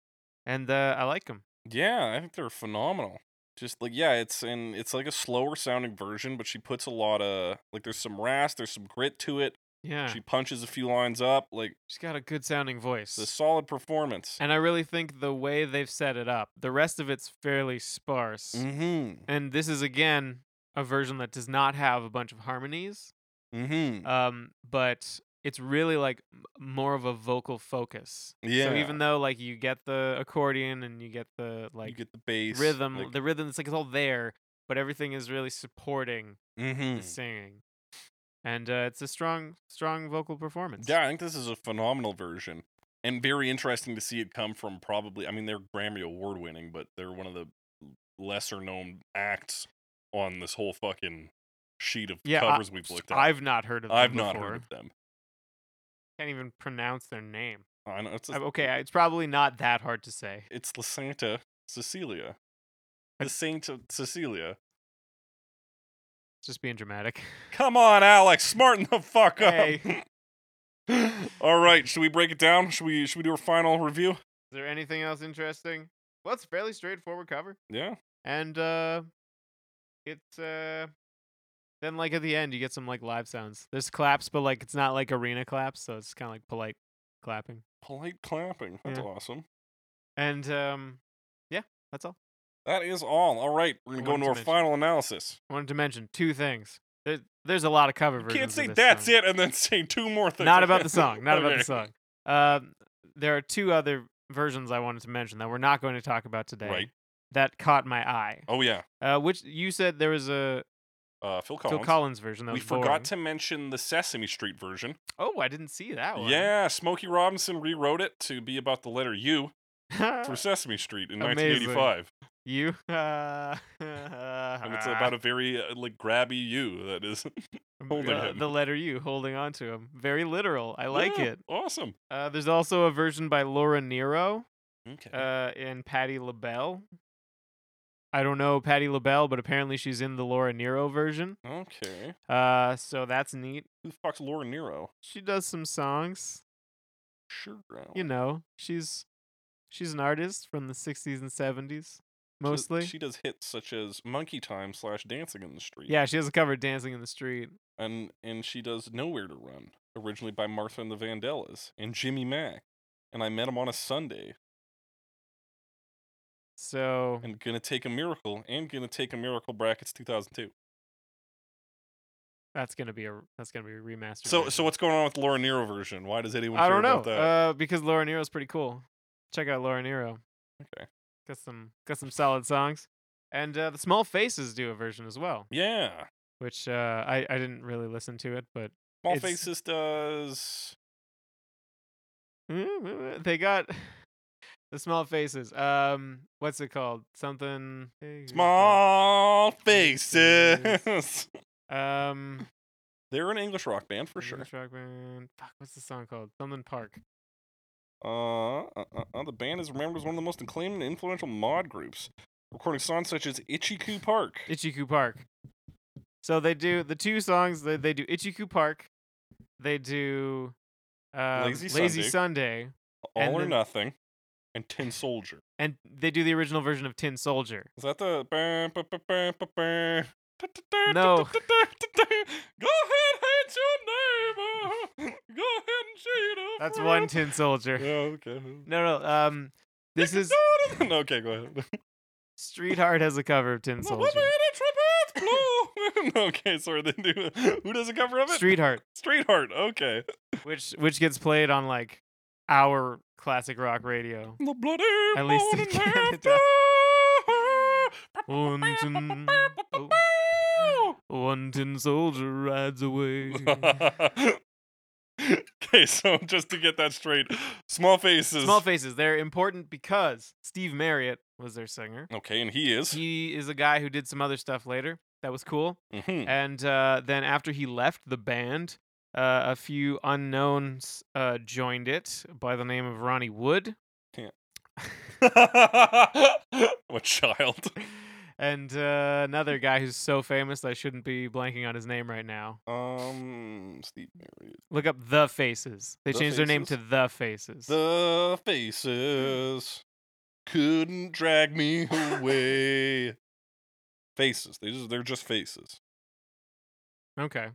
Speaker 2: And uh, I like them.
Speaker 1: Yeah, I think they're phenomenal. Just like yeah, it's and it's like a slower sounding version, but she puts a lot of like there's some rasp, there's some grit to it.
Speaker 2: Yeah.
Speaker 1: She punches a few lines up. Like
Speaker 2: She's got a good sounding voice.
Speaker 1: it's a solid performance.
Speaker 2: And I really think the way they've set it up, the rest of it's fairly sparse.
Speaker 1: Mm-hmm.
Speaker 2: And this is again a version that does not have a bunch of harmonies.
Speaker 1: Mm-hmm.
Speaker 2: Um, but it's really like m- more of a vocal focus.
Speaker 1: yeah.
Speaker 2: So even though like you get the accordion and you get the
Speaker 1: you
Speaker 2: like
Speaker 1: get the bass
Speaker 2: rhythm,
Speaker 1: like-
Speaker 2: the rhythm it's like it's all there, but everything is really supporting
Speaker 1: Mhm.
Speaker 2: the singing. And uh, it's a strong, strong vocal performance.
Speaker 1: Yeah, I think this is a phenomenal version and very interesting to see it come from probably, I mean, they're Grammy Award winning, but they're one of the lesser known acts on this whole fucking sheet of
Speaker 2: Yeah, I-
Speaker 1: covers we've looked at.
Speaker 2: I've not heard of. Them
Speaker 1: I've not
Speaker 2: before.
Speaker 1: heard of them.
Speaker 2: Can't even pronounce their name.
Speaker 1: I know, it's,
Speaker 2: I- okay, I- it's probably not that hard to say.
Speaker 1: it's La Santa Cecilia.
Speaker 2: I-
Speaker 1: The Saint Cecilia.
Speaker 2: Just being dramatic.
Speaker 1: Come on, Alex, smarten the fuck up.
Speaker 2: Hey.
Speaker 1: All right, should we break it down? Should we should we do our final review?
Speaker 2: Is there anything else interesting? Well, it's a fairly straightforward cover,
Speaker 1: Yeah.
Speaker 2: and uh, it's uh, then like at the end you get some like live sounds. There's claps, but like it's not like arena claps, so it's kind of like polite clapping.
Speaker 1: Polite clapping. That's
Speaker 2: Yeah.
Speaker 1: awesome.
Speaker 2: And um, yeah, that's all.
Speaker 1: That is all. All right, we're gonna go into
Speaker 2: Wanted to
Speaker 1: our
Speaker 2: mention-
Speaker 1: final analysis.
Speaker 2: I wanted to mention two things. There, there's a lot of cover versions.
Speaker 1: Can't say
Speaker 2: of this
Speaker 1: that's
Speaker 2: song.
Speaker 1: it and then say two more things.
Speaker 2: Not about the song. Not about
Speaker 1: Okay.
Speaker 2: the song. Um, there are two other versions I wanted to mention that we're not going to talk about today.
Speaker 1: Right.
Speaker 2: That caught my eye.
Speaker 1: Oh yeah,
Speaker 2: Uh, which you said there was a
Speaker 1: uh, Phil Collins.
Speaker 2: Phil Collins version. That
Speaker 1: we
Speaker 2: was boring.
Speaker 1: forgot to mention the Sesame Street version.
Speaker 2: Oh, I didn't see that one.
Speaker 1: Yeah, Smokey Robinson rewrote it to be about the letter U for Sesame Street in
Speaker 2: Ah, Amazing.
Speaker 1: 1985,
Speaker 2: you. Uh,
Speaker 1: and it's about a
Speaker 2: Ah.
Speaker 1: very uh, like grabby U that is holding him.
Speaker 2: the letter U, holding on to him. Very literal. I like
Speaker 1: Yeah,
Speaker 2: it.
Speaker 1: Awesome.
Speaker 2: Uh, there's also a version by Laura Nero.
Speaker 1: Okay.
Speaker 2: uh, and Patty LaBelle. I don't know Patty LaBelle, but apparently she's in the Laura Nero version.
Speaker 1: okay.
Speaker 2: Uh, so that's neat.
Speaker 1: Who the fuck's Laura Nero?
Speaker 2: She does some songs.
Speaker 1: Sure.
Speaker 2: You know, she's she's an artist from the '60s and '70s,
Speaker 1: She-
Speaker 2: mostly.
Speaker 1: She does hits such as Monkey Time slash Dancing in the Street.
Speaker 2: yeah, she has a cover of "Dancing in the Street."
Speaker 1: and and she does Nowhere to Run, originally by Martha and the Vandellas and Jimmy Mack. And I met him on a Sunday,
Speaker 2: So
Speaker 1: and gonna take a miracle, and gonna take a miracle brackets 2002.
Speaker 2: that's gonna be a that's gonna be a remaster.
Speaker 1: So so
Speaker 2: version.
Speaker 1: what's going on with the Laura Nero version? Why does anyone?
Speaker 2: I
Speaker 1: care
Speaker 2: don't know.
Speaker 1: About that?
Speaker 2: Uh, because Laura Nero's pretty cool. Check out Laura Nero.
Speaker 1: okay.
Speaker 2: Got some got some solid songs, and uh, the Small Faces do a version as well,
Speaker 1: Yeah.
Speaker 2: which uh, I I didn't really listen to it, but
Speaker 1: Small
Speaker 2: It's-
Speaker 1: Faces does.
Speaker 2: Mm, they got the Small Faces. Um, what's it called? Something eh,
Speaker 1: Small
Speaker 2: Faces.
Speaker 1: Faces.
Speaker 2: Um,
Speaker 1: They're an English rock band for sure.
Speaker 2: English rock band. Fuck, what's the song called? Something Park.
Speaker 1: Uh, uh, uh, uh, the band is remembered as one of the most acclaimed and influential mod groups, recording songs such as Ichiku Park.
Speaker 2: Ichiku Park. So they do the two songs. They they do Ichiku Park. They do um,
Speaker 1: Lazy Sunday.
Speaker 2: Sunday,
Speaker 1: All
Speaker 2: and
Speaker 1: or
Speaker 2: then-
Speaker 1: Nothing, and Tin Soldier.
Speaker 2: and they do the original version of Tin Soldier.
Speaker 1: Is that the?
Speaker 2: No.
Speaker 1: Go ahead, hate your neighbor. Go ahead and cheat a
Speaker 2: That's one
Speaker 1: friend.
Speaker 2: Tin Soldier.
Speaker 1: Yeah, okay.
Speaker 2: No, no. Um, this is
Speaker 1: okay. Go ahead.
Speaker 2: Street Hard has a cover of Tin
Speaker 1: The woman
Speaker 2: Soldier.
Speaker 1: in a trapeze blue. okay, sorry. Then do who does a cover of it?
Speaker 2: Street Heart,
Speaker 1: Street Heart. Okay.
Speaker 2: which which gets played on like our classic rock radio.
Speaker 1: The bloody
Speaker 2: At least in
Speaker 1: morning
Speaker 2: Canada. One tin, oh, one tin soldier rides away.
Speaker 1: after. okay, so just to get that straight, Small Faces.
Speaker 2: Small faces. They're important because Steve Marriott was their singer.
Speaker 1: Okay, and he is.
Speaker 2: He is a guy who did some other stuff later. That was cool.
Speaker 1: hmm
Speaker 2: And uh, then after he left the band, uh, a few unknowns uh, joined it by the name of Ronnie Wood.
Speaker 1: what child?
Speaker 2: And uh, another guy who's so famous I shouldn't be blanking on his name right now.
Speaker 1: Um, Steve Marriott.
Speaker 2: Look up The Faces. They
Speaker 1: The
Speaker 2: changed their name to
Speaker 1: Faces?
Speaker 2: The Faces.
Speaker 1: The faces couldn't drag me away. faces. They just they're just faces.
Speaker 2: Okay.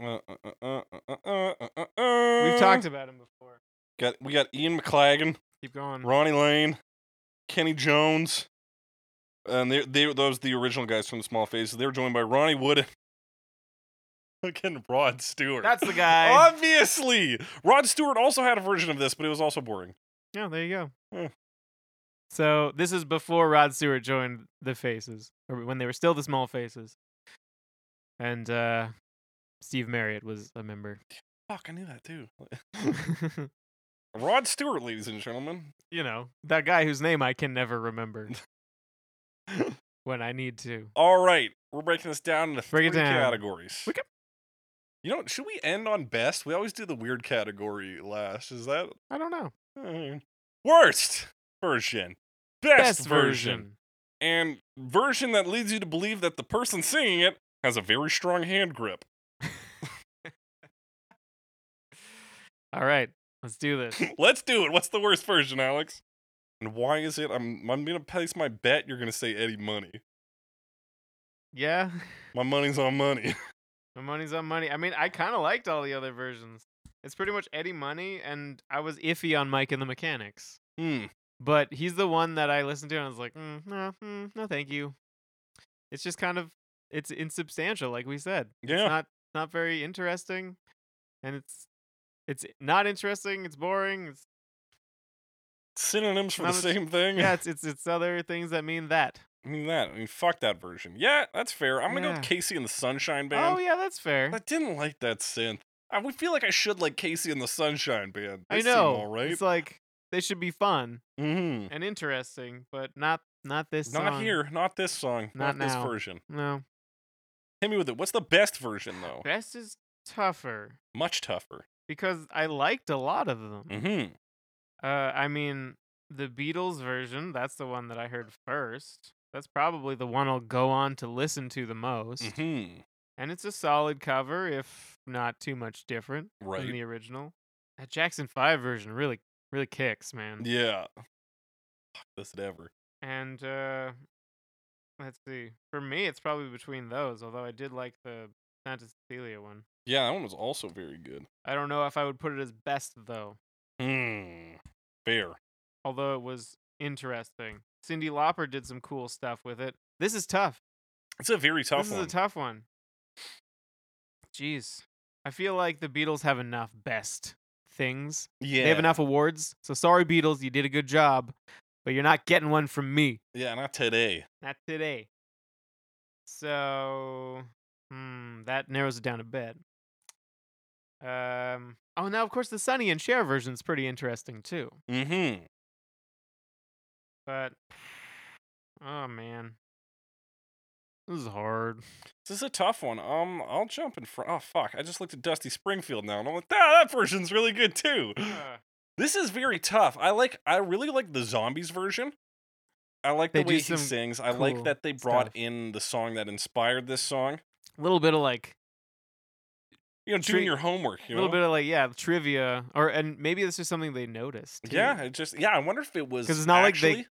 Speaker 1: Uh, uh, uh, uh, uh, uh, uh,
Speaker 2: We've talked about him before.
Speaker 1: Got we got Ian McClagan,
Speaker 2: Keep going.
Speaker 1: Ronnie Lane, Kenny Jones, and they they those the original guys from the Small Faces. They were joined by Ronnie Wood, fucking Rod Stewart.
Speaker 2: That's the guy.
Speaker 1: Obviously, Rod Stewart also had a version of this, but it was also boring.
Speaker 2: Yeah, there you go.
Speaker 1: Yeah.
Speaker 2: So this is before Rod Stewart joined the Faces, or when they were still the Small Faces, and uh, Steve Marriott was a member.
Speaker 1: Fuck, I knew that too. Rod Stewart, ladies and gentlemen.
Speaker 2: you know that guy whose name I can never remember when I need to.
Speaker 1: All right, we're breaking this down into
Speaker 2: Break
Speaker 1: three
Speaker 2: it down.
Speaker 1: categories.
Speaker 2: We can-
Speaker 1: You know, should we end on best? We always do the weird category last. Is that
Speaker 2: I don't know.
Speaker 1: Uh, worst version, best, version, and version that leads you to believe that the person singing it has a very strong hand grip.
Speaker 2: All right, let's do this.
Speaker 1: Let's do it. What's the worst version, Alex? And why is it? I'm I'm gonna place my bet. You're gonna say Eddie Money.
Speaker 2: yeah,
Speaker 1: My money's on Money.
Speaker 2: my money's on money. I mean, I kind of liked all the other versions. It's pretty much Eddie Money, and I was iffy on Mike and the Mechanics.
Speaker 1: Hmm.
Speaker 2: but he's the one that I listened to and I was like, mm, no, mm, no, thank you. It's just kind of it's insubstantial, like we said.
Speaker 1: Yeah.
Speaker 2: It's not not very interesting, and it's it's not interesting. It's boring. It's,
Speaker 1: Synonyms for the
Speaker 2: Not much-
Speaker 1: same thing.
Speaker 2: yeah, it's, it's it's other things that mean that.
Speaker 1: I mean that. I mean, fuck that version. Yeah, that's fair. I'm gonna go
Speaker 2: Yeah.
Speaker 1: with Casey and the Sunshine Band.
Speaker 2: Oh yeah, that's fair.
Speaker 1: I didn't like that synth. I would feel like I should like Casey and the Sunshine Band. They
Speaker 2: I
Speaker 1: seem
Speaker 2: know.
Speaker 1: All right.
Speaker 2: It's like they should be fun
Speaker 1: mm-hmm.
Speaker 2: and interesting, but not not this.
Speaker 1: Not
Speaker 2: song.
Speaker 1: here. Not this song.
Speaker 2: Not
Speaker 1: Not, this
Speaker 2: now.
Speaker 1: version.
Speaker 2: No,
Speaker 1: Hit me with it. What's the best version though?
Speaker 2: best is tougher
Speaker 1: Much tougher.
Speaker 2: because I liked a lot of them.
Speaker 1: Mm-hmm.
Speaker 2: Uh, I mean, the Beatles version, that's the one that I heard first. That's probably the one I'll go on to listen to the most.
Speaker 1: Mm-hmm.
Speaker 2: And it's a solid cover, if not too much different than
Speaker 1: Right.
Speaker 2: the original. That Jackson 5 version really, really kicks, man.
Speaker 1: Yeah. Fuck this it ever.
Speaker 2: And uh, let's see. For me, it's probably between those, although I did like the Santa Cecilia one.
Speaker 1: Yeah, that one was also very good.
Speaker 2: I don't know if I would put it as best, though,
Speaker 1: Hmm. Fair.
Speaker 2: although it was interesting. Cindy Lauper did some cool stuff with it. This is tough.
Speaker 1: It's a very tough
Speaker 2: this
Speaker 1: one.
Speaker 2: is a tough one. Jeez. I feel like the Beatles have enough best things.
Speaker 1: yeah.
Speaker 2: They have enough awards. So sorry, Beatles, you did a good job. but you're not getting one from me.
Speaker 1: Yeah, not today.
Speaker 2: Not today. So, hmm, that narrows it down a bit. Um, oh, now of course the Sunny and Cher version's pretty interesting too.
Speaker 1: Mm-hmm.
Speaker 2: But, oh man, this is hard.
Speaker 1: This is a tough one. Um, I'll jump in front. Oh fuck! I just looked at Dusty Springfield now, and I'm like, ah, that version's really good too.
Speaker 2: Uh,
Speaker 1: This is very tough. I like. I really like the zombies version. I like
Speaker 2: They
Speaker 1: the
Speaker 2: do
Speaker 1: way he
Speaker 2: some
Speaker 1: sings. I
Speaker 2: cool
Speaker 1: like that they brought
Speaker 2: stuff.
Speaker 1: in the song that inspired this song.
Speaker 2: A little bit of like,
Speaker 1: You know,
Speaker 2: Tri-
Speaker 1: doing your homework.
Speaker 2: a
Speaker 1: You
Speaker 2: little
Speaker 1: know?
Speaker 2: bit of like, yeah, trivia, or and maybe this is something they noticed. too.
Speaker 1: Yeah, it just yeah. I wonder if it was
Speaker 2: 'Cause it's not like they-
Speaker 1: actually, like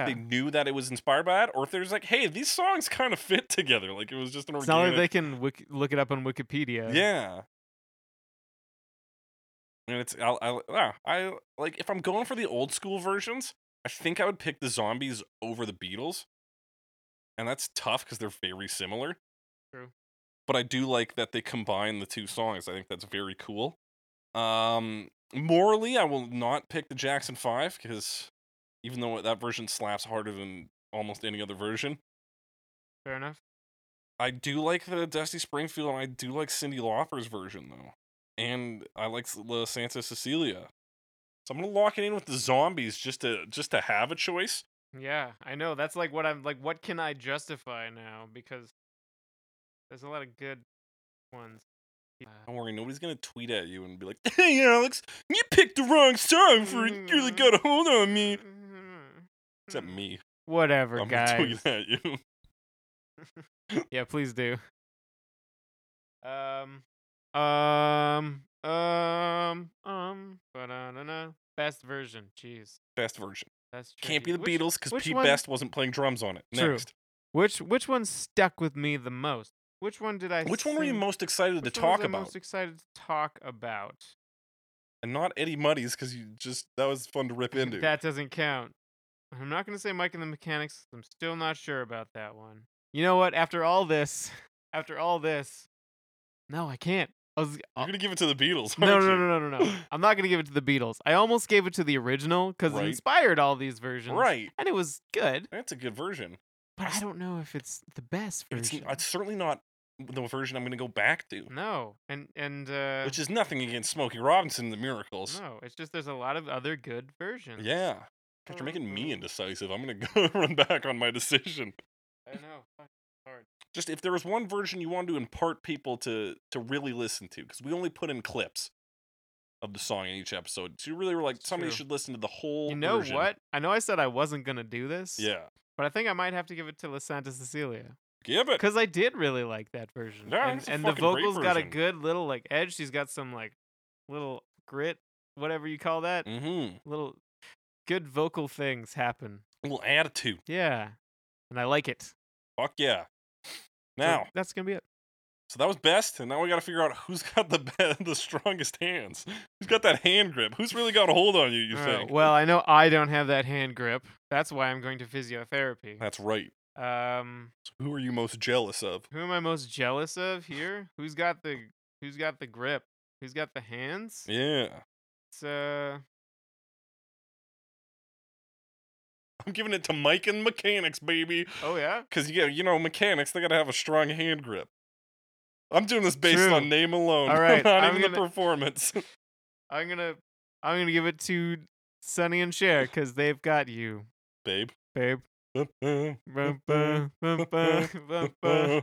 Speaker 2: yeah.
Speaker 1: they knew that it was inspired by it, or if there's like, hey, these songs kind of fit together. Like it was just an
Speaker 2: It's not like they
Speaker 1: organic.
Speaker 2: can wik- look it up on Wikipedia.
Speaker 1: yeah. And it's I I yeah, I like if I'm going for the old school versions, I think I would pick the zombies over the Beatles, and that's tough because they're very similar.
Speaker 2: True.
Speaker 1: But I do like that they combine the two songs. I think that's very cool. Um, morally, I will not pick the Jackson Five because even though that version slaps harder than almost any other version,
Speaker 2: Fair enough.
Speaker 1: I do like the Dusty Springfield, and I do like Cindy Lauper's version though, and I like S- La Santa Cecilia. So I'm gonna lock it in with the zombies just to just to have a choice.
Speaker 2: Yeah, I know. That's like what I'm like. What can I justify now? Because there's a lot of good ones. Uh,
Speaker 1: Don't worry, nobody's gonna tweet at you and be like, "Hey Alex, you picked the wrong song for it. You really
Speaker 2: Mm.
Speaker 1: got a hold on me." Except me,
Speaker 2: Mm-hmm. Whatever,
Speaker 1: I'm gonna
Speaker 2: guys.
Speaker 1: tweet at you.
Speaker 2: yeah, please do. Um, um, um, um. ba-da-da-da. Best version. Jeez,
Speaker 1: Best version
Speaker 2: that's tricky.
Speaker 1: can't be the
Speaker 2: which,
Speaker 1: Beatles because
Speaker 2: which
Speaker 1: Pete
Speaker 2: one-
Speaker 1: Best wasn't playing drums on it.
Speaker 2: True.
Speaker 1: Next,
Speaker 2: Which which one stuck with me the most? Which one did I?
Speaker 1: which one were you
Speaker 2: sing-
Speaker 1: most excited to
Speaker 2: which one was
Speaker 1: talk
Speaker 2: I
Speaker 1: about?
Speaker 2: Most excited to talk about.
Speaker 1: and not Eddie Muddy's because you just that was fun to rip into.
Speaker 2: That doesn't count. I'm not going to say Mike and the Mechanics. 'cause I'm still not sure about that one. You know what? After all this, after all this, no, I can't. I was, uh,
Speaker 1: You're gonna give it to the Beatles.
Speaker 2: no, no,
Speaker 1: aren't
Speaker 2: no,
Speaker 1: you?
Speaker 2: no, no, no. I'm not going to give it to the Beatles. I almost gave it to the original because
Speaker 1: Right.
Speaker 2: it inspired all these versions.
Speaker 1: Right.
Speaker 2: And it was good,
Speaker 1: That's a good version.
Speaker 2: but I
Speaker 1: s-
Speaker 2: don't know if it's the best
Speaker 1: It's,
Speaker 2: version. Mm,
Speaker 1: it's certainly not the version I'm going to go back to,
Speaker 2: no. And, and, uh,
Speaker 1: which is nothing against Smokey Robinson and the Miracles.
Speaker 2: no, it's just there's a lot of other good versions.
Speaker 1: Yeah. God,
Speaker 2: Oh,
Speaker 1: you're making me indecisive. I'm going to go run back on my decision.
Speaker 2: I know. fuck.
Speaker 1: Just if there was one version you wanted to impart people to to really listen to, because we only put in clips of the song in each episode, so you really were like
Speaker 2: It's
Speaker 1: somebody
Speaker 2: true.
Speaker 1: should listen to the whole.
Speaker 2: You know
Speaker 1: version.
Speaker 2: what? I know I said I wasn't going to do this.
Speaker 1: Yeah.
Speaker 2: But I think I might have to give it to La Santa Cecilia
Speaker 1: Give it.
Speaker 2: because I did really like that version.
Speaker 1: Yeah,
Speaker 2: and
Speaker 1: it's a
Speaker 2: and the
Speaker 1: fucking great
Speaker 2: vocals got a
Speaker 1: version.
Speaker 2: good little like edge. She's got some like little grit, whatever you call that.
Speaker 1: Mm-hmm.
Speaker 2: Little good vocal things happen.
Speaker 1: Little attitude.
Speaker 2: Yeah, and I like it. So
Speaker 1: Fuck yeah. Now,
Speaker 2: that's gonna be it.
Speaker 1: So that was best, and now we got to figure out who's got the be- the strongest hands. Who's got that hand grip? Who's really got a hold on you? You
Speaker 2: Uh,
Speaker 1: think?
Speaker 2: well, I know I don't have that hand grip. That's why I'm going to physiotherapy.
Speaker 1: That's right.
Speaker 2: Um,
Speaker 1: So who are you most jealous of?
Speaker 2: who am I most jealous of here? Who's got the Who's got the grip? Who's got the hands?
Speaker 1: Yeah,
Speaker 2: It's uh.
Speaker 1: I'm giving it to Mike and mechanics, baby.
Speaker 2: Oh yeah.
Speaker 1: Because yeah, you know mechanics, they gotta have a strong hand grip. I'm doing this based
Speaker 2: True.
Speaker 1: on name alone,
Speaker 2: All right,
Speaker 1: not
Speaker 2: I'm
Speaker 1: even the
Speaker 2: gonna-
Speaker 1: performance.
Speaker 2: I'm gonna I'm gonna give it to Sonny and Cher because they've got you,
Speaker 1: Babe.
Speaker 2: babe. Bum, bum, bum, bum, bum, bum.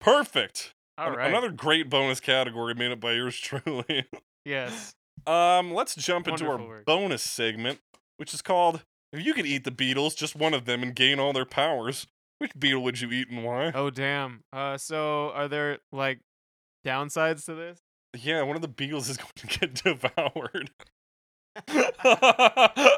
Speaker 1: Perfect.
Speaker 2: All
Speaker 1: An-
Speaker 2: right.
Speaker 1: Another great bonus category made up by yours truly.
Speaker 2: yes.
Speaker 1: Um, let's jump into our
Speaker 2: Wonderful work.
Speaker 1: bonus segment, which is called "If You Could Eat the Beatles, Just One of Them, and Gain All Their Powers." Which beetle would you eat and why?
Speaker 2: Oh damn. Uh, so are there like downsides to this?
Speaker 1: Yeah, one of the beetles is going to get devoured.
Speaker 2: I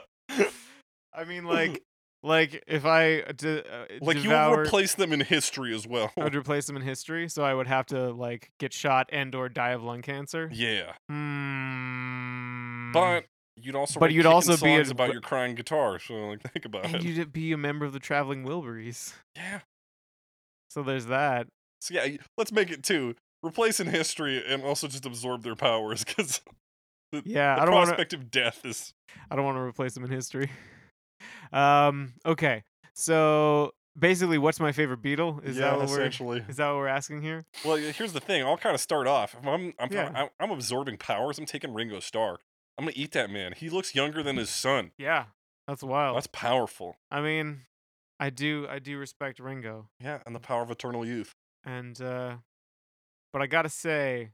Speaker 2: mean, like, like if I de- uh,
Speaker 1: like you will
Speaker 2: devour,
Speaker 1: replace them in history as well.
Speaker 2: I would replace them in history, so I would have to like get shot and or die of lung cancer.
Speaker 1: Yeah,
Speaker 2: Hmm.
Speaker 1: but you'd also
Speaker 2: But
Speaker 1: write
Speaker 2: you'd
Speaker 1: kickin'
Speaker 2: also be a-
Speaker 1: songs about your crying guitar. So like, think about
Speaker 2: and
Speaker 1: it.
Speaker 2: you'd be a member of the Traveling Wilburys,
Speaker 1: Yeah.
Speaker 2: so there's that.
Speaker 1: So yeah, y- let's make it two. Replace in history and also just absorb their powers because the
Speaker 2: Yeah, I don't want to.
Speaker 1: prospect of death is
Speaker 2: I don't want to replace them in history. Um, okay. So basically, what's my favorite Beatle? Is
Speaker 1: yeah,
Speaker 2: that what we're
Speaker 1: essentially.
Speaker 2: is that what we're asking here?
Speaker 1: Well, yeah, here's the thing. I'll kind of start off. If I'm I'm,
Speaker 2: Yeah.
Speaker 1: I'm I'm absorbing powers. I'm taking Ringo Starr. I'm gonna eat that man. He looks younger than his son.
Speaker 2: Yeah, that's wild.
Speaker 1: That's powerful.
Speaker 2: I mean, I do I do respect Ringo,
Speaker 1: Yeah, and the power of eternal youth.
Speaker 2: and uh, but I gotta say,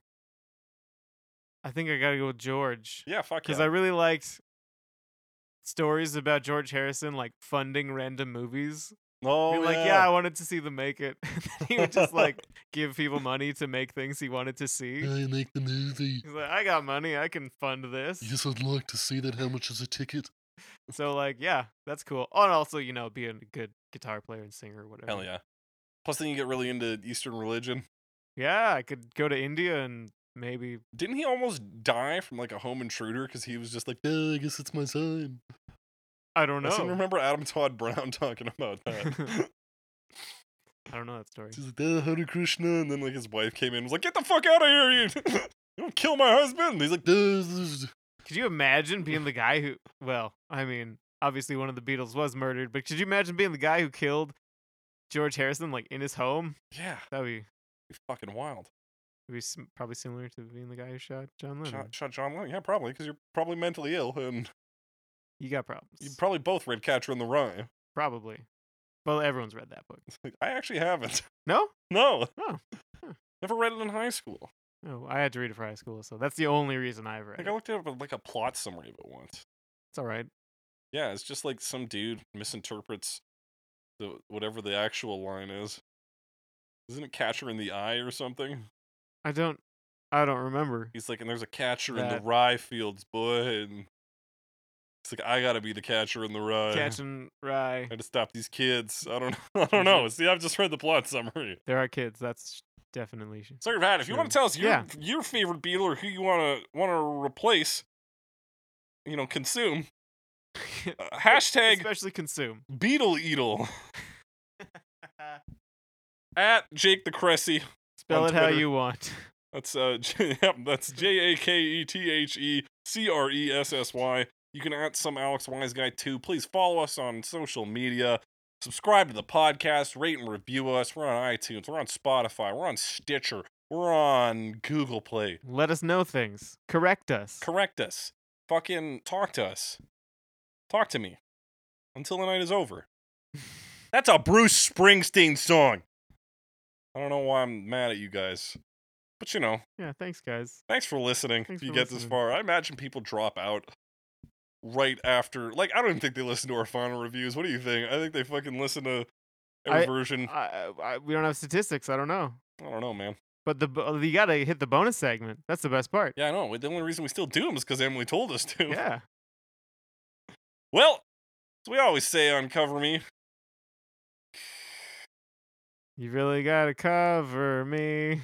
Speaker 2: I think I gotta go with George
Speaker 1: Yeah, fuck
Speaker 2: because
Speaker 1: yeah.
Speaker 2: I really liked stories about George Harrison like funding random movies.
Speaker 1: oh
Speaker 2: Be like, yeah. I wanted to see them make it. he would just like give people money to make things he wanted to see.
Speaker 5: I make the movie.
Speaker 2: He's like, I got money, I can fund this.
Speaker 5: Yes, I'd like to see that. How much is a ticket?
Speaker 2: So like, yeah, that's cool. Oh, and also, you know, being a good guitar player and singer or whatever.
Speaker 1: Hell yeah. Plus, then you get really into Eastern religion.
Speaker 2: Yeah, I could go to India and maybe
Speaker 1: Didn't he almost die from like a home intruder because he was just like,
Speaker 5: Yeah, I guess it's my time.
Speaker 2: I don't
Speaker 1: I seem to
Speaker 2: know.
Speaker 1: remember Adam Todd Brown talking about that.
Speaker 2: I don't know that story.
Speaker 5: She's like, "Ah, Hare Krishna.
Speaker 1: and then like his wife came in and was like, get the fuck out of here, you! you don't kill my husband. And he's like,
Speaker 5: "Ah,
Speaker 2: Could you imagine being the guy who? Well, I mean, obviously one of the Beatles was murdered, but could you imagine being the guy who killed George Harrison like in his home?
Speaker 1: yeah,
Speaker 2: That'd be
Speaker 1: you fucking wild.
Speaker 2: be sim- probably similar to being the guy who shot John Lennon.
Speaker 1: Shot, shot John Lennon. Yeah, probably because you're probably mentally ill and
Speaker 2: You got problems.
Speaker 1: you probably both read Catcher in the Rye.
Speaker 2: probably. Well, everyone's read that book.
Speaker 1: It's like, I actually haven't.
Speaker 2: No?
Speaker 1: No.
Speaker 2: Oh, huh.
Speaker 1: Never read it in high school.
Speaker 2: No, Oh, I had to read it for high school, so that's the only reason I've read
Speaker 1: Like
Speaker 2: it.
Speaker 1: I looked at like a plot summary of it once.
Speaker 2: It's all right.
Speaker 1: Yeah, it's just like some dude misinterprets the whatever the actual line is. Isn't it catcher in the eye or something?
Speaker 2: I don't I don't remember.
Speaker 1: He's like, and there's a catcher in the
Speaker 2: That-
Speaker 1: rye fields, boy, and it's like I gotta be the catcher in the rye.
Speaker 2: Catching rye.
Speaker 1: I had to stop these kids. I don't I don't know. See, I've just read the plot summary.
Speaker 2: There are kids. That's definitely sh-
Speaker 1: So Matt, if you want
Speaker 2: True.
Speaker 1: to tell us your
Speaker 2: Yeah.
Speaker 1: your favorite Beatle or who you wanna wanna replace, you know, consume. uh, hashtag
Speaker 2: especially consume.
Speaker 1: Beetle Eatle at Jake the Cressy.
Speaker 2: Spell
Speaker 1: On
Speaker 2: it how
Speaker 1: Twitter.
Speaker 2: you want.
Speaker 1: That's uh, J- yep, that's J A K E T H E C R E S S Y. You can at some Alex Wise Guy too. Please follow us on social media. Subscribe to the podcast. Rate and review us. We're on iTunes. We're on Spotify. We're on Stitcher. We're on Google Play.
Speaker 2: Let us know things. Correct us.
Speaker 1: Correct us. Fucking talk to us. Talk to me. Until the night is over. That's a Bruce Springsteen song. I don't know why I'm mad at you guys. But you know,
Speaker 2: yeah, thanks guys.
Speaker 1: Thanks for listening.
Speaker 2: Thanks
Speaker 1: if you
Speaker 2: for
Speaker 1: get this
Speaker 2: listening.
Speaker 1: far, I imagine people drop out right after. Like, I don't even think they listen to our final reviews. What do you think? I think they fucking listen to every
Speaker 2: I-
Speaker 1: version. I,
Speaker 2: I, I, we don't have statistics. I don't know.
Speaker 1: don't know, man.
Speaker 2: But the bo- you gotta hit the bonus segment. That's the best part.
Speaker 1: Yeah, I know. The only reason we still do them is because Emily told us to.
Speaker 2: yeah.
Speaker 1: Well, as we always say on Cover Me,
Speaker 2: You really gotta cover me.